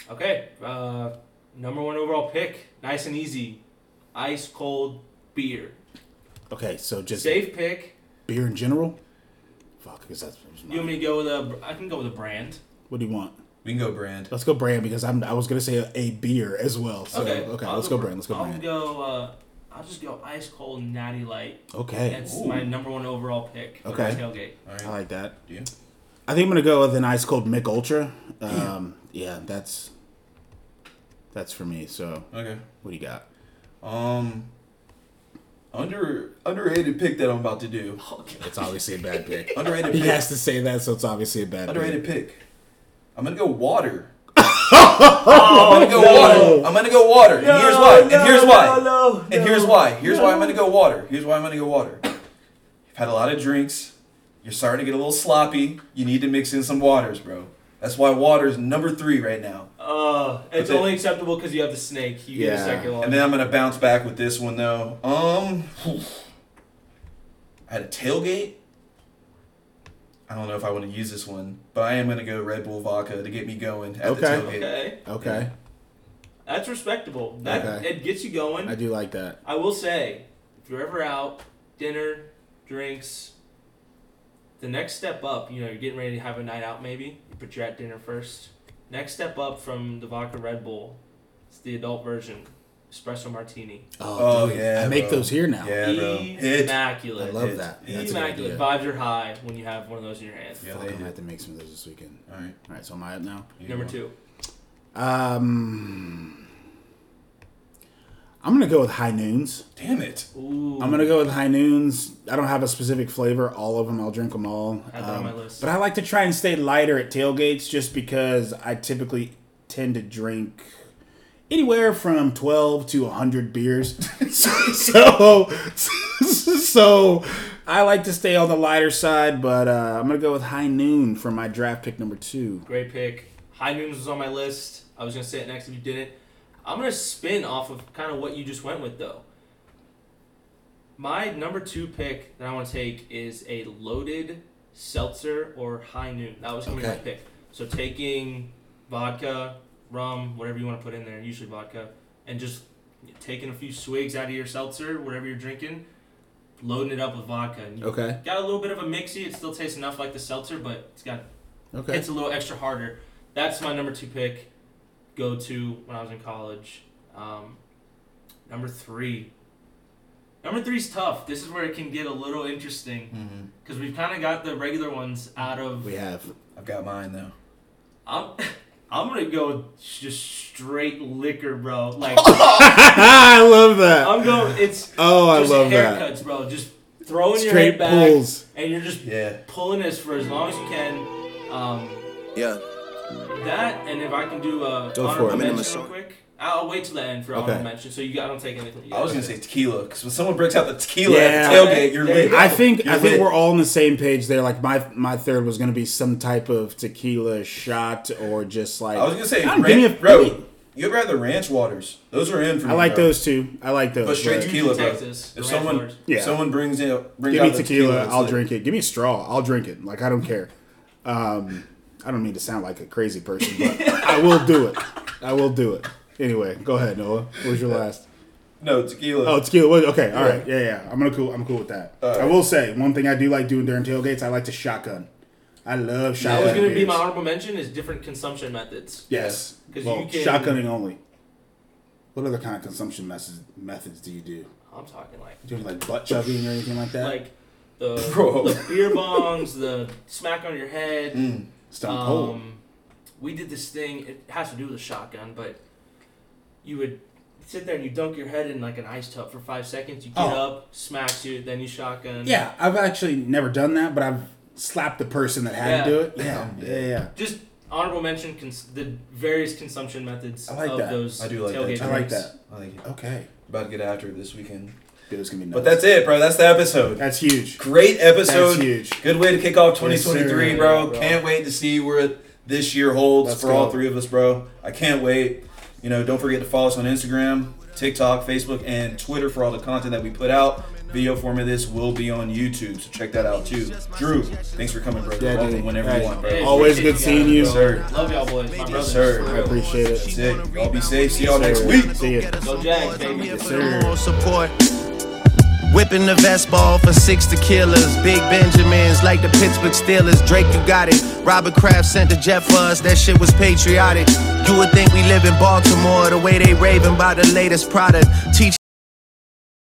Speaker 2: Okay, uh, number one overall pick, nice and easy, ice cold beer.
Speaker 3: Okay, so just
Speaker 2: Safe pick.
Speaker 3: beer in general. Fuck, because that's
Speaker 2: You want me to go with a? I can go with a brand.
Speaker 3: what do you want?
Speaker 1: We can go brand.
Speaker 3: Let's go brand because I'm. I was gonna say a, a beer as well. So okay,
Speaker 2: I'll
Speaker 3: let's go brand. Let's go
Speaker 2: I'll
Speaker 3: brand.
Speaker 2: go. Uh, I'll just go ice cold natty light.
Speaker 3: Okay,
Speaker 2: That's my number one overall pick. for
Speaker 3: Okay.
Speaker 2: the tailgate.
Speaker 1: All
Speaker 3: I
Speaker 1: right.
Speaker 3: like that.
Speaker 1: Do you?
Speaker 3: I think I'm gonna go with an ice cold Mick Ultra. Um, yeah, that's that's for me. So
Speaker 1: Okay.
Speaker 3: what do you got?
Speaker 1: Um. Under underrated pick that I'm about to do.
Speaker 3: It's obviously a bad pick.
Speaker 1: Underrated
Speaker 3: he
Speaker 1: pick.
Speaker 3: has to say that, so it's obviously a bad
Speaker 1: Underrated
Speaker 3: pick.
Speaker 1: pick. I'm gonna go water.
Speaker 2: Oh,
Speaker 1: I'm gonna go water. I'm gonna go water. and here's why. and here's why. and here's why. Here's why I'm gonna go water. Here's why I'm gonna go water. You've had a lot of drinks. You're starting to get a little sloppy. You need to mix in some waters, bro. That's why water's number three right now.
Speaker 2: Uh, it's
Speaker 1: Okay.
Speaker 2: only acceptable because you have the snake. You get a
Speaker 3: Yeah.
Speaker 2: second one.
Speaker 1: And then I'm gonna bounce back with this one though. Um, whew. I had a tailgate. I don't know if I want to use this one, but I am gonna go Red Bull vodka to get me going at the
Speaker 3: Okay.
Speaker 1: tailgate.
Speaker 2: okay,
Speaker 3: Okay,
Speaker 2: that's respectable. That
Speaker 3: Okay.
Speaker 2: it gets you going.
Speaker 3: I do like that.
Speaker 2: I will say, if you're ever out, dinner, drinks, the next step up, you know, you're getting ready to have a night out maybe, but you're at dinner first. Next step up from the vodka Red Bull, it's the adult version, espresso martini.
Speaker 1: Oh,
Speaker 3: dude,
Speaker 1: yeah,
Speaker 3: I make
Speaker 1: bro.
Speaker 3: those here now.
Speaker 1: Yeah, bro. Hit.
Speaker 2: Immaculate.
Speaker 3: I love
Speaker 1: It's-
Speaker 3: that.
Speaker 1: it's-
Speaker 3: That's a good idea.
Speaker 2: Immaculate. Vibes are high when you have one of those in your hand.
Speaker 1: Yeah,
Speaker 3: Fuck,
Speaker 1: they
Speaker 3: I'm gonna
Speaker 1: do.
Speaker 3: have to make some of those this weekend.
Speaker 1: All right.
Speaker 3: All right, so am I up now?
Speaker 1: here you
Speaker 2: Number
Speaker 1: go.
Speaker 2: two.
Speaker 3: Um, I'm gonna go with high noons.
Speaker 1: Damn it.
Speaker 2: Ooh.
Speaker 3: I'm gonna go with high noons. I don't have a specific flavor. All of them, I'll drink them all. Um,
Speaker 2: I have that on my list.
Speaker 3: But I like to try and stay lighter at tailgates, just because I typically tend to drink anywhere from 12 to 100 beers. so, so, so I like to stay on the lighter side. But uh, I'm gonna go with high noon for my draft pick number two.
Speaker 2: Great pick. High Noons was on my list. I was gonna say it next if you didn't. I'm gonna spin off of kind of what you just went with though. My number two pick that I want to take is a loaded seltzer or high noon. That was gonna be my
Speaker 4: Okay.
Speaker 2: pick. So taking vodka, rum, whatever you want to put in there, usually vodka, and just taking a few swigs out of your seltzer, whatever you're drinking, loading it up with vodka. And you
Speaker 4: Okay.
Speaker 2: Got a little bit of a mixy. It still tastes enough like the seltzer, but it's got
Speaker 4: Okay.
Speaker 2: it's a little extra harder. That's my number two pick, go to when I was in college. Um, number three. Number three's tough. This is where it can get a little interesting
Speaker 1: Mm-hmm.
Speaker 2: because we've kind of got the regular ones out of.
Speaker 3: We have.
Speaker 1: I've got mine though.
Speaker 2: I'm, I'm gonna go just straight liquor, bro. Like
Speaker 3: I love that.
Speaker 2: I'm going. It's
Speaker 3: oh, I
Speaker 2: just
Speaker 3: love
Speaker 2: haircuts,
Speaker 3: that.
Speaker 2: bro. Just throwing your
Speaker 3: Straight
Speaker 2: head back,
Speaker 3: pulls.
Speaker 2: and you're just
Speaker 1: Yeah.
Speaker 2: pulling this for as long as you can. Um,
Speaker 4: Yeah.
Speaker 2: That and if I can do a
Speaker 3: Go
Speaker 2: honorable
Speaker 3: for it. I'm in
Speaker 4: the
Speaker 2: mention real
Speaker 4: song.
Speaker 2: quick, I'll wait till the end for
Speaker 4: Okay.
Speaker 2: honorable mention. So you, I don't take anything.
Speaker 1: I was gonna say tequila because when someone breaks out the tequila at the
Speaker 3: Yeah.
Speaker 1: tailgate, you're
Speaker 2: There you
Speaker 1: lit.
Speaker 2: go.
Speaker 3: I think I
Speaker 1: You're
Speaker 3: think
Speaker 1: lit.
Speaker 3: we're all on the same page there. Like my my third was gonna be some type of tequila shot or just like
Speaker 1: I was gonna say,
Speaker 3: I don't-
Speaker 1: ran-
Speaker 3: give me a-
Speaker 1: bro,
Speaker 3: give me-
Speaker 1: you'd rather ranch waters. Those are in for me.
Speaker 3: I like
Speaker 1: bro.
Speaker 3: those two. I like those.
Speaker 1: But straight
Speaker 3: but
Speaker 1: tequila, bro.
Speaker 2: Texas,
Speaker 1: if
Speaker 2: ranch
Speaker 1: someone,
Speaker 2: waters.
Speaker 3: Yeah.
Speaker 1: if someone brings in, brings
Speaker 3: give
Speaker 1: out the
Speaker 3: me tequila,
Speaker 1: it's
Speaker 3: I'll
Speaker 1: lit.
Speaker 3: drink it. Give me straw, I'll drink it. Like I don't care. Um, I don't mean to sound like a crazy person, but I will do it. I will do it. Anyway, go ahead, Noah. What was your last?
Speaker 1: No tequila.
Speaker 3: Oh, tequila. What- Okay, all right. Yeah, yeah. I'm gonna cool. I'm cool with that. I will say one thing I do like doing during tailgates. I like to shotgun. I love
Speaker 2: That
Speaker 3: shotgun.
Speaker 2: was gonna be
Speaker 3: beers.
Speaker 2: my honorable mention is different consumption methods.
Speaker 3: Yes.
Speaker 2: 'Cause
Speaker 3: Well,
Speaker 2: you can-
Speaker 3: shotgunning only. What other kind of consumption methods methods do you do?
Speaker 2: I'm talking like
Speaker 3: Do you do like butt chugging or anything like that?
Speaker 2: like the
Speaker 1: Bro.
Speaker 2: the beer bongs, the smack on your head.
Speaker 1: Mm.
Speaker 3: Stone cold.
Speaker 2: Um, we did this thing. It has to do with a shotgun, but you would sit there and you dunk your head in like an ice tub for five seconds. You get
Speaker 3: Oh.
Speaker 2: up, smacks you, then you shotgun.
Speaker 3: yeah, I've actually never done that, but I've slapped the person that had to
Speaker 2: Yeah.
Speaker 3: do it. Yeah, yeah, yeah.
Speaker 2: Just honorable mention cons- the various consumption methods
Speaker 3: I like
Speaker 2: of
Speaker 3: that.
Speaker 2: those
Speaker 1: I do like that
Speaker 2: tailgate
Speaker 1: too.
Speaker 3: I like
Speaker 2: drinks.
Speaker 3: that.
Speaker 1: I like it.
Speaker 3: Okay,
Speaker 1: About to get after it this weekend.
Speaker 3: dude, it's gonna be. Nuts.
Speaker 1: But that's it, bro. That's the episode.
Speaker 3: that's huge.
Speaker 1: Great episode.
Speaker 3: That's huge.
Speaker 1: Good way to kick off
Speaker 3: Yes,
Speaker 1: 2023,
Speaker 3: sir.
Speaker 1: bro.
Speaker 2: Yeah, bro.
Speaker 1: Can't wait to see where this year holds
Speaker 3: Let's
Speaker 1: for all
Speaker 3: go.
Speaker 1: three of us, bro. I can't wait. You know, don't forget to follow us on Instagram, TikTok, Facebook, and Twitter for all the content that we put out. Video form of this will be on YouTube, so check that out too. Drew, thanks for coming, bro.
Speaker 3: Yeah,
Speaker 1: You're welcome
Speaker 3: dude.
Speaker 1: whenever
Speaker 3: Hey.
Speaker 1: you want,
Speaker 2: Hey,
Speaker 1: bro.
Speaker 3: Always
Speaker 2: appreciate
Speaker 3: good
Speaker 2: you
Speaker 3: seeing
Speaker 2: guys,
Speaker 3: you.
Speaker 2: bro.
Speaker 1: Sir.
Speaker 2: Love y'all boys. My brothers.
Speaker 1: sir.
Speaker 2: For
Speaker 1: I
Speaker 3: I
Speaker 2: real.
Speaker 3: appreciate it.
Speaker 1: That's it. Y'all be safe. See y'all next
Speaker 3: Sir.
Speaker 1: week.
Speaker 3: See ya.
Speaker 2: Go Jags, baby.
Speaker 5: I'm here for
Speaker 3: Yes,
Speaker 5: the
Speaker 3: sir.
Speaker 5: moral support. Whipping the vest ball for six tequilas. Big Benjamins like the Pittsburgh Steelers. Drake, you got it. Robert Kraft sent the jet for us. That shit was patriotic. You would think we live in Baltimore the way they raving about the latest product. Teach